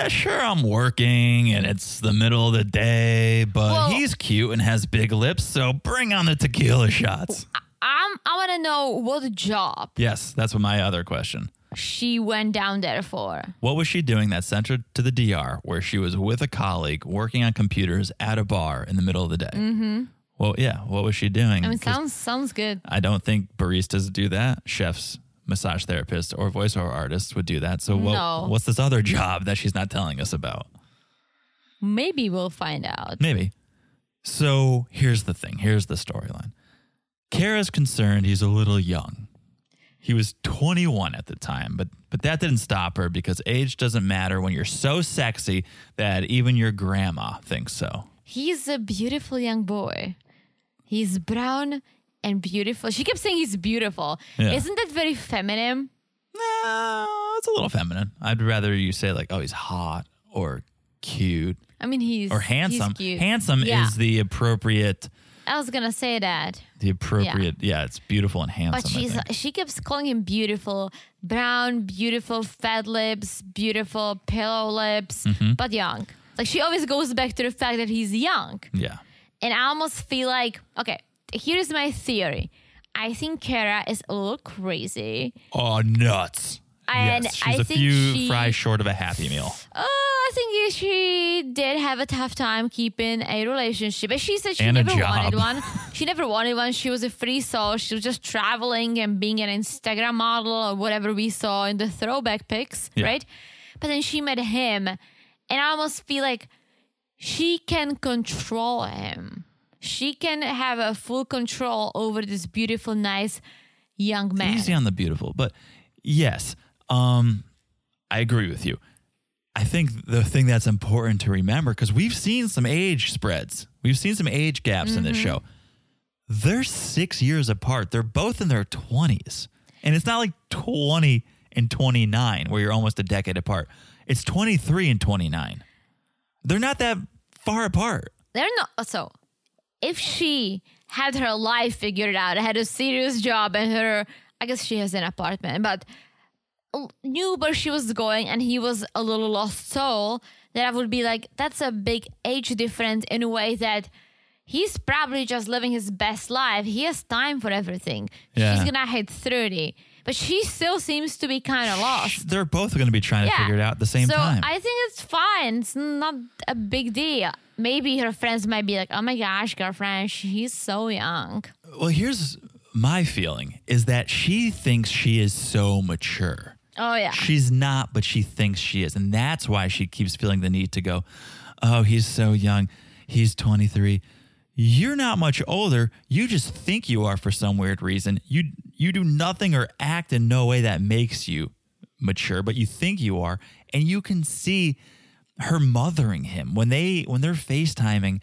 Speaker 1: yeah, sure, I'm working and it's the middle of the day, but
Speaker 2: Well-
Speaker 1: he's cute and has big lips, so bring on the tequila
Speaker 2: <laughs>
Speaker 1: shots.
Speaker 2: I'm, I want to know what job
Speaker 1: yes, that's what my other question.
Speaker 2: she went down there for.
Speaker 1: What was she doing that sent her to the DR where she was with a colleague working on computers at a bar in the middle of the day? Mm-hmm. Well, yeah, what was she doing?
Speaker 2: I mean,
Speaker 1: 'Cause
Speaker 2: sounds sounds good.
Speaker 1: I don't think baristas do that. Chefs, massage therapists, or voiceover artists would do that. So what,
Speaker 2: No.
Speaker 1: what's this other <laughs> job that she's not telling us about?
Speaker 2: Maybe we'll find out.
Speaker 1: Maybe. So here's the thing. Here's the storyline. Kara's concerned he's a little young. He was 21 at the time, but but that didn't stop her because age doesn't matter when you're so sexy that even your grandma thinks so.
Speaker 2: He's a beautiful young boy. He's brown and beautiful. She kept saying he's beautiful.
Speaker 1: Yeah.
Speaker 2: Isn't that very feminine?
Speaker 1: No, it's a little feminine. I'd rather you say like, "Oh, he's hot" or "cute"
Speaker 2: I mean, he's
Speaker 1: or "handsome."
Speaker 2: He's cute.
Speaker 1: Handsome
Speaker 2: Yeah.
Speaker 1: is the appropriate
Speaker 2: I was gonna say that,
Speaker 1: the appropriate yeah, it's beautiful and handsome.
Speaker 2: but
Speaker 1: I
Speaker 2: she's
Speaker 1: think.
Speaker 2: she keeps calling him beautiful, brown, beautiful, fat lips, beautiful, pillow lips,
Speaker 1: Mm-hmm.
Speaker 2: but young. Like she always goes back to the fact that he's young.
Speaker 1: yeah.
Speaker 2: And I almost feel like, okay, here's my theory. I think Kara is a little crazy.
Speaker 1: Oh, nuts.
Speaker 2: And
Speaker 1: yes,
Speaker 2: I
Speaker 1: she's a
Speaker 2: think
Speaker 1: few
Speaker 2: she-
Speaker 1: fries short of a happy meal.
Speaker 2: Oh, I think she did have a tough time keeping a relationship. But she said she
Speaker 1: And a
Speaker 2: never
Speaker 1: job.
Speaker 2: wanted one. She never wanted one. She was a free soul. She was just traveling and being an Instagram model or whatever we saw in the throwback pics,
Speaker 1: Yeah.
Speaker 2: right? But then she met him, and I almost feel like she can control him. She can have a full control over this beautiful, nice young man.
Speaker 1: Easy on the beautiful, but yes, um, I agree with you. I think the thing that's important to remember because we've seen some age spreads, we've seen some age gaps in this
Speaker 2: Mm-hmm.
Speaker 1: show. They're six years apart. They're both in their twenties, and it's not like twenty and twenty nine where you're almost a decade apart. It's twenty three and twenty nine. They're not that far apart.
Speaker 2: they're not so if she had her life figured out had a serious job and her i guess she has an apartment but l- knew where she was going and he was a little lost soul that i would be like that's a big age difference in a way that he's probably just living his best life he has time for everything
Speaker 1: Yeah.
Speaker 2: she's gonna hit 30 but she still seems to be kind of lost
Speaker 1: They're both going to be trying to figure it out at the same
Speaker 2: so
Speaker 1: time.
Speaker 2: I think it's fine. It's not a big deal. Maybe her friends might be like, "Oh my gosh, girlfriend, she's so young."
Speaker 1: Well, here's my feeling is that she thinks she is so mature.
Speaker 2: Oh yeah,
Speaker 1: She's not, but she thinks she is. And that's why she keeps feeling the need to go, Oh, he's so young. He's 23. You're not much older. You just think you are for some weird reason. You you do nothing or act in no way that makes you mature, but you think you are. And you can see her mothering him. When they when they're FaceTiming,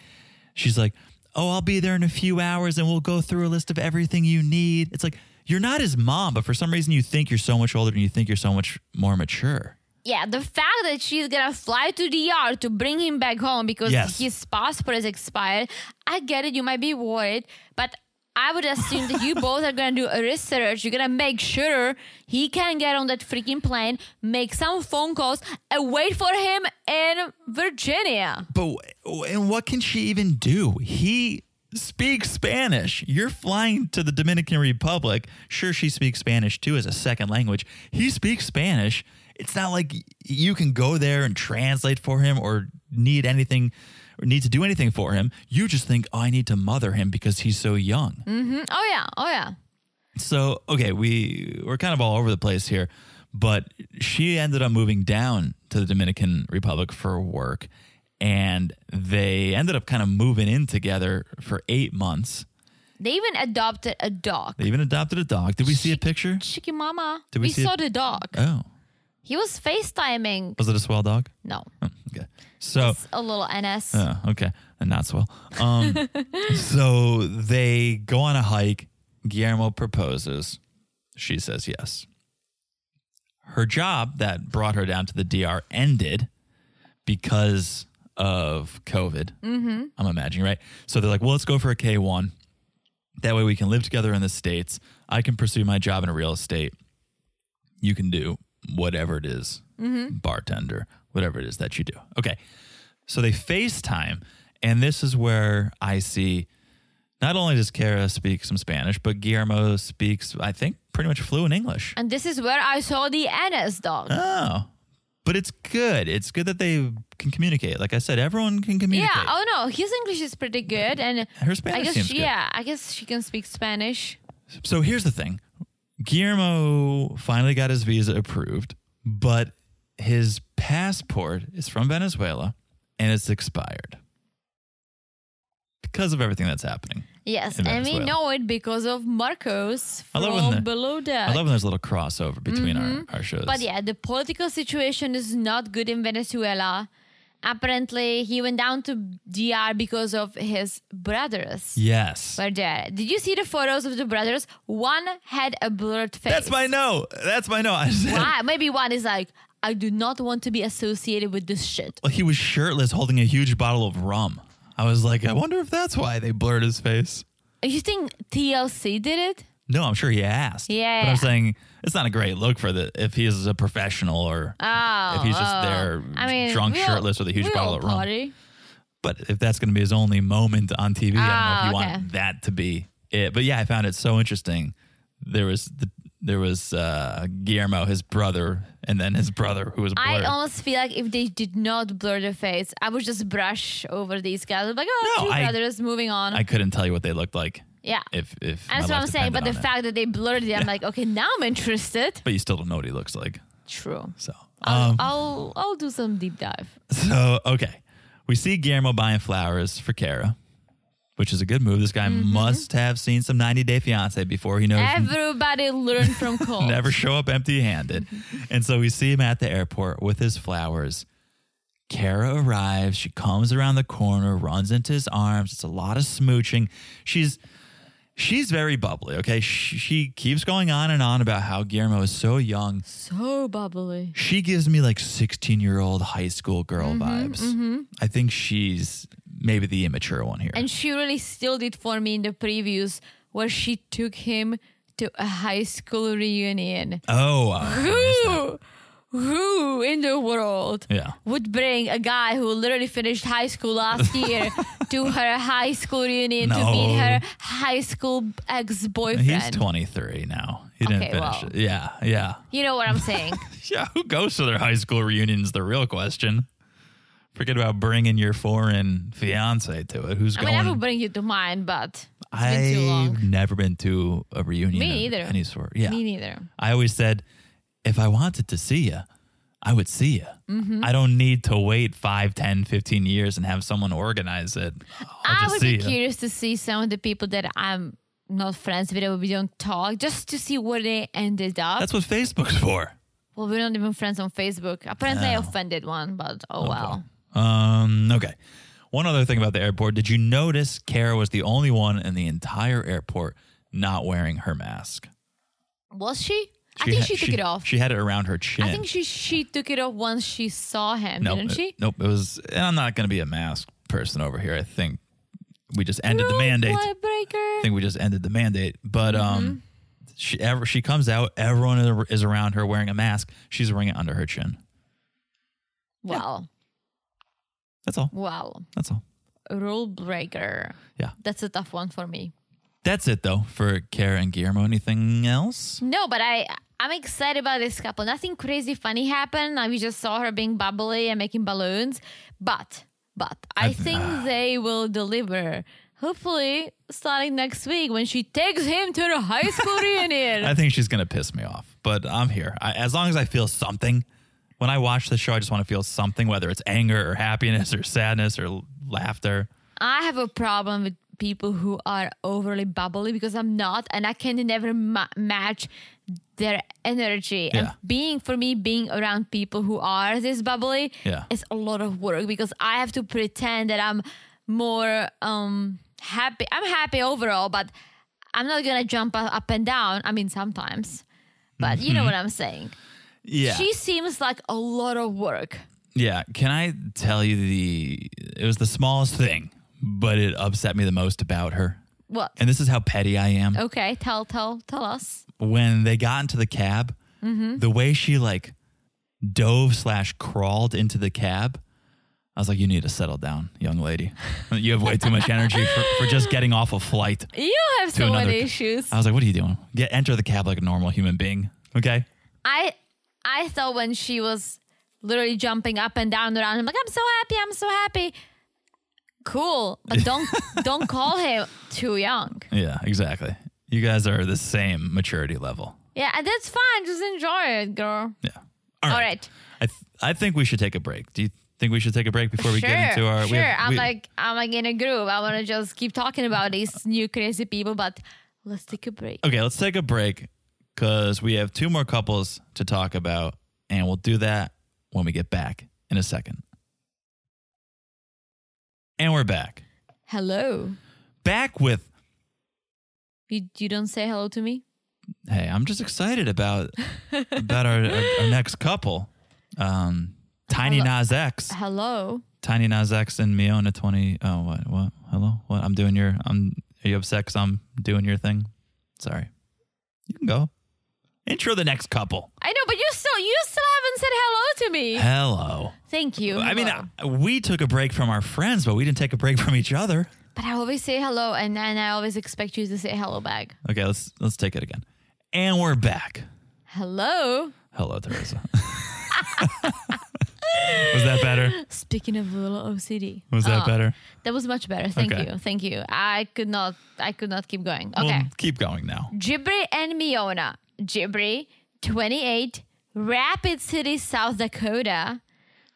Speaker 1: she's like, Oh, I'll be there in a few hours and we'll go through a list of everything you need. It's like you're not his mom, but for some reason you think you're so much older and you think you're so much more mature.
Speaker 2: yeah. The fact that she's gonna fly to the yard to bring him back home because
Speaker 1: Yes.
Speaker 2: his passport is expired. I get it. You might be worried, but. I would assume
Speaker 1: <laughs>
Speaker 2: that you both are gonna do a research. You're gonna make sure he can get on that freaking plane, make some phone calls, and wait for him in Virginia.
Speaker 1: But w- and what can she even do? He speak Spanish. You're flying to the Dominican Republic. Sure, she speaks Spanish too as a second language. He speaks Spanish. It's not like y- you can go there and translate for him or need anything or need to do anything for him. You just think, oh, I need to mother him because he's so young.
Speaker 2: Mm, Oh yeah, oh yeah.
Speaker 1: So okay, we we're kind of all over the place here, but she ended up moving down to the Dominican Republic for work, and they ended up kind of moving in together for eight months.
Speaker 2: They even adopted a dog.
Speaker 1: They even adopted a dog. Did we see a picture?
Speaker 2: Chicky Mama.
Speaker 1: Did we
Speaker 2: we
Speaker 1: see
Speaker 2: saw
Speaker 1: it?
Speaker 2: the dog.
Speaker 1: Oh,
Speaker 2: He was FaceTiming.
Speaker 1: was it a swell dog?
Speaker 2: No,
Speaker 1: Oh, okay, so
Speaker 2: it's a little NS.
Speaker 1: Oh, okay. And not swell. Um, so they go on a hike. Guillermo proposes. She says yes. Her job that brought her down to the DR ended because of COVID. Mm-hmm. I'm imagining, right? So they're like, well, let's go for a K1. That way we can live together in the States. I can pursue my job in real estate. You can do whatever it is, bartender, whatever it is that you do. Okay. So they FaceTime, and this is where I see not only does Kara speak some Spanish, but Guillermo speaks, I think, pretty much fluent English.
Speaker 2: And this is where I saw the NS dog.
Speaker 1: Oh, but it's good. It's good that they can communicate. Like I said, everyone can communicate.
Speaker 2: yeah. Oh no, his English is pretty good, and
Speaker 1: Her Spanish
Speaker 2: I guess
Speaker 1: seems
Speaker 2: she,
Speaker 1: good.
Speaker 2: yeah, I guess she can speak Spanish.
Speaker 1: So here's the thing Guillermo finally got his visa approved, but his passport is from Venezuela and it's expired because of everything that's happening.
Speaker 2: Yes,
Speaker 1: In
Speaker 2: and we
Speaker 1: Venezuela.
Speaker 2: know it because of Marcos
Speaker 1: I
Speaker 2: from
Speaker 1: love when the-
Speaker 2: Below Deck.
Speaker 1: I love when there's a little crossover between
Speaker 2: Mm-hmm.
Speaker 1: our, our shows.
Speaker 2: But yeah, the political situation is not good in Venezuela. Apparently, he went down to DR because of his brothers.
Speaker 1: Yes.
Speaker 2: Were there? uh, Did you see the photos of the brothers? One had a blurred face.
Speaker 1: That's my no. That's my no. I said,
Speaker 2: <laughs> Why? Maybe one is like, I do not want to be associated with this shit.
Speaker 1: Well, he was shirtless holding a huge bottle of rum. I was like, I wonder if that's why they blurred his face.
Speaker 2: You think TLC did it?
Speaker 1: No, I'm sure he asked.
Speaker 2: Yeah.
Speaker 1: But I'm saying it's not a great look for the if he is a professional or
Speaker 2: Oh,
Speaker 1: if he's just
Speaker 2: oh.
Speaker 1: there
Speaker 2: I mean,
Speaker 1: drunk,
Speaker 2: we all-
Speaker 1: shirtless with a huge
Speaker 2: we
Speaker 1: bottle
Speaker 2: all
Speaker 1: of rum.
Speaker 2: party.
Speaker 1: But if that's going to be his only moment on TV, I don't know
Speaker 2: Oh,
Speaker 1: if you
Speaker 2: okay.
Speaker 1: want that to be it. But yeah, I found it so interesting. There was the, there was uh, Guillermo, his brother, and then his brother who was
Speaker 2: I
Speaker 1: blurred.
Speaker 2: almost feel like if they did not blur their face, I would just brush over these guys. I'm like, oh,
Speaker 1: No,
Speaker 2: two
Speaker 1: I-
Speaker 2: brothers moving on.
Speaker 1: I couldn't tell you what they looked like
Speaker 2: yeah.
Speaker 1: if if my
Speaker 2: And that's what
Speaker 1: life
Speaker 2: I'm saying. But the
Speaker 1: depended on it.
Speaker 2: fact that they blurred it, I'm like, okay, now I'm interested.
Speaker 1: but you still don't know what he looks like.
Speaker 2: True.
Speaker 1: So
Speaker 2: I'll,
Speaker 1: um,
Speaker 2: I'll I'll do some deep dive.
Speaker 1: so okay, we see Guillermo buying flowers for Kara, which is a good move. This guy
Speaker 2: Mm-hmm.
Speaker 1: must have seen some 90 Day Fiance before he knows
Speaker 2: Everybody learn
Speaker 1: <laughs>
Speaker 2: from Cole.
Speaker 1: never show up
Speaker 2: <laughs>
Speaker 1: empty-handed. and so we see him at the airport with his flowers. Kara arrives. She comes around the corner, runs into his arms. It's a lot of smooching. She's she's very bubbly. Okay, she, she keeps going on and on about how Guillermo is so young.
Speaker 2: So bubbly.
Speaker 1: She gives me like 16 year old high school girl
Speaker 2: Mm-hmm,
Speaker 1: vibes. I think she's maybe the immature one here.
Speaker 2: And she really still did for me in the previews where she took him to a high school reunion.
Speaker 1: oh,
Speaker 2: <laughs>
Speaker 1: uh,
Speaker 2: Who who in the world
Speaker 1: yeah.
Speaker 2: would bring a guy who literally finished high school last
Speaker 1: <laughs>
Speaker 2: year to her high school reunion to meet
Speaker 1: No.
Speaker 2: her high school ex
Speaker 1: He's
Speaker 2: boyfriend?
Speaker 1: 23 now. He didn't
Speaker 2: Okay,
Speaker 1: finish
Speaker 2: well.
Speaker 1: it. Yeah, yeah. <laughs>
Speaker 2: You know what I'm saying?
Speaker 1: Yeah, who goes to their high school reunions? The real question. Forget about bringing your foreign fiance to it. Who's
Speaker 2: I mean,
Speaker 1: going?
Speaker 2: I will bring you to mine, but it's been too long.
Speaker 1: I've never been to a reunion.
Speaker 2: Me
Speaker 1: of
Speaker 2: either.
Speaker 1: Any sort. Yeah.
Speaker 2: Me neither.
Speaker 1: I always said, if I wanted to see you, I would see you.
Speaker 2: Mm-hmm.
Speaker 1: I don't need to wait 5, 10, 15 years and have someone organize it. I'll
Speaker 2: I
Speaker 1: just
Speaker 2: would
Speaker 1: see
Speaker 2: be
Speaker 1: you.
Speaker 2: curious to see some of the people that I'm not friends with, that we don't talk, just to see where they ended up.
Speaker 1: That's what Facebook's for.
Speaker 2: well, we're not even friends on Facebook. Apparently, I
Speaker 1: No.
Speaker 2: offended one, but oh, well.
Speaker 1: Um, okay. One other thing about the airport. Did you notice Kara was the only one in the entire airport not wearing her mask?
Speaker 2: Was she? I think
Speaker 1: ha-
Speaker 2: she took it off.
Speaker 1: She had it around her chin.
Speaker 2: I think she she took it off once she saw him,
Speaker 1: nope,
Speaker 2: didn't she?
Speaker 1: It, nope. It was, and I'm not going to be a mask person over here. I think we just ended the
Speaker 2: Rule
Speaker 1: mandate. I
Speaker 2: breaker.
Speaker 1: think we just ended the mandate. But um, she ever she comes out. Everyone is around her wearing a mask. She's wearing it under her chin.
Speaker 2: Wow.
Speaker 1: That's all.
Speaker 2: Wow.
Speaker 1: That's all.
Speaker 2: rule breaker.
Speaker 1: Yeah.
Speaker 2: That's a tough one for me.
Speaker 1: That's it though for Kara and Guillermo. Anything else?
Speaker 2: No, but I I'm excited about this couple. Nothing crazy funny happened. Like, We just saw her being bubbly and making balloons. But but I think they will deliver. Hopefully, starting next week when she takes him to the high school reunion.
Speaker 1: I think she's gonna piss me off, but I'm here. I, as long as I feel something, when I watch the show, I just want to feel something, whether it's anger or happiness or sadness or l- laughter.
Speaker 2: I have a problem with people who are overly bubbly because I'm not, and I can never ma- match their energy.
Speaker 1: Yeah.
Speaker 2: And being for me, being around people who are this bubbly
Speaker 1: Yeah.
Speaker 2: is a lot of work because I have to pretend that I'm more um happy. I'm happy overall, but I'm not gonna jump up up and down. I mean, sometimes. But you know what I'm saying.
Speaker 1: Mm-hmm. Yeah,
Speaker 2: She seems like a lot of work.
Speaker 1: yeah. Can I tell you the? It was the smallest thing, but it upset me the most about her.
Speaker 2: What?
Speaker 1: And this is how petty I am.
Speaker 2: Okay, tell, tell, tell us.
Speaker 1: when they got into the cab,
Speaker 2: Mm-hmm.
Speaker 1: the way she like dove slash crawled into the cab, I was like, you need to settle down, young lady. <laughs> You have way too much energy for, for just getting off a flight.
Speaker 2: You have so
Speaker 1: another c-
Speaker 2: many issues.
Speaker 1: I was like, what are you doing? Get enter the cab like a normal human being. Okay.
Speaker 2: I I thought when she was literally jumping up and down around him, like I'm so happy, I'm so happy. Cool,
Speaker 1: <laughs>
Speaker 2: but don't don't call him too young.
Speaker 1: Yeah, exactly. You guys are the same maturity level.
Speaker 2: Yeah, and that's fine. Just enjoy it, girl.
Speaker 1: Yeah.
Speaker 2: All right.
Speaker 1: I, th- I think we should take a break. Do you think we should take a break before we get into our? we
Speaker 2: sure.
Speaker 1: have-
Speaker 2: I'm
Speaker 1: we-
Speaker 2: like I'm like in a groove. I want to just keep talking about these new crazy people, but let's take a break.
Speaker 1: Okay, let's take a break because we have two more couples to talk about, and we'll do that when we get back in a second. And we're back.
Speaker 2: Hello.
Speaker 1: Back with,
Speaker 2: You you don't say hello to me.
Speaker 1: hey, I'm just excited about about our, our, our next couple. Um, Tiny
Speaker 2: Hello.
Speaker 1: Nas X.
Speaker 2: Hello.
Speaker 1: Tiny Nas X and Miona 20. Oh, what? What? Hello? What? I'm doing your. I'm. Are you upset 'cause I'm doing your thing? Sorry. You can go. Intro the next couple.
Speaker 2: I know, but you still you still haven't said hello to me.
Speaker 1: Hello.
Speaker 2: Thank you.
Speaker 1: I mean,
Speaker 2: Hello.
Speaker 1: uh, we took a break from our friends, but we didn't take a break from each other.
Speaker 2: But I always say hello, and then I always expect you to say hello back.
Speaker 1: Okay, let's let's take it again. And we're back.
Speaker 2: Hello.
Speaker 1: Hello, Teresa. <laughs> was that better?
Speaker 2: Speaking of little OCD,
Speaker 1: Was that
Speaker 2: Oh,
Speaker 1: better?
Speaker 2: That was much better. Thank
Speaker 1: Okay. Mm.
Speaker 2: you. Thank you. I could not. I could not keep going. Okay.
Speaker 1: Well, keep going now.
Speaker 2: Jibri and Miona. Jibri, 28, Rapid City, South Dakota.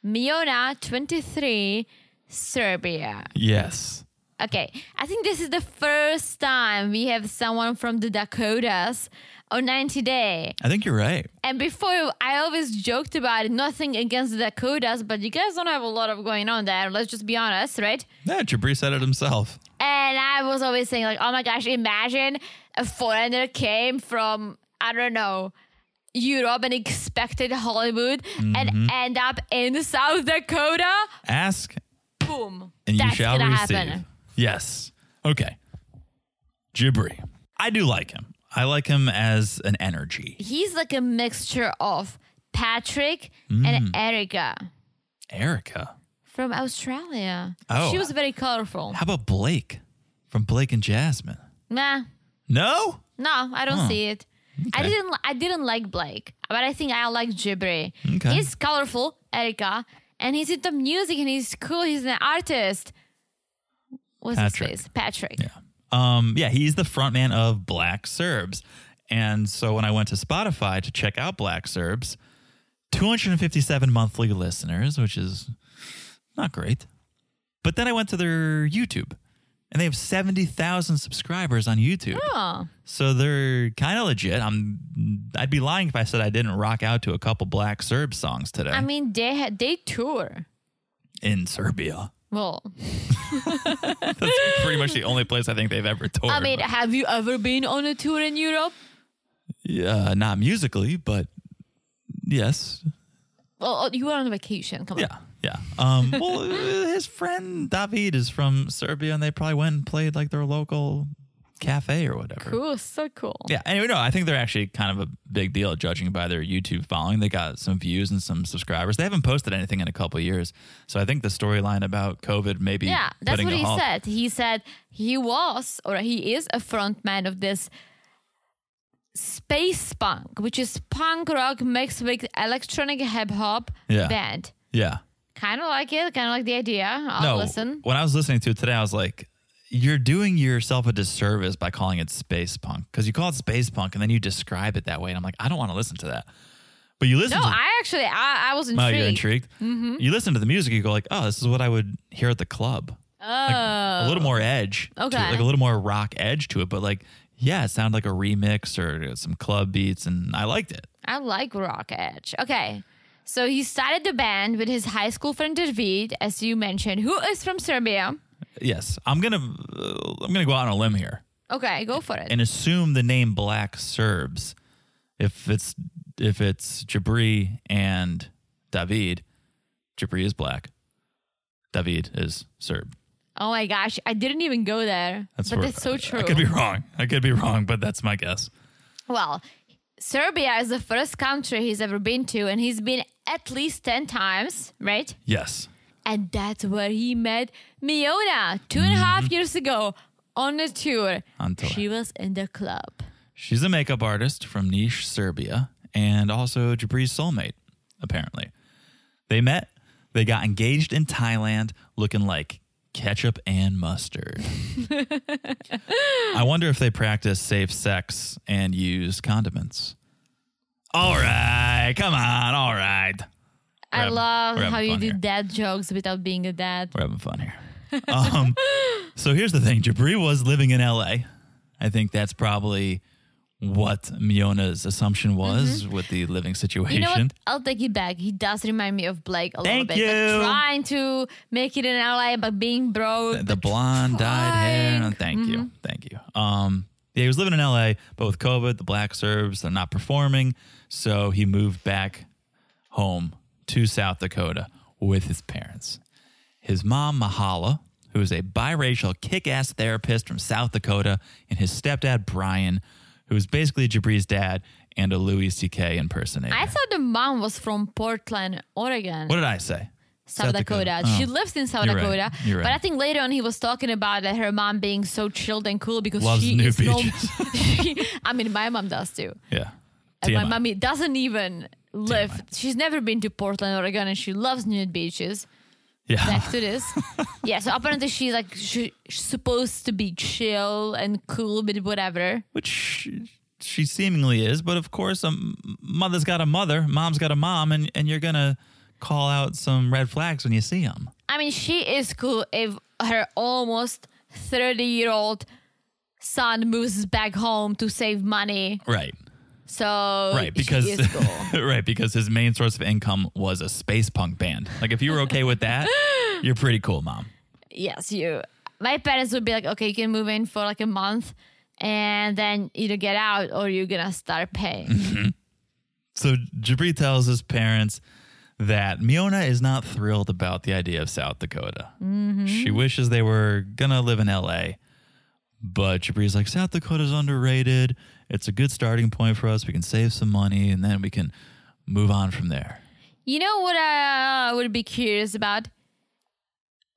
Speaker 2: Miona, 23, Serbia.
Speaker 1: Yes.
Speaker 2: Okay, I think this is the first time we have someone from the Dakotas on 90 Day.
Speaker 1: I think you're right.
Speaker 2: And before, I always joked about it, nothing against the Dakotas, but you guys don't have a lot of going on there. Let's just be honest, right?
Speaker 1: Yeah, Jabri said it himself.
Speaker 2: And I was always saying, like, oh my gosh, imagine a foreigner came from, I don't know, Europe and expected Hollywood
Speaker 1: Mm-hmm.
Speaker 2: and end up in South Dakota.
Speaker 1: Ask
Speaker 2: Boom.
Speaker 1: and
Speaker 2: That's
Speaker 1: you shall
Speaker 2: gonna
Speaker 1: receive.
Speaker 2: happen.
Speaker 1: Yes. Okay. Jibri. I do like him. I like him as an energy.
Speaker 2: He's like a mixture of Patrick
Speaker 1: Mm.
Speaker 2: and Erica
Speaker 1: Erica.
Speaker 2: from Australia.
Speaker 1: Oh.
Speaker 2: She was very colorful.
Speaker 1: How about Blake from Blake and Jasmine?
Speaker 2: Nah.
Speaker 1: No?
Speaker 2: No, I don't see it. I
Speaker 1: Okay.
Speaker 2: didn't. li- I didn't like Blake, but I think I like Jibri.
Speaker 1: Okay.
Speaker 2: He's colorful, Erica, and he's into music and he's cool. He's an artist. What's
Speaker 1: Patrick.
Speaker 2: his face? Patrick.
Speaker 1: Um, yeah, he's the frontman of Black Serbs. And so when I went to Spotify to check out Black Serbs, 257 monthly listeners, which is not great. But then I went to their YouTube and they have 70,000 subscribers on YouTube.
Speaker 2: Oh,
Speaker 1: So they're kind of legit. I'm I'd be lying if I said I didn't rock out to a couple Black Serb songs today
Speaker 2: I mean, they ha- they tour.
Speaker 1: in Serbia.
Speaker 2: Well,
Speaker 1: That's pretty much the only place I think they've ever toured.
Speaker 2: <laughs> I mean, have you ever been on a tour in Europe?
Speaker 1: Yeah, Uh, not musically, but yes.
Speaker 2: Well, oh, you were on vacation. Come on.
Speaker 1: Yeah. Yeah.
Speaker 2: <laughs>
Speaker 1: Um, well, his friend David is from Serbia, and they probably went and played like their local cafe or whatever.
Speaker 2: Cool, so cool.
Speaker 1: Yeah. Anyway, no, I think they're actually kind of a big deal, judging by their YouTube following. They got some views and some subscribers. They haven't posted anything in a couple years, so I think the storyline about COVID maybe
Speaker 2: Yeah, that's
Speaker 1: putting
Speaker 2: what
Speaker 1: a
Speaker 2: he
Speaker 1: halt-
Speaker 2: said. He said he was or he is a frontman of this space punk, which is punk rock mixed with electronic hip hop
Speaker 1: Yeah.
Speaker 2: band.
Speaker 1: Yeah.
Speaker 2: Kind of like it, kind of like the idea. I'll
Speaker 1: No.
Speaker 2: listen.
Speaker 1: When I was listening to it today, I was like. You're doing yourself a disservice by calling it space punk because you call it space punk and then you describe it that way. And I'm like, I don't want to listen to that. But you listen
Speaker 2: No,
Speaker 1: to
Speaker 2: I actually I, I was
Speaker 1: Oh,
Speaker 2: intrigued. Mm-hmm.
Speaker 1: you're intrigued. You listen to the music, you go like, "Oh, this is what I would hear at the club." Like, a little more edge, to it,
Speaker 2: Oh. Okay.
Speaker 1: like a little more rock edge to it. But like, yeah, it sounded like a remix or some club beats, and I liked it.
Speaker 2: I like rock edge. Okay. So he started the band with his high school friend David, as you mentioned, who is from Serbia.
Speaker 1: Yes, I'm gonna uh, I'm gonna go out on a limb here
Speaker 2: Okay, go for it.
Speaker 1: and assume the name Black Serbs, if it's if it's Jabri and David, Jabri is black, David is Serb.
Speaker 2: Oh my gosh, I didn't even go there.
Speaker 1: That's
Speaker 2: but
Speaker 1: where-
Speaker 2: that's so true.
Speaker 1: I could be wrong. I could be wrong, but that's my guess.
Speaker 2: Well, Serbia is the first country he's ever been to, and he's been at least 10 times, right?
Speaker 1: Yes.
Speaker 2: And that's where he met Miona two and a half years ago on a tour.
Speaker 1: Mm-hmm. On tour.
Speaker 2: She was in the club.
Speaker 1: She's a makeup artist from Niš, Serbia, and also Jabri's soulmate, apparently. They met, they got engaged in Thailand looking like ketchup and mustard. I wonder if they practice safe sex and use condiments. All right, come on, all right.
Speaker 2: I
Speaker 1: having-
Speaker 2: love
Speaker 1: we're having
Speaker 2: how you
Speaker 1: fun
Speaker 2: do
Speaker 1: here.
Speaker 2: dad jokes without being a dad.
Speaker 1: We're having fun here.
Speaker 2: <laughs>
Speaker 1: Um, so here's the thing Jabri was living in LA. I think that's probably what Miona's assumption was with the living situation.
Speaker 2: Mm-hmm. You know what? I'll take it back. He does remind me of Blake a
Speaker 1: Thank
Speaker 2: little bit. Like,
Speaker 1: you.
Speaker 2: trying to make it in LA but being broke.
Speaker 1: the blonde dyed hair. No,
Speaker 2: trying.
Speaker 1: Thank you. Thank you. Um, yeah, he was living in LA, but with COVID, the black Serbs, they're not performing. So he moved back home to South Dakota with his parents. His mom, Mahala, who is a biracial kick ass therapist from South Dakota, and his stepdad, Brian, who is basically Jabri's dad and a Louis C.K. impersonator.
Speaker 2: I thought the mom was from Portland, Oregon.
Speaker 1: what did I say?
Speaker 2: South Dakota.
Speaker 1: Oh.
Speaker 2: She lives in South
Speaker 1: You're right.
Speaker 2: Dakota.
Speaker 1: You're right.
Speaker 2: But I think later on he was talking about that her mom being so chilled and cool because
Speaker 1: Loves
Speaker 2: she
Speaker 1: new
Speaker 2: is no-
Speaker 1: beaches.
Speaker 2: <laughs> She- I mean, my mom does too.
Speaker 1: Yeah.
Speaker 2: And my
Speaker 1: TMI.
Speaker 2: mommy doesn't even live. She's never been to Portland, Oregon, and she loves nude beaches. <laughs>
Speaker 1: yeah.
Speaker 2: Back
Speaker 1: <laughs>
Speaker 2: to this. yeah, so apparently she's like she, she's supposed to be chill and cool, but whatever.
Speaker 1: which she- she seemingly is. But of course, a m- mother's got a mother, mom's got a mom, and, and you're going to call out some red flags when you see them.
Speaker 2: I mean, she is cool if her almost 30 year old son moves back home to save money.
Speaker 1: Right.
Speaker 2: So
Speaker 1: Right,
Speaker 2: she <laughs>
Speaker 1: because
Speaker 2: is
Speaker 1: <laughs>
Speaker 2: cool.
Speaker 1: right, because his main source of income was a space punk band. Like if you were okay with that, you're pretty cool, mom.
Speaker 2: yes, you. My parents would be like, okay, you can move in for like a month, and then either get out or you're gonna start
Speaker 1: Mm-hmm.
Speaker 2: paying.
Speaker 1: So Jabri tells his parents that Miona is not thrilled about the idea of South Dakota. She wishes they were gonna live in LA. But Jabri's like, South Dakota's underrated. It's a good starting point for us. We can save some money and then we can move on from there.
Speaker 2: you know what I uh, would be curious about?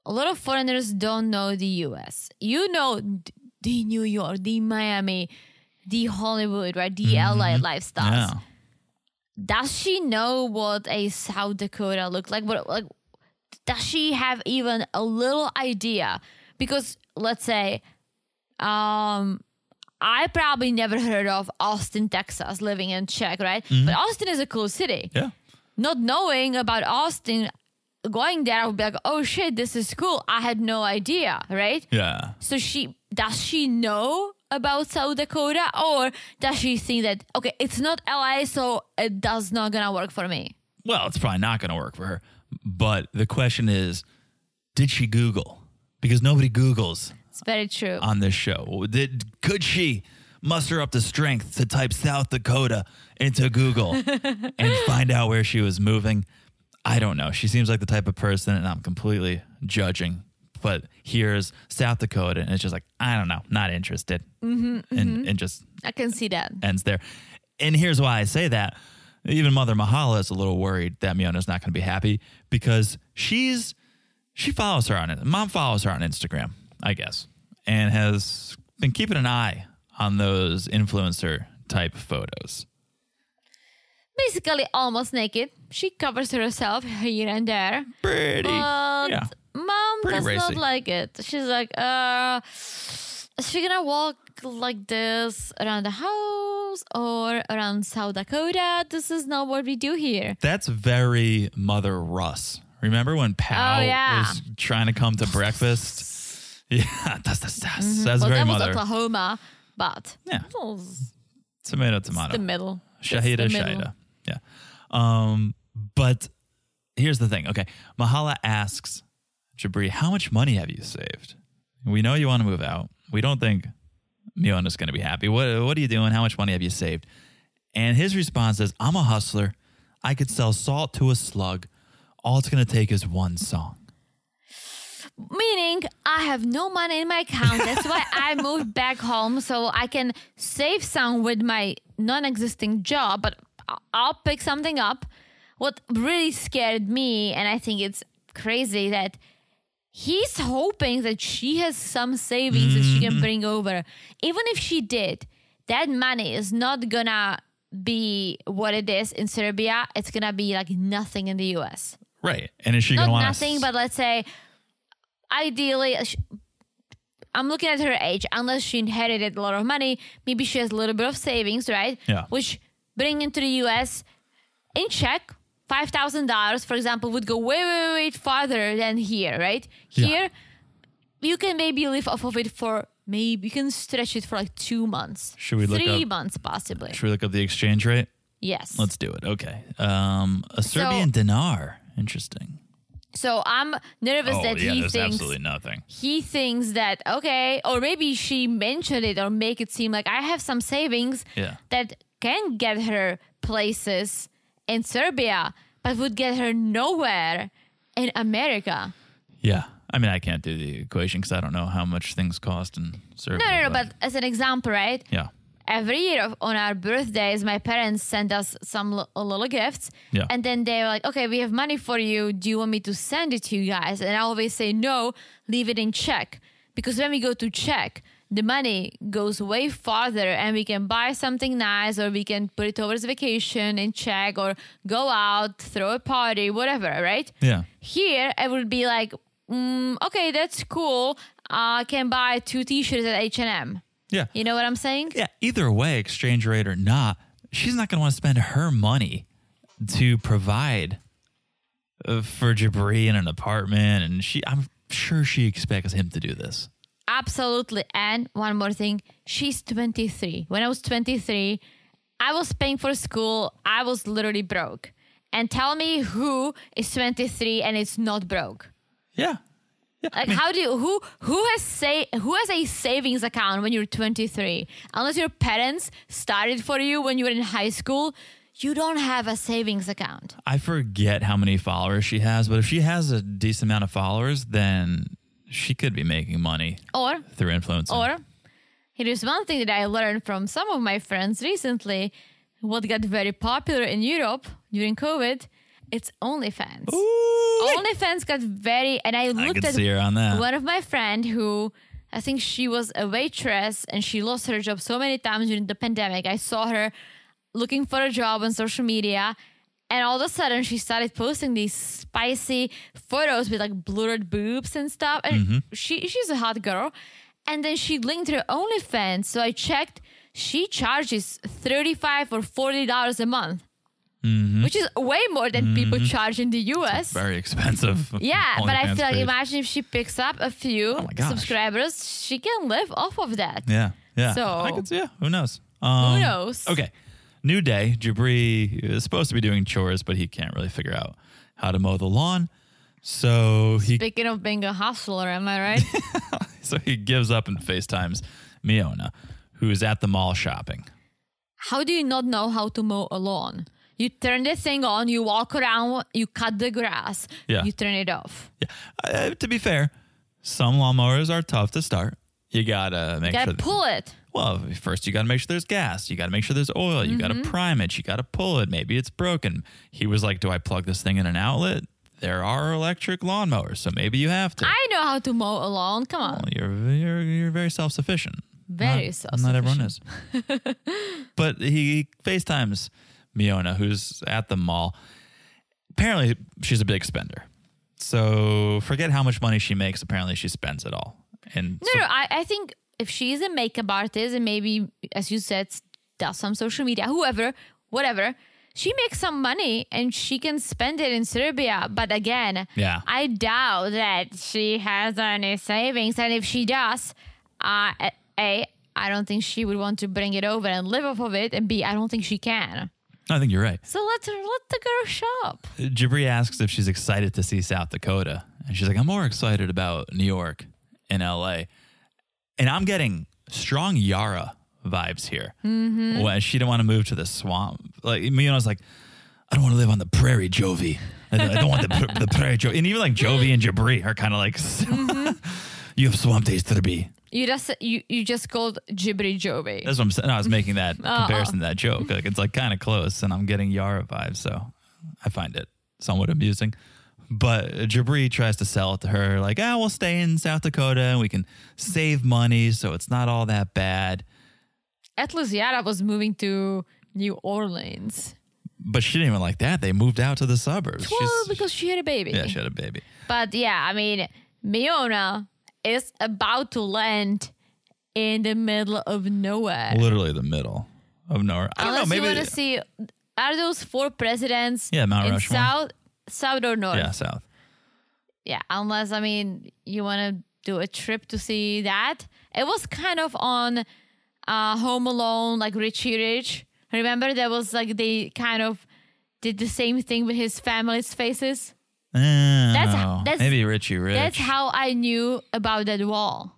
Speaker 2: A lot of foreigners don't know the U.S. You know th- the New York, the Miami, the Hollywood, right? The L.A. lifestyles.
Speaker 1: Mm-hmm. Yeah.
Speaker 2: does she know what a South Dakota looked like? What like does she have even a little idea? Because let's say, um, I probably never heard of Austin, Texas, living in Czech, right? But Austin is a cool city.
Speaker 1: Yeah.
Speaker 2: Not knowing about Austin, going there, I would be like, oh shit, this is cool. I had no idea, right?
Speaker 1: Yeah.
Speaker 2: So she does she know about South Dakota or does she think that okay, it's not LA, so it does not gonna work for me?
Speaker 1: Well, it's probably not gonna work for her. But the question is, did she Google? Because nobody Googles
Speaker 2: It's very true.
Speaker 1: on this show. Did could she muster up the strength to type South Dakota into Google and find out where she was moving? I don't know. She seems like the type of person, and I'm completely judging but here's South Dakota, and it's just like I don't know, not interested, and and just
Speaker 2: I can see that.
Speaker 1: ends there. And here's why I say that. Even Mother Mahala is a little worried that Miona's not going to be happy because she's she follows her on it. Mom follows her on Instagram, I guess, and has been keeping an eye on those influencer type photos.
Speaker 2: Basically, almost naked. She covers herself here and there.
Speaker 1: Pretty,
Speaker 2: But
Speaker 1: yeah.
Speaker 2: mom
Speaker 1: Pretty
Speaker 2: does
Speaker 1: racy.
Speaker 2: not like it. She's like, uh, is she gonna walk like this around the house or around South Dakota? This is not what we do here.
Speaker 1: That's very Mother Russ. Remember when Pal
Speaker 2: Oh, yeah.
Speaker 1: was trying to come to breakfast?
Speaker 2: <laughs>
Speaker 1: Yeah, <laughs> that's that's that's, that's
Speaker 2: Mm-hmm. well,
Speaker 1: very
Speaker 2: that was
Speaker 1: Mother.
Speaker 2: Oklahoma, but
Speaker 1: Yeah.
Speaker 2: it was
Speaker 1: Tomato, tomato.
Speaker 2: the middle. It's
Speaker 1: Shahida
Speaker 2: the middle.
Speaker 1: Shahida. Yeah. Um, but here's the thing. Okay. Mahala asks Jabri, how much money have you saved? We know you want to move out. We don't think Miona's going to be happy. What, what are you doing? How much money have you saved? And his response is, I'm a hustler. I could sell salt to a slug. All it's going to take is one song.
Speaker 2: Meaning, I have no money in my account. That's why
Speaker 1: <laughs>
Speaker 2: I moved back home so I can save some with my non existing job, but I- I'll pick something up. What really scared me, and I think it's crazy that he's hoping that she has some savings that she
Speaker 1: Mm.
Speaker 2: can bring over. Even if she did, that money is not gonna be what it is in Serbia. It's gonna be like nothing in the US
Speaker 1: Right. And is she going
Speaker 2: not
Speaker 1: to want
Speaker 2: nothing,
Speaker 1: to
Speaker 2: but let's say, ideally, uh, sh- I'm looking at her age. Unless she inherited a lot of money, maybe she has a little bit of savings, right?
Speaker 1: Yeah.
Speaker 2: Which bring into the U.S. in check five thousand dollars, for example, would go way, way, way farther than here, right?
Speaker 1: Yeah.
Speaker 2: Here, you can maybe live off of it for maybe you can stretch it for like two months,
Speaker 1: Should we look
Speaker 2: three
Speaker 1: up-
Speaker 2: months possibly?
Speaker 1: Should we look up the exchange rate?
Speaker 2: Yes.
Speaker 1: Let's do it. Okay. Um, a Serbian dinar. Interesting.
Speaker 2: so I'm nervous that he
Speaker 1: Oh, there's
Speaker 2: thinks
Speaker 1: absolutely nothing.
Speaker 2: he thinks that okay or maybe she mentioned it or make it seem like i have some savings
Speaker 1: Yeah.
Speaker 2: that can get her places in serbia but would get her nowhere in america
Speaker 1: Yeah. I mean, I can't do the equation because I don't know how much things cost in Serbia.
Speaker 2: no no no but as an example right
Speaker 1: yeah.
Speaker 2: every year of- on our birthdays my parents send us some l- uh, little gifts
Speaker 1: Yeah.
Speaker 2: and then they're like okay we have money for you do you want me to send it to you guys and i always say no leave it in check because when we go to check the money goes way farther and we can buy something nice or we can put it towards vacation in check or go out throw a party whatever right
Speaker 1: Yeah.
Speaker 2: here i would be like mm, okay that's cool i can buy two t-shirts at h&m
Speaker 1: Yeah.
Speaker 2: you know what i'm saying
Speaker 1: Yeah. Either way, exchange rate or not, she's not going to want to spend her money to provide uh, for Jabri in an apartment. And she, I'm sure she expects him to do this.
Speaker 2: Absolutely. And one more thing, she's 23. When I was 23, I was paying for school. I was literally broke. And tell me who is 23 and is not broke.
Speaker 1: Yeah.
Speaker 2: Like how do you, who who has say who has a savings account when you're 23? Unless your parents started for you when you were in high school, you don't have a savings account.
Speaker 1: I forget how many followers she has, but if she has a decent amount of followers, then she could be making money
Speaker 2: Or
Speaker 1: through influencing.
Speaker 2: Or here is one thing that I learned from some of my friends recently. What got very popular in Europe during COVID, it's OnlyFans.
Speaker 1: Ooh,
Speaker 2: OnlyFans got very, and I
Speaker 1: I
Speaker 2: looked
Speaker 1: could
Speaker 2: at
Speaker 1: see her on that.
Speaker 2: one of my friend who I think she was a waitress and she lost her job so many times during the pandemic. I saw her looking for a job on social media and all of a sudden she started posting these spicy photos with like blurred boobs and stuff. And she she's a hot girl. And then she linked her OnlyFans. So I checked she charges $35 or $40 a month. Which is way more than people charge in the US.
Speaker 1: Very expensive.
Speaker 2: <laughs> Yeah, but I
Speaker 1: OnlyFans
Speaker 2: feel like
Speaker 1: page. Oh
Speaker 2: imagine if she picks up a few
Speaker 1: my gosh.
Speaker 2: subscribers, she can live off of that.
Speaker 1: Yeah, yeah.
Speaker 2: So-
Speaker 1: I could see. Yeah, who knows? Um,
Speaker 2: Who knows?
Speaker 1: Okay, new day. Jabri is supposed to be doing chores, but he can't really figure out how to mow the lawn. So he
Speaker 2: Speaking of being a hustler, am I right?
Speaker 1: <laughs> so he gives up and FaceTimes Miona, who is at the mall shopping.
Speaker 2: how do you not know how to mow a lawn? You turn the thing on, you walk around, you cut the grass,
Speaker 1: Yeah.
Speaker 2: you turn it off.
Speaker 1: Yeah. Uh, to be fair, Some lawnmowers are tough to start. You gotta make
Speaker 2: Gotta
Speaker 1: sure. that-
Speaker 2: pull it.
Speaker 1: well, first you gotta make sure there's gas. You gotta make sure there's oil. You
Speaker 2: Mm-hmm.
Speaker 1: gotta prime it. You gotta pull it. Maybe it's broken. He was like, "Do I plug this thing in an outlet?" There are electric lawnmowers, so maybe you have to.
Speaker 2: I know how to mow a lawn. Come on.
Speaker 1: Well, you're you're you're very self sufficient.
Speaker 2: Very
Speaker 1: Not everyone
Speaker 2: <laughs>
Speaker 1: is. but he FaceTimes Miona, who's at the mall. Apparently, she's a big spender. So forget how much money she makes. Apparently, she spends it all. And
Speaker 2: No, no, I, I think if she's a makeup artist and maybe, as you said, does some social media, whoever, whatever, she makes some money and she can spend it in Serbia. But again,
Speaker 1: Yeah.
Speaker 2: I doubt that she has any savings. And if she does, uh, A, I don't think she would want to bring it over and live off of it. And B, I don't think she can.
Speaker 1: so I think you're right.
Speaker 2: So let her, let the girl shop.
Speaker 1: Jabri asks if she's excited to see South Dakota. And she's like, I'm more excited about New York and LA. And I'm getting strong Yara vibes here. When she didn't want to move to the swamp. Like, Miona's like, I don't want to live on the prairie, Jovi. I don't, I don't want the, pr- the prairie, Jovi. And even like Jovi and Jabri are kind of like, <laughs> you have swamp days to be.
Speaker 2: You just you, you just called Jibri Jovi.
Speaker 1: That's what I'm saying. No, I was making
Speaker 2: <laughs>
Speaker 1: that
Speaker 2: Uh-huh.
Speaker 1: comparison to that joke. Like it's like kind of close, and I'm getting Yara vibes, so I find it somewhat amusing. But Jabri tries to sell it to her, like, "Ah, we'll stay in South Dakota, and we can save money, so it's not all that bad."
Speaker 2: At least Yara was moving to New Orleans.
Speaker 1: But she didn't even like that. They moved out to the suburbs.
Speaker 2: Well,
Speaker 1: She's-
Speaker 2: because she had a baby.
Speaker 1: yeah, she had a baby.
Speaker 2: but yeah, I mean, Miona is about to land in the middle of nowhere.
Speaker 1: Literally the middle of nowhere. I don't
Speaker 2: Unless
Speaker 1: know. Maybe
Speaker 2: you want to see, are those four presidents?
Speaker 1: Yeah, Mount
Speaker 2: in
Speaker 1: Rushmore.
Speaker 2: South, south or north?
Speaker 1: yeah, south.
Speaker 2: Yeah, unless I mean you want to do a trip to see that. It was kind of on uh, Home Alone, like Richie Rich. Remember there was like they kind of did the same thing with his family's faces.
Speaker 1: That's,
Speaker 2: that's-
Speaker 1: maybe Richie Rich. Hmm.
Speaker 2: That's how I knew about that wall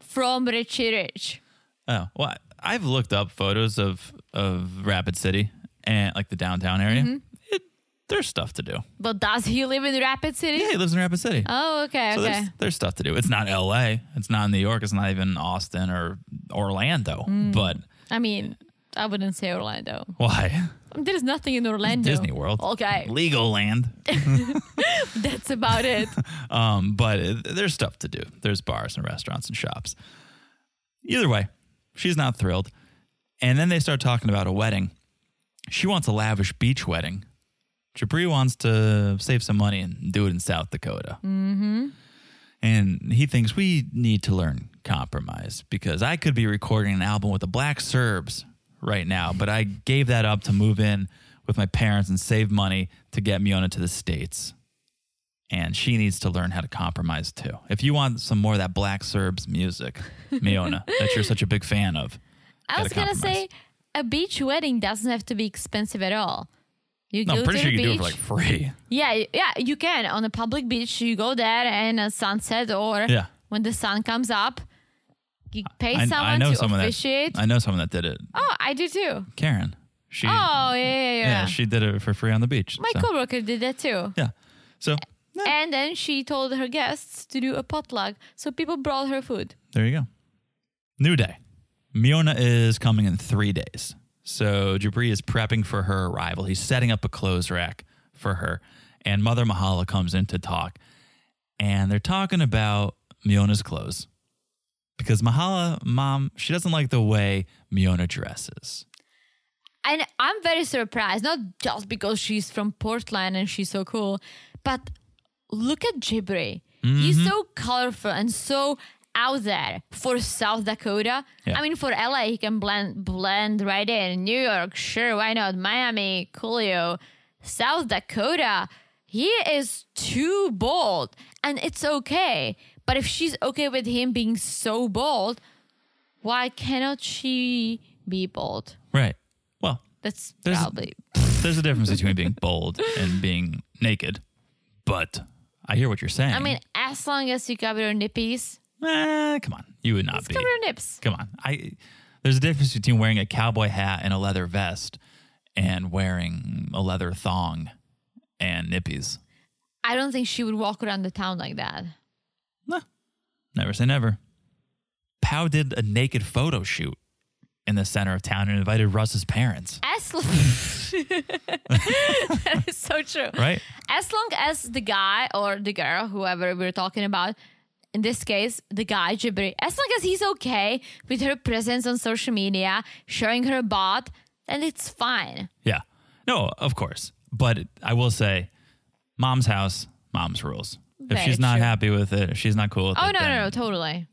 Speaker 2: from Richie Rich.
Speaker 1: Oh well, I- I've looked up photos of of Rapid City and like the downtown area.
Speaker 2: Mm-hmm.
Speaker 1: It, there's stuff to do.
Speaker 2: But does he live in Rapid City?
Speaker 1: Yeah, he lives in Rapid City.
Speaker 2: Oh, okay,
Speaker 1: So
Speaker 2: okay.
Speaker 1: there's, there's stuff to do. It's not L.A. It's not New York. It's not even Austin or Orlando.
Speaker 2: Mm.
Speaker 1: But
Speaker 2: I mean, I wouldn't say Orlando.
Speaker 1: why
Speaker 2: There's nothing in Orlando.
Speaker 1: Disney World? <laughs>
Speaker 2: Okay,
Speaker 1: Legoland.
Speaker 2: that's about
Speaker 1: <laughs>
Speaker 2: it.
Speaker 1: Um, but it, there's stuff to do. There's bars and restaurants and shops. Either way, she's not thrilled. And then they start talking about a wedding. She wants a lavish beach wedding. Jabri wants to save some money and do it in South Dakota. Mm-hmm. And he thinks we need to learn compromise because I could be recording an album with the Black Serbs right now, but I gave that up to move in with my parents and save money to get Miona to the States and she needs to learn how to compromise too. If you want some more of that Black Serbs
Speaker 2: <laughs>
Speaker 1: music, Miona, that you're such a big fan of.
Speaker 2: I
Speaker 1: Gotta
Speaker 2: was gonna
Speaker 1: compromise.
Speaker 2: say a beach wedding doesn't have to be expensive at all. You
Speaker 1: No,
Speaker 2: go
Speaker 1: I'm pretty
Speaker 2: to
Speaker 1: sure
Speaker 2: the
Speaker 1: you can do it
Speaker 2: beach.
Speaker 1: for like free.
Speaker 2: yeah, y- yeah, you can on a public beach. You go there and a sunset, or
Speaker 1: Yeah.
Speaker 2: when the sun comes up, you pay
Speaker 1: I,
Speaker 2: someone
Speaker 1: I know
Speaker 2: to
Speaker 1: someone
Speaker 2: officiate.
Speaker 1: that I know someone that did it.
Speaker 2: oh, I do too.
Speaker 1: Karen. She
Speaker 2: Oh, yeah, yeah, yeah.
Speaker 1: yeah, she did it for free on the beach.
Speaker 2: My
Speaker 1: so,
Speaker 2: coworker did that too.
Speaker 1: Yeah. So yeah,
Speaker 2: And then she told her guests to do a potluck, so people brought her food.
Speaker 1: there you go. New day. Miona is coming in three days. So Jabri is prepping for her arrival. He's setting up a clothes rack for her. And Mother Mahala comes in to talk. And they're talking about Miona's clothes. Because Mahala, mom, she doesn't like the way Miona dresses.
Speaker 2: and I'm very surprised, not just because she's from Portland and she's so cool, but look at Jibri. He's so colorful and so out there for South Dakota.
Speaker 1: Yeah.
Speaker 2: I mean, for LA, he can blend blend right in. New York, sure, why not? Miami, Coolio, South Dakota. He is too bold, and it's okay. But if she's okay with him being so bold, why cannot she be bold?
Speaker 1: Right. Well,
Speaker 2: That's
Speaker 1: There's-
Speaker 2: probably
Speaker 1: there's a difference between being bold and being naked. But I hear what you're saying.
Speaker 2: I mean, as long as you cover your nippies,
Speaker 1: Eh, come on. You would not
Speaker 2: just
Speaker 1: be.
Speaker 2: cover your nips.
Speaker 1: Come on. I there's a difference between wearing a cowboy hat and a leather vest and wearing a leather thong and nippies.
Speaker 2: I don't think she would walk around the town like that.
Speaker 1: Nah, Never say never. Pow did a naked photo shoot in the center of town and invited Russ's parents, <laughs>
Speaker 2: As long <laughs> that is so true. <laughs>
Speaker 1: right?
Speaker 2: As long as the guy or the girl, whoever we're talking about, in this case, the guy Jibri, as long as he's okay with her presence on social media, showing her bot, then it's fine.
Speaker 1: Yeah. No, of course. But I will say, mom's house, mom's rules. If
Speaker 2: Very
Speaker 1: she's not
Speaker 2: true.
Speaker 1: happy with it, if she's not cool with
Speaker 2: Oh
Speaker 1: it.
Speaker 2: no,
Speaker 1: then-
Speaker 2: no, no, totally.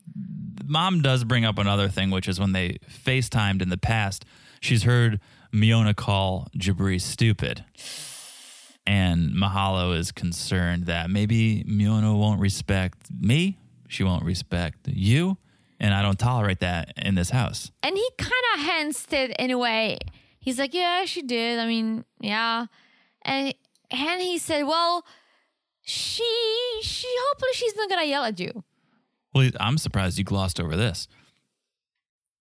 Speaker 1: Mom does bring up another thing, which is when they FaceTimed in the past, she's heard Miona call Jabri stupid. And Mahalo is concerned that maybe Miona won't respect me. She won't respect you. And I don't tolerate that in this house.
Speaker 2: And he kind of hints it in a way. He's like, yeah, she did. I mean, yeah. And and he said, well, she she hopefully she's not gonna yell at you.
Speaker 1: Well, I'm surprised you glossed over this.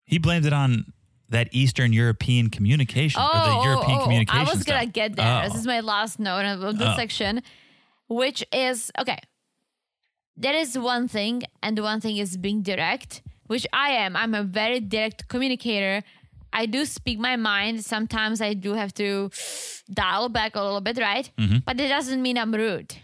Speaker 1: He blamed it on that Eastern European communication or
Speaker 2: Oh,
Speaker 1: the European communication.
Speaker 2: I was gonna
Speaker 1: stuff.
Speaker 2: get there. This
Speaker 1: Oh.
Speaker 2: is my last note of this
Speaker 1: Oh.
Speaker 2: section, which is okay. There is one thing, and the one thing is being direct, which I am. I'm a very direct communicator. I do speak my mind. Sometimes I do have to dial back a little bit, right?
Speaker 1: Mm-hmm.
Speaker 2: But it doesn't mean I'm rude.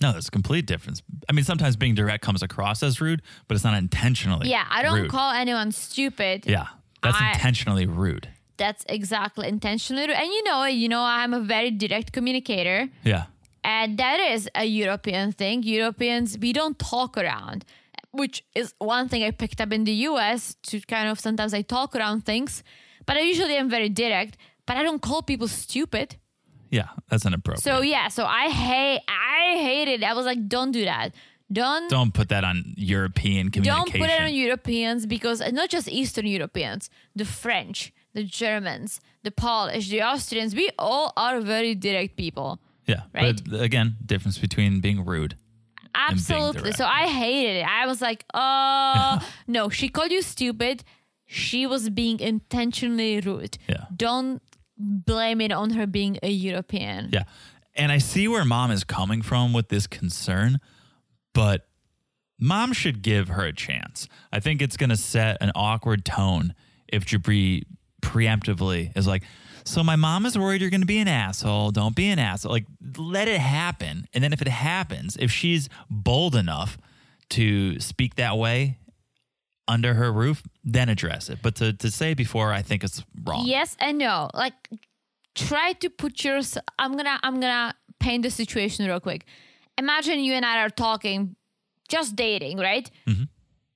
Speaker 1: No, there's a complete difference. I mean, sometimes being direct comes across as rude, but it's not intentionally.
Speaker 2: Yeah, I don't
Speaker 1: rude.
Speaker 2: call anyone stupid.
Speaker 1: Yeah, that's
Speaker 2: I-
Speaker 1: intentionally rude.
Speaker 2: That's exactly intentionally. rude. And you know, you know, I'm a very direct communicator.
Speaker 1: Yeah,
Speaker 2: And that is a European thing. Europeans, we don't talk around, which is one thing I picked up in the US to kind of sometimes I talk around things, but I usually am very direct, but I don't call people stupid.
Speaker 1: yeah, that's inappropriate.
Speaker 2: So yeah, so I hate I hate it. I was like, don't do that. Don't don't,
Speaker 1: don't put that on European communication.
Speaker 2: put it on Europeans because and not just Eastern Europeans, the French, the Germans, the Polish, the Austrians, we all are very direct people.
Speaker 1: yeah,
Speaker 2: right?
Speaker 1: but again, difference between being rude.
Speaker 2: Absolutely.
Speaker 1: direct.
Speaker 2: So I hated it. I was like, oh, no, she called you stupid. She was being intentionally rude.
Speaker 1: Yeah.
Speaker 2: Don't blame it on her being a European.
Speaker 1: Yeah, and I see where mom is coming from with this concern, but mom should give her a chance. I think it's going to set an awkward tone if Jabri preemptively is like, so my mom is worried you're going to be an asshole. Don't be an asshole. Like, let it happen. And then if it happens, if she's bold enough to speak that way under her roof, then address it. But to, to say before, I think it's wrong.
Speaker 2: Yes and no. Like try to put your I'm going to I'm going to paint the situation real quick. Imagine you and I are talking just dating, right?
Speaker 1: Mm-hmm.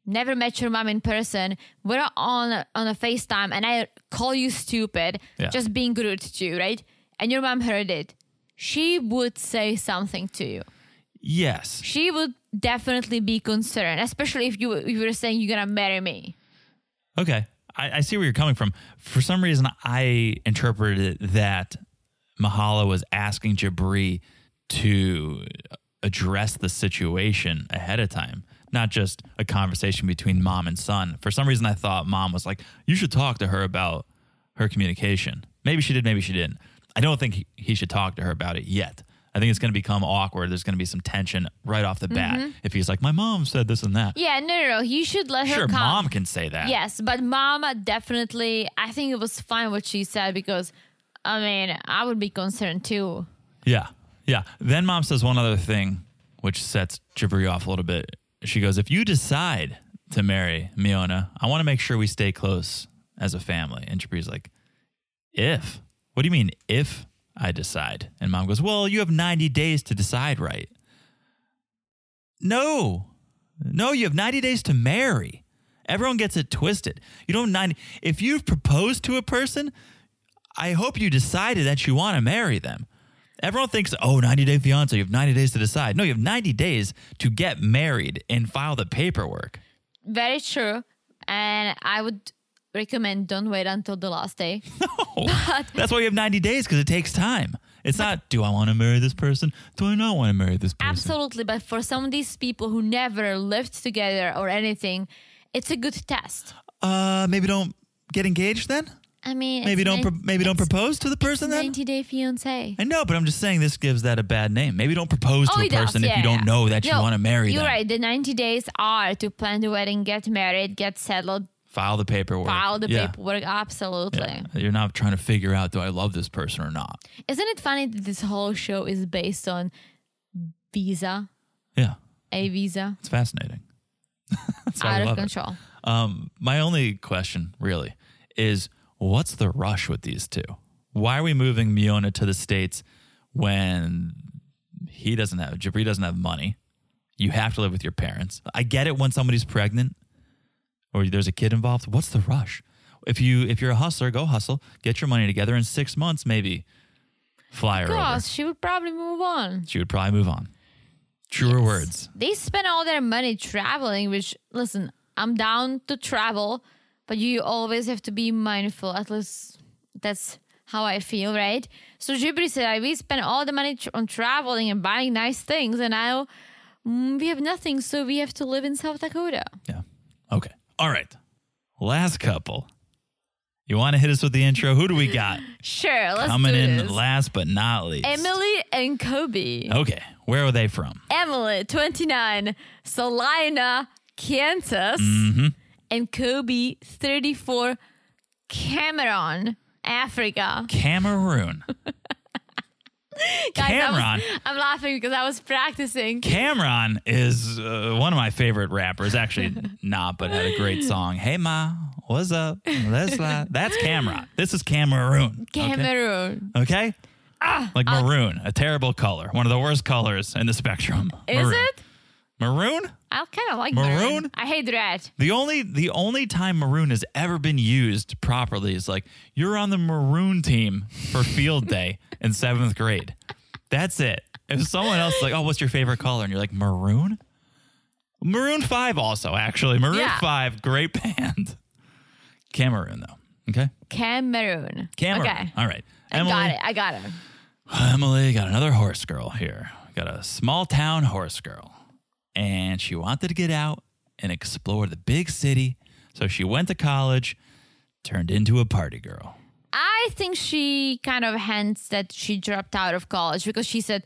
Speaker 2: Never met your mom in person. We're on on a FaceTime and I call you stupid
Speaker 1: Yeah.
Speaker 2: just being rude to you, right? And your mom heard it. She would say something to you.
Speaker 1: Yes.
Speaker 2: She would definitely be concerned, especially if you if you were saying you're going to marry me.
Speaker 1: Okay. I, I see where you're coming from. For some reason, I interpreted it that Mahala was asking Jabri to address the situation ahead of time, not just a conversation between mom and son. For some reason, I thought mom was like, you should talk to her about her communication. Maybe she did, maybe she didn't. I don't think he, he should talk to her about it yet. I think it's going to become awkward. There's going to be some tension right off the bat if he's like, my mom said this and that.
Speaker 2: Yeah, no, no, no. You should let her
Speaker 1: Sure,
Speaker 2: come.
Speaker 1: mom can say that.
Speaker 2: Yes, but mama definitely. I think it was fine what she said because, I mean, I would be concerned too.
Speaker 1: Yeah. Yeah. Then mom says one other thing, which sets Jabri off a little bit. She goes, If you decide to marry Miona, I want to make sure we stay close as a family. And Jabri's like, If? What do you mean, if I decide? And mom goes, Well, you have 90 days to decide, right? No. No, you have 90 days to marry. Everyone gets it twisted. You don't have 90 if you've proposed to a person, I hope you decided that you want to marry them. Everyone thinks, oh, 90 day fiance, you have 90 days to decide. No, you have 90 days to get married and file the paperwork. <laughs>
Speaker 2: Very true, and I would recommend don't wait until the
Speaker 1: <laughs>
Speaker 2: last day.
Speaker 1: Oh, that's why you have 90 days because it takes time. It's not, do I want to marry this person? Do I not want to marry this person?
Speaker 2: Absolutely, but for some of these people who never lived together or anything, it's a good test.
Speaker 1: Uh, maybe don't get engaged then?
Speaker 2: I mean,
Speaker 1: Maybe
Speaker 2: it's
Speaker 1: don't
Speaker 2: nine-
Speaker 1: pro- maybe don't
Speaker 2: it's-
Speaker 1: propose to the
Speaker 2: it's
Speaker 1: person then.
Speaker 2: 90 Day Fiance.
Speaker 1: I know, but I'm just saying this gives that a bad name. Maybe don't propose to
Speaker 2: Oh,
Speaker 1: a
Speaker 2: it does.
Speaker 1: person if
Speaker 2: Yeah,
Speaker 1: you don't
Speaker 2: yeah.
Speaker 1: know that you
Speaker 2: No,
Speaker 1: want to marry
Speaker 2: You're
Speaker 1: them.
Speaker 2: right. The 90 days are to plan the wedding, get married, get settled,
Speaker 1: File the paperwork.
Speaker 2: file the
Speaker 1: Yeah.
Speaker 2: paperwork. Absolutely.
Speaker 1: Yeah. You're not trying to figure out do I love this person or not.
Speaker 2: Isn't it funny that this whole show is based on visa,
Speaker 1: Yeah,
Speaker 2: a visa,
Speaker 1: it's fascinating. <laughs> That's why I
Speaker 2: out of
Speaker 1: love it.
Speaker 2: control?
Speaker 1: Um, my only question really is what's the rush with these two? Why are we moving Miona to the States when he doesn't have Jabri doesn't have money? You have to live with your parents. I get it when somebody's pregnant or there's a kid involved. What's the rush? If you if you're a hustler, go hustle, get your money together in six months, maybe fly her over.
Speaker 2: Gosh, she would probably move on.
Speaker 1: She would probably move on. Truer words.
Speaker 2: They spend all their money traveling, which, listen, I'm down to travel, but you always have to be mindful. At least that's how I feel, right? So Jibri said, like, we spend all the money tr- on traveling and buying nice things, and now mm, we have nothing, so we have to live in South Dakota.
Speaker 1: Yeah. Okay. All right. Last couple. You want to hit us with the intro? Who do we got
Speaker 2: Sure, <laughs> let's
Speaker 1: coming
Speaker 2: do
Speaker 1: in
Speaker 2: this.
Speaker 1: last but not least?
Speaker 2: Emily and Kobe.
Speaker 1: Okay. Where are they from?
Speaker 2: Emily, 29, Salina, Kansas,
Speaker 1: Mm-hmm.
Speaker 2: and Kobe, 34, Cameron, Africa. <laughs>
Speaker 1: Cameroon.
Speaker 2: Guys, I was-
Speaker 1: Cameron?
Speaker 2: I'm laughing because I was practicing.
Speaker 1: Cameron is uh, one of my favorite rappers.
Speaker 2: <laughs>
Speaker 1: Actually, not, but had a great song. Hey, Ma, what's up? Let's la- That's Cameron. This is Cameroon. okay?
Speaker 2: Cameroon.
Speaker 1: Okay?
Speaker 2: Ah,
Speaker 1: like maroon, a terrible color, one of the worst colors in the spectrum.
Speaker 2: Is
Speaker 1: Maroon.
Speaker 2: it?
Speaker 1: Maroon?
Speaker 2: I kind of like
Speaker 1: Maroon?
Speaker 2: I hate red.
Speaker 1: The only the only time maroon has ever been used properly is like you're on the maroon team for
Speaker 2: <laughs>
Speaker 1: field day in seventh grade. That's it. If someone else is like, oh, what's your favorite color? And you're like, maroon? Maroon 5 also, actually. Maroon
Speaker 2: Yeah.
Speaker 1: 5, great <laughs> band. Cameroon, though. Okay?
Speaker 2: Cameroon.
Speaker 1: Cameroon. Uh,
Speaker 2: Okay.
Speaker 1: All right.
Speaker 2: I got it. I got it.
Speaker 1: Emily got another horse girl here. Got a small town horse girl. And she wanted to get out and explore the big city. So she went to college, turned into a party girl.
Speaker 2: I think she kind of hints that she dropped out of college because she said,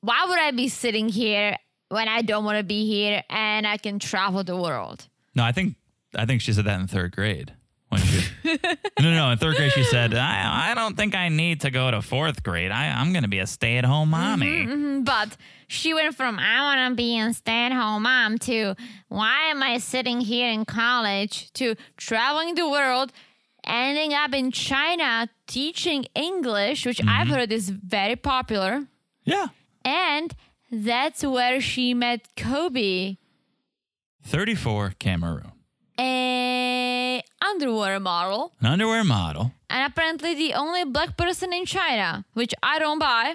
Speaker 2: Why would I be sitting here when I don't want to be here and I can travel the world?
Speaker 1: No, I think I think she said that in third grade. When she, no, no, no. In third grade, she said, I, I don't think I need to go to fourth grade. I, I'm going to be a stay at home mommy.
Speaker 2: Mm, But she went from, I want to be a stay at home mom to, Why am I sitting here in college to traveling the world, ending up in China teaching English, which I've
Speaker 1: Mm-hmm.
Speaker 2: heard is very popular.
Speaker 1: Yeah.
Speaker 2: And that's where she met Kobe.
Speaker 1: 34 Cameroon.
Speaker 2: a underwater model
Speaker 1: An underwear model.
Speaker 2: and apparently the only black person in China, which I don't buy.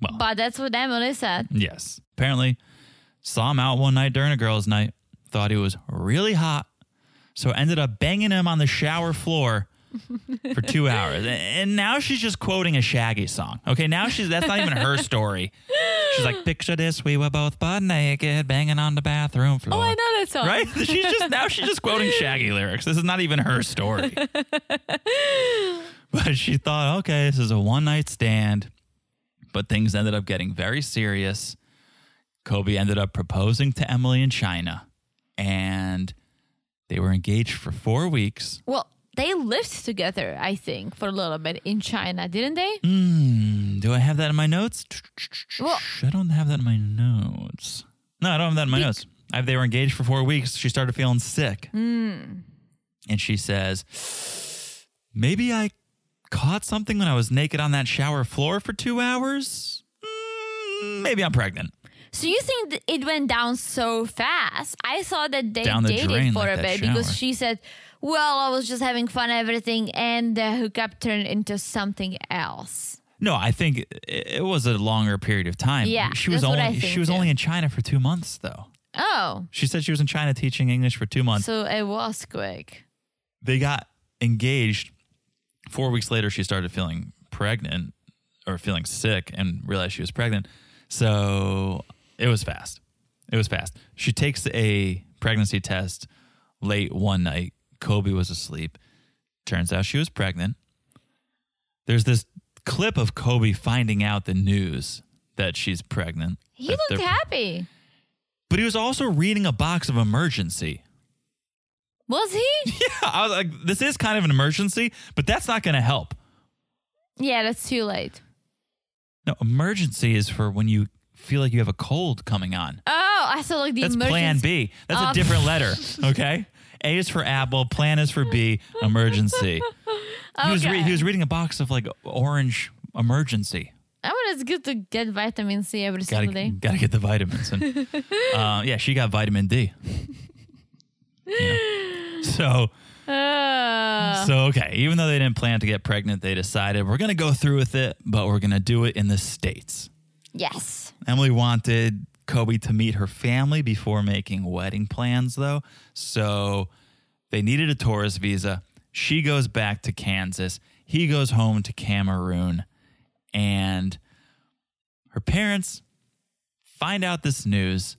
Speaker 1: Well.
Speaker 2: But that's what Emily said.
Speaker 1: Yes. Apparently, saw him out one night during a girls' night, thought he was really hot, so ended up banging him on the shower
Speaker 2: <laughs>
Speaker 1: floor for two hours. And now she's just quoting a Shaggy song. Okay, now she's that's not even her story. She's like, picture this, we were both butt naked, banging on the bathroom floor.
Speaker 2: Oh, I know that song.
Speaker 1: Right? <laughs> She's just now she's just quoting Shaggy lyrics. This is not even her story. but she thought, okay, this is a one night stand. But things ended up getting very serious. Kobe ended up proposing to Emily in China, and they were engaged for four weeks.
Speaker 2: Well, they lived together, I think, for a little bit in China, didn't they?
Speaker 1: Hmm, do I have that in my notes?
Speaker 2: Well-
Speaker 1: I don't have that in my notes. No, I don't have that in my notes. I, they were engaged for four weeks. She started feeling sick.
Speaker 2: Hmm.
Speaker 1: And she says, Maybe I caught something when I was naked on that shower floor for two hours. Mm, maybe I'm pregnant.
Speaker 2: So you think th- it went down so fast? I saw that they
Speaker 1: Down the
Speaker 2: dated
Speaker 1: drain
Speaker 2: for
Speaker 1: like
Speaker 2: a
Speaker 1: that
Speaker 2: bit
Speaker 1: shower.
Speaker 2: because she said, "Well, I was just having fun, everything," and the hookup turned into something else.
Speaker 1: No, I think it, it was a longer period of time.
Speaker 2: Yeah,
Speaker 1: she was
Speaker 2: that's what
Speaker 1: only
Speaker 2: I think
Speaker 1: she was
Speaker 2: too.
Speaker 1: only in China for two months though.
Speaker 2: Oh,
Speaker 1: She said she was in China teaching English for two months.
Speaker 2: so it was quick.
Speaker 1: they got engaged. Four weeks later, she started feeling pregnant or feeling sick and realized she was pregnant. So it was fast. It was fast. She takes a pregnancy test late one night. Kobe was asleep, Turns out she was pregnant. There's this clip of Kobe finding out the news that she's pregnant.
Speaker 2: He
Speaker 1: that
Speaker 2: looked
Speaker 1: they're-
Speaker 2: happy.
Speaker 1: But he was also reading a box of emergency. <laughs>
Speaker 2: Was he?
Speaker 1: Yeah, I was like, this is kind of an emergency, but that's not going to help.
Speaker 2: yeah, that's too late.
Speaker 1: No, emergency is for when you feel like you have a cold coming on.
Speaker 2: Oh, I saw like the
Speaker 1: That's
Speaker 2: emergency.
Speaker 1: plan B. That's
Speaker 2: Oh.
Speaker 1: a different
Speaker 2: <laughs>
Speaker 1: letter. Okay. A is for apple, plan is for B, emergency. He, was re-
Speaker 2: Okay.
Speaker 1: he was reading a box of like orange emergency.
Speaker 2: I mean, it's good to get vitamin C every
Speaker 1: Gotta,
Speaker 2: single day.
Speaker 1: gotta get the vitamins. And,
Speaker 2: <laughs>
Speaker 1: uh, yeah, she got vitamin D. Yeah. So,
Speaker 2: Uh,
Speaker 1: so okay. Even though they didn't plan to get pregnant, they decided we're gonna go through with it, but we're gonna do it in the states.
Speaker 2: yes.
Speaker 1: Emily wanted Kobe to meet her family before making wedding plans, though. So they needed a tourist visa. She goes back to Kansas. He goes home to Cameroon. And her parents find out this news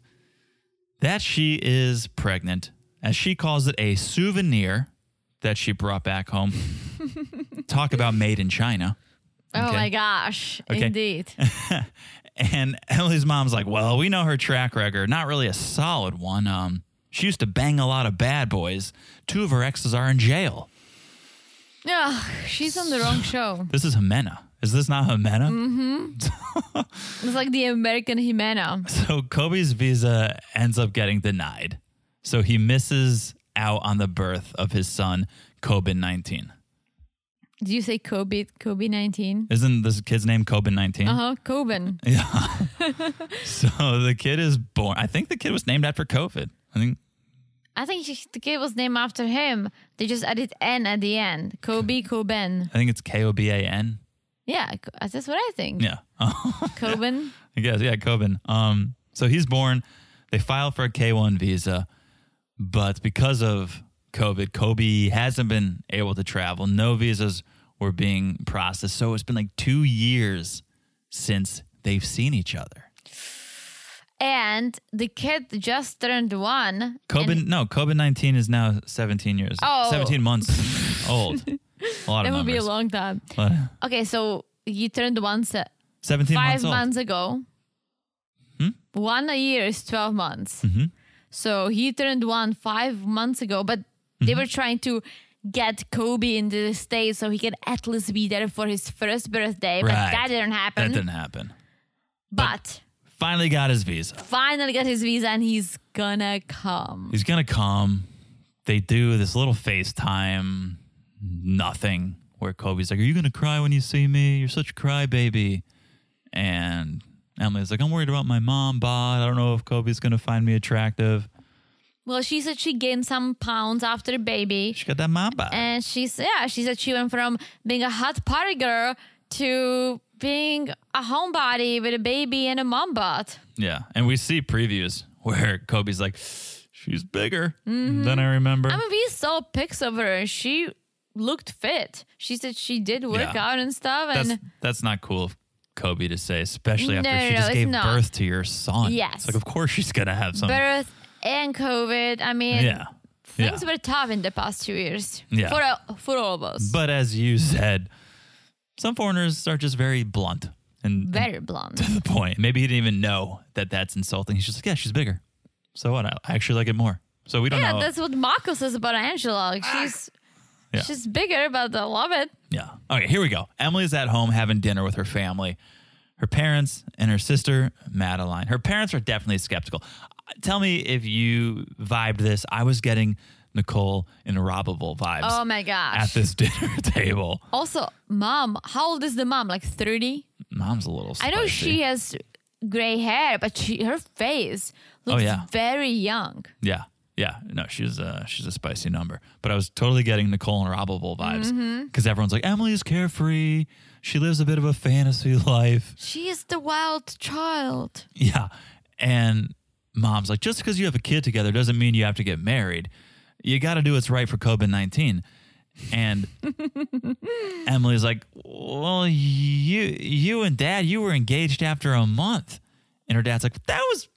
Speaker 1: that she is pregnant, as she calls it a souvenir that she brought back home. Talk about made in China.
Speaker 2: Oh
Speaker 1: Okay.
Speaker 2: my gosh.
Speaker 1: Okay. <laughs>
Speaker 2: Indeed.
Speaker 1: And <laughs> Emily's mom's like, well, we know her track record, not really a solid one. Um, she used to bang a lot of bad boys. Two of her exes are in jail.
Speaker 2: Ugh, she's on the wrong show.
Speaker 1: This is Jimena. Is this not Jimena?
Speaker 2: It's like the American Jimena.
Speaker 1: <laughs> So Kobe's visa ends up getting denied. So he misses out on the birth of his son, Kobe 19.
Speaker 2: Did you say Kobe? Kobe nineteen.
Speaker 1: Isn't this kid's name Kobe 19?
Speaker 2: Uh huh. Coben.
Speaker 1: Yeah. <laughs> so the kid is born. I think the kid was named after COVID. I think
Speaker 2: I think she, the kid was named after him. They just added N at the end. Kobe Coben.
Speaker 1: I think it's K O B A N.
Speaker 2: Yeah, co- uh, that's what I think.
Speaker 1: Yeah.
Speaker 2: Coben.
Speaker 1: I guess, yeah, Coben. Um, so he's born. They file for a K one visa, but because of COVID, Kobe hasn't been able to travel. No visas were being processed. So it's been like two years since they've seen each other.
Speaker 2: And the kid just turned one.
Speaker 1: Coben, no, Coben nineteen is now seventeen years,
Speaker 2: Oh.
Speaker 1: seventeen months
Speaker 2: <laughs>
Speaker 1: old. A lot
Speaker 2: That
Speaker 1: of
Speaker 2: would be a
Speaker 1: numbers.
Speaker 2: long time.
Speaker 1: But uh,
Speaker 2: Okay, so you turned one se-
Speaker 1: seventeen
Speaker 2: five
Speaker 1: months old. Hmm?
Speaker 2: months ago. One a year is 12 months.
Speaker 1: Mm-hmm.
Speaker 2: So he turned one five months ago, but they
Speaker 1: Mm-hmm.
Speaker 2: were trying to get Kobe into the States so he could at least be there for his first birthday, but
Speaker 1: Right.
Speaker 2: that didn't happen.
Speaker 1: That didn't happen.
Speaker 2: but
Speaker 1: Finally got his visa.
Speaker 2: finally got his visa and he's gonna come.
Speaker 1: He's gonna come. They do this little FaceTime, nothing. Where Kobe's like, "Are you gonna cry when you see me? You're such a crybaby." And Emily's like, "I'm worried about my mom, bod. I don't know if Kobe's gonna find me attractive."
Speaker 2: Well, she said she gained some pounds after the baby.
Speaker 1: She got that mom bod.
Speaker 2: And she's yeah, she said she went from being a hot party girl to being a homebody with a baby and a mom bot.
Speaker 1: yeah, and we see previews where <laughs> Kobe's like, "She's bigger
Speaker 2: Mm-hmm.
Speaker 1: than I remember."
Speaker 2: I mean, we saw pics of her. and She looked fit. She said she did work
Speaker 1: Yeah.
Speaker 2: out and stuff. And
Speaker 1: that's that's not cool of Kobe to say, especially after
Speaker 2: No, no,
Speaker 1: she
Speaker 2: no,
Speaker 1: just
Speaker 2: it's
Speaker 1: gave
Speaker 2: not.
Speaker 1: birth to your son.
Speaker 2: Yes.
Speaker 1: it's like of course she's gonna have some.
Speaker 2: birth and COVID. I mean,
Speaker 1: um, yeah,
Speaker 2: things
Speaker 1: yeah.
Speaker 2: were tough in the past two years
Speaker 1: Yeah.
Speaker 2: for all- for all of us.
Speaker 1: But as you said, some foreigners are just very blunt and and
Speaker 2: Very
Speaker 1: <laughs>
Speaker 2: blunt.
Speaker 1: to the point. Maybe he didn't even know that that's insulting. He's just like, yeah, she's bigger. So what? I I actually like it more. So we don't
Speaker 2: yeah,
Speaker 1: know.
Speaker 2: that's what Marco says about Angela. Like, she's
Speaker 1: Ah. Yeah.
Speaker 2: she's bigger, but I love it.
Speaker 1: yeah. Okay, here we go. Emily's at home having dinner with her family, her parents, and her sister, Madeline. Her parents are definitely skeptical. Uh, Tell me if you vibed this. I was getting Nicole and Robable vibes
Speaker 2: Oh my gosh.
Speaker 1: at this <laughs> dinner table.
Speaker 2: Also, mom, how old is the mom? Like 30?
Speaker 1: Mom's a little
Speaker 2: I
Speaker 1: spicy.
Speaker 2: know she has gray hair, but she her face looks
Speaker 1: Oh, yeah.
Speaker 2: very young.
Speaker 1: Yeah. Yeah. No, she's uh she's a spicy number. But I was totally getting Nicole and Robable vibes. Because everyone's like, Emily's carefree. She lives a bit of a fantasy <laughs> life.
Speaker 2: She is the wild child.
Speaker 1: Yeah. And mom's like, just because you have a kid together doesn't mean you have to get married. You gotta do what's right for COVID nineteen.
Speaker 2: <laughs>
Speaker 1: And Emily's like, Well, you you and dad, you were engaged after a month. And her dad's like, That was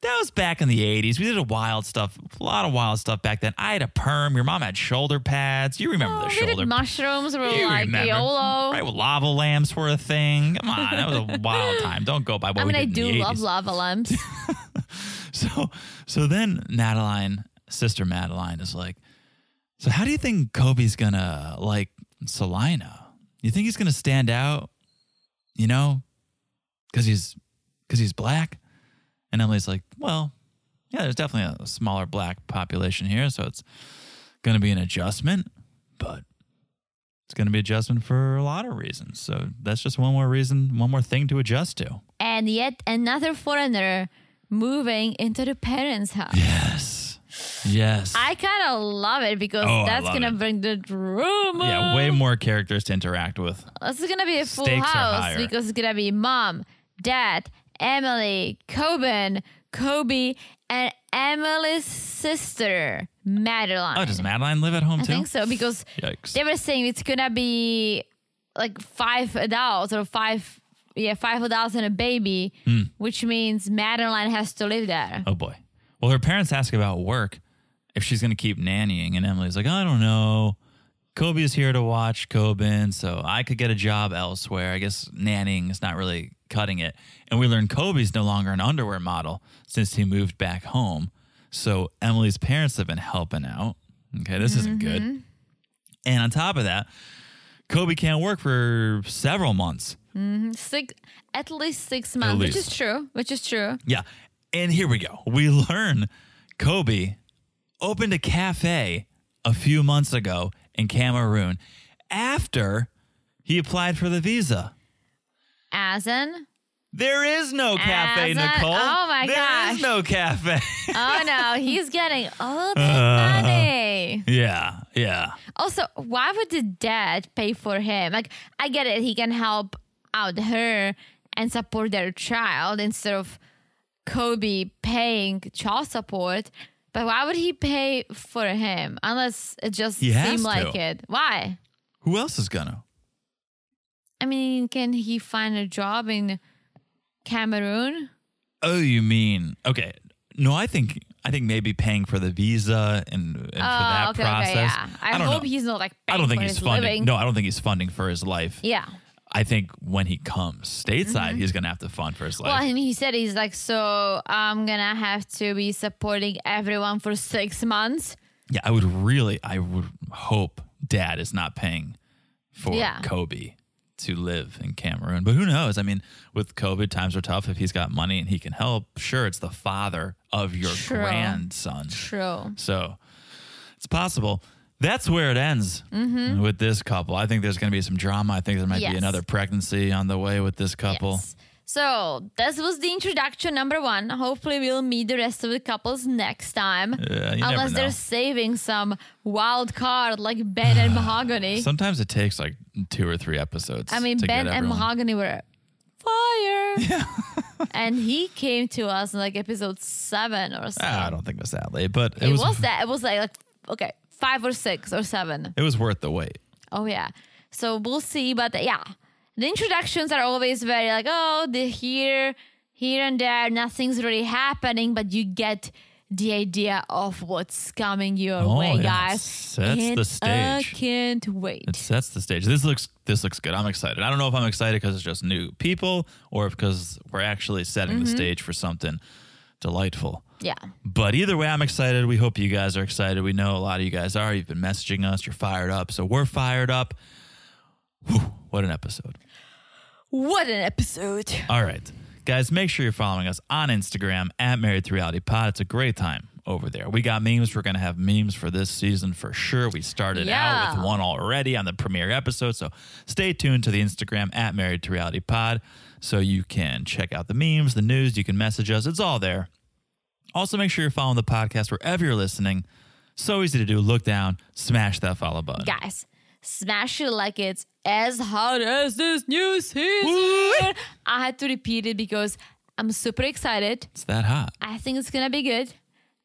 Speaker 1: That was back in the 80s. We did a wild stuff, a lot of wild stuff back then. I had a perm. Your mom had shoulder pads. You remember the
Speaker 2: Oh, we
Speaker 1: shoulder
Speaker 2: did mushrooms. We were
Speaker 1: You
Speaker 2: like
Speaker 1: remember.
Speaker 2: YOLO.
Speaker 1: Right, with lava lamps were a thing. Come on, that was a
Speaker 2: <laughs>
Speaker 1: wild time. Don't go by what
Speaker 2: I
Speaker 1: we did
Speaker 2: mean, I
Speaker 1: in
Speaker 2: do
Speaker 1: the
Speaker 2: love
Speaker 1: 80s.
Speaker 2: lava lamps.
Speaker 1: <laughs> So, so then Madeline, sister Madeline, is like, so how do you think Kobe's gonna like Salina? You think he's gonna stand out? You know, because he's because he's black. And Emily's like, well, yeah, there's definitely a smaller black population here, so it's gonna be an adjustment, but it's gonna be adjustment for a lot of reasons. So that's just one more reason, one more thing to adjust to.
Speaker 2: and yet another foreigner moving into the parents' house.
Speaker 1: Yes. Yes.
Speaker 2: I kind of love it because
Speaker 1: Oh, I
Speaker 2: that's
Speaker 1: love
Speaker 2: gonna
Speaker 1: it.
Speaker 2: bring the drama.
Speaker 1: Yeah, way more characters to interact with.
Speaker 2: This is gonna be a full
Speaker 1: Stakes are
Speaker 2: house
Speaker 1: higher.
Speaker 2: because it's gonna be mom, dad, Emily, Coben, Kobe, and Emily's sister, Madeline.
Speaker 1: Oh, does Madeline live at home
Speaker 2: I
Speaker 1: too?
Speaker 2: think so because
Speaker 1: Yikes.
Speaker 2: they were saying it's gonna be like five adults or five, yeah, five adults and a baby, which means Madeline has to live there.
Speaker 1: Oh boy. Well, her parents ask about work if she's going to keep nannying, and Emily's like, I don't know. Kobe is here to watch Coben, so I could get a job elsewhere. I guess nannying is not really cutting it. And we learn Kobe's no longer an underwear model since he moved back home. So Emily's parents have been helping out. Okay, this isn't good.
Speaker 2: Mm-hmm.
Speaker 1: And on top of that, Kobe can't work for several months.
Speaker 2: Six, at least six months, which
Speaker 1: least.
Speaker 2: is true, which is true.
Speaker 1: Yeah. And here we go. We <laughs> learn Kobe opened a cafe a few months ago in Cameroon after he applied for the visa.
Speaker 2: As in,
Speaker 1: There is no cafe,
Speaker 2: As a-
Speaker 1: Nicole.
Speaker 2: oh my
Speaker 1: There
Speaker 2: gosh.
Speaker 1: is no cafe. <laughs>
Speaker 2: oh no, he's getting all the money.
Speaker 1: yeah. Yeah.
Speaker 2: Also, why would the dad pay for him? Like, I get it. He can help out her and support their child instead of Kobe paying child support. But why would he pay for him unless it just
Speaker 1: He has
Speaker 2: seemed like
Speaker 1: to.
Speaker 2: it? Why?
Speaker 1: Who else is going to?
Speaker 2: I mean, can he find a job in Cameroon?
Speaker 1: Oh, you mean okay? No, I think I think maybe paying for the visa and,
Speaker 2: Oh,
Speaker 1: and for that process.
Speaker 2: I,
Speaker 1: don't
Speaker 2: hope
Speaker 1: know.
Speaker 2: he's not like.
Speaker 1: I don't
Speaker 2: paying
Speaker 1: think
Speaker 2: for
Speaker 1: he's
Speaker 2: his
Speaker 1: funding.
Speaker 2: living.
Speaker 1: No, I don't think he's funding for his life.
Speaker 2: Yeah.
Speaker 1: I think when he comes stateside, he's gonna have to fund for his life.
Speaker 2: Mm-hmm. Well, and he said he's like, so I'm gonna have to be supporting everyone for six months.
Speaker 1: yeah, I would really, I would hope Dad is not paying for
Speaker 2: Yeah.
Speaker 1: Kobe to live in Cameroon. But who knows? I mean, with COVID, times are tough. If he's got money and he can help, sure, it's the father of your
Speaker 2: True.
Speaker 1: grandson.
Speaker 2: True.
Speaker 1: So it's possible. That's where it ends with this couple. I think there's going to be some drama. I think there might
Speaker 2: Mm-hmm. Yes.
Speaker 1: be another pregnancy on the way with this couple.
Speaker 2: Yes. So this was the introduction number one. Hopefully, we'll meet the rest of the couples next time,
Speaker 1: Yeah, you never
Speaker 2: unless
Speaker 1: know.
Speaker 2: they're saving some wild card like Ben <sighs> and Mahogany.
Speaker 1: Sometimes it takes like two or three episodes.
Speaker 2: I mean,
Speaker 1: to
Speaker 2: Ben
Speaker 1: get
Speaker 2: and
Speaker 1: everyone-
Speaker 2: Mahogany were <laughs> fire. and he came to us in like episode seven or so.
Speaker 1: Ah, I don't think it was that late, but it,
Speaker 2: it was,
Speaker 1: was,
Speaker 2: that. It was like, like okay, five or six or seven.
Speaker 1: it was worth the wait.
Speaker 2: Oh yeah. So we'll see, but uh, yeah, the introductions are always very like, oh, the here, here and there, nothing's really happening, but you get the idea of what's coming your
Speaker 1: Oh, yeah,
Speaker 2: way,
Speaker 1: it
Speaker 2: guys.
Speaker 1: sets the
Speaker 2: And I
Speaker 1: stage.
Speaker 2: can't wait.
Speaker 1: It sets the stage. This looks this looks good. I'm excited. I don't know if I'm excited because it's just new people or because we're actually setting
Speaker 2: Mm-hmm.
Speaker 1: the stage for something delightful.
Speaker 2: yeah.
Speaker 1: But either way, I'm excited. We hope you guys are excited. We know a lot of you guys are. You've been messaging us. You're fired up. So we're fired up. Whew, what an episode.
Speaker 2: What an episode.
Speaker 1: All right. Guys, make sure you're following us on Instagram at Married to Reality Pod. It's a great time over there. We got memes. We're going to have memes for this season for sure. We started out
Speaker 2: Yeah.
Speaker 1: with one already on the premiere episode. So stay tuned to the Instagram at Married to Reality Pod so you can check out the memes, the news. You can message us. It's all there. Also, make sure you're following the podcast wherever you're listening. So easy to do. Look down, smash that follow button.
Speaker 2: Guys, smash it like it's as hot as this new
Speaker 1: Woo!
Speaker 2: season. I had to repeat it because I'm super excited.
Speaker 1: It's that hot.
Speaker 2: I think it's gonna be good.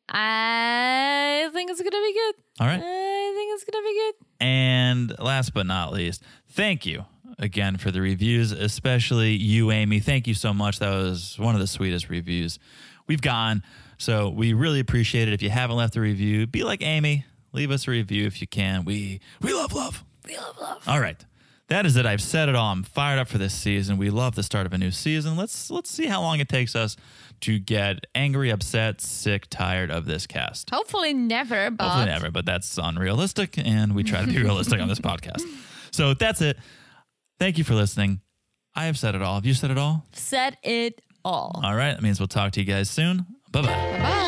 Speaker 2: I think it's gonna be good.
Speaker 1: All right.
Speaker 2: I think it's gonna be good.
Speaker 1: And last but not least, thank you again for the reviews, especially you, Amy. Thank you so much. That was one of the sweetest reviews we've gone. So we really appreciate it. If you haven't left a review, be like Amy. Leave us a review if you can. We we love love.
Speaker 2: We love love.
Speaker 1: All right. That is it. I've said it all. I'm fired up for this season. We love the start of a new season. Let's let's see how long it takes us to get angry, upset, sick, tired of this cast.
Speaker 2: Hopefully never, but
Speaker 1: Hopefully never, but that's unrealistic, and we try to be realistic on this podcast. So that's it. Thank you for listening. I have said it all. Have you said it all?
Speaker 2: said it all.
Speaker 1: All right. That means we'll talk to you guys soon. Bye bye.
Speaker 2: Bye.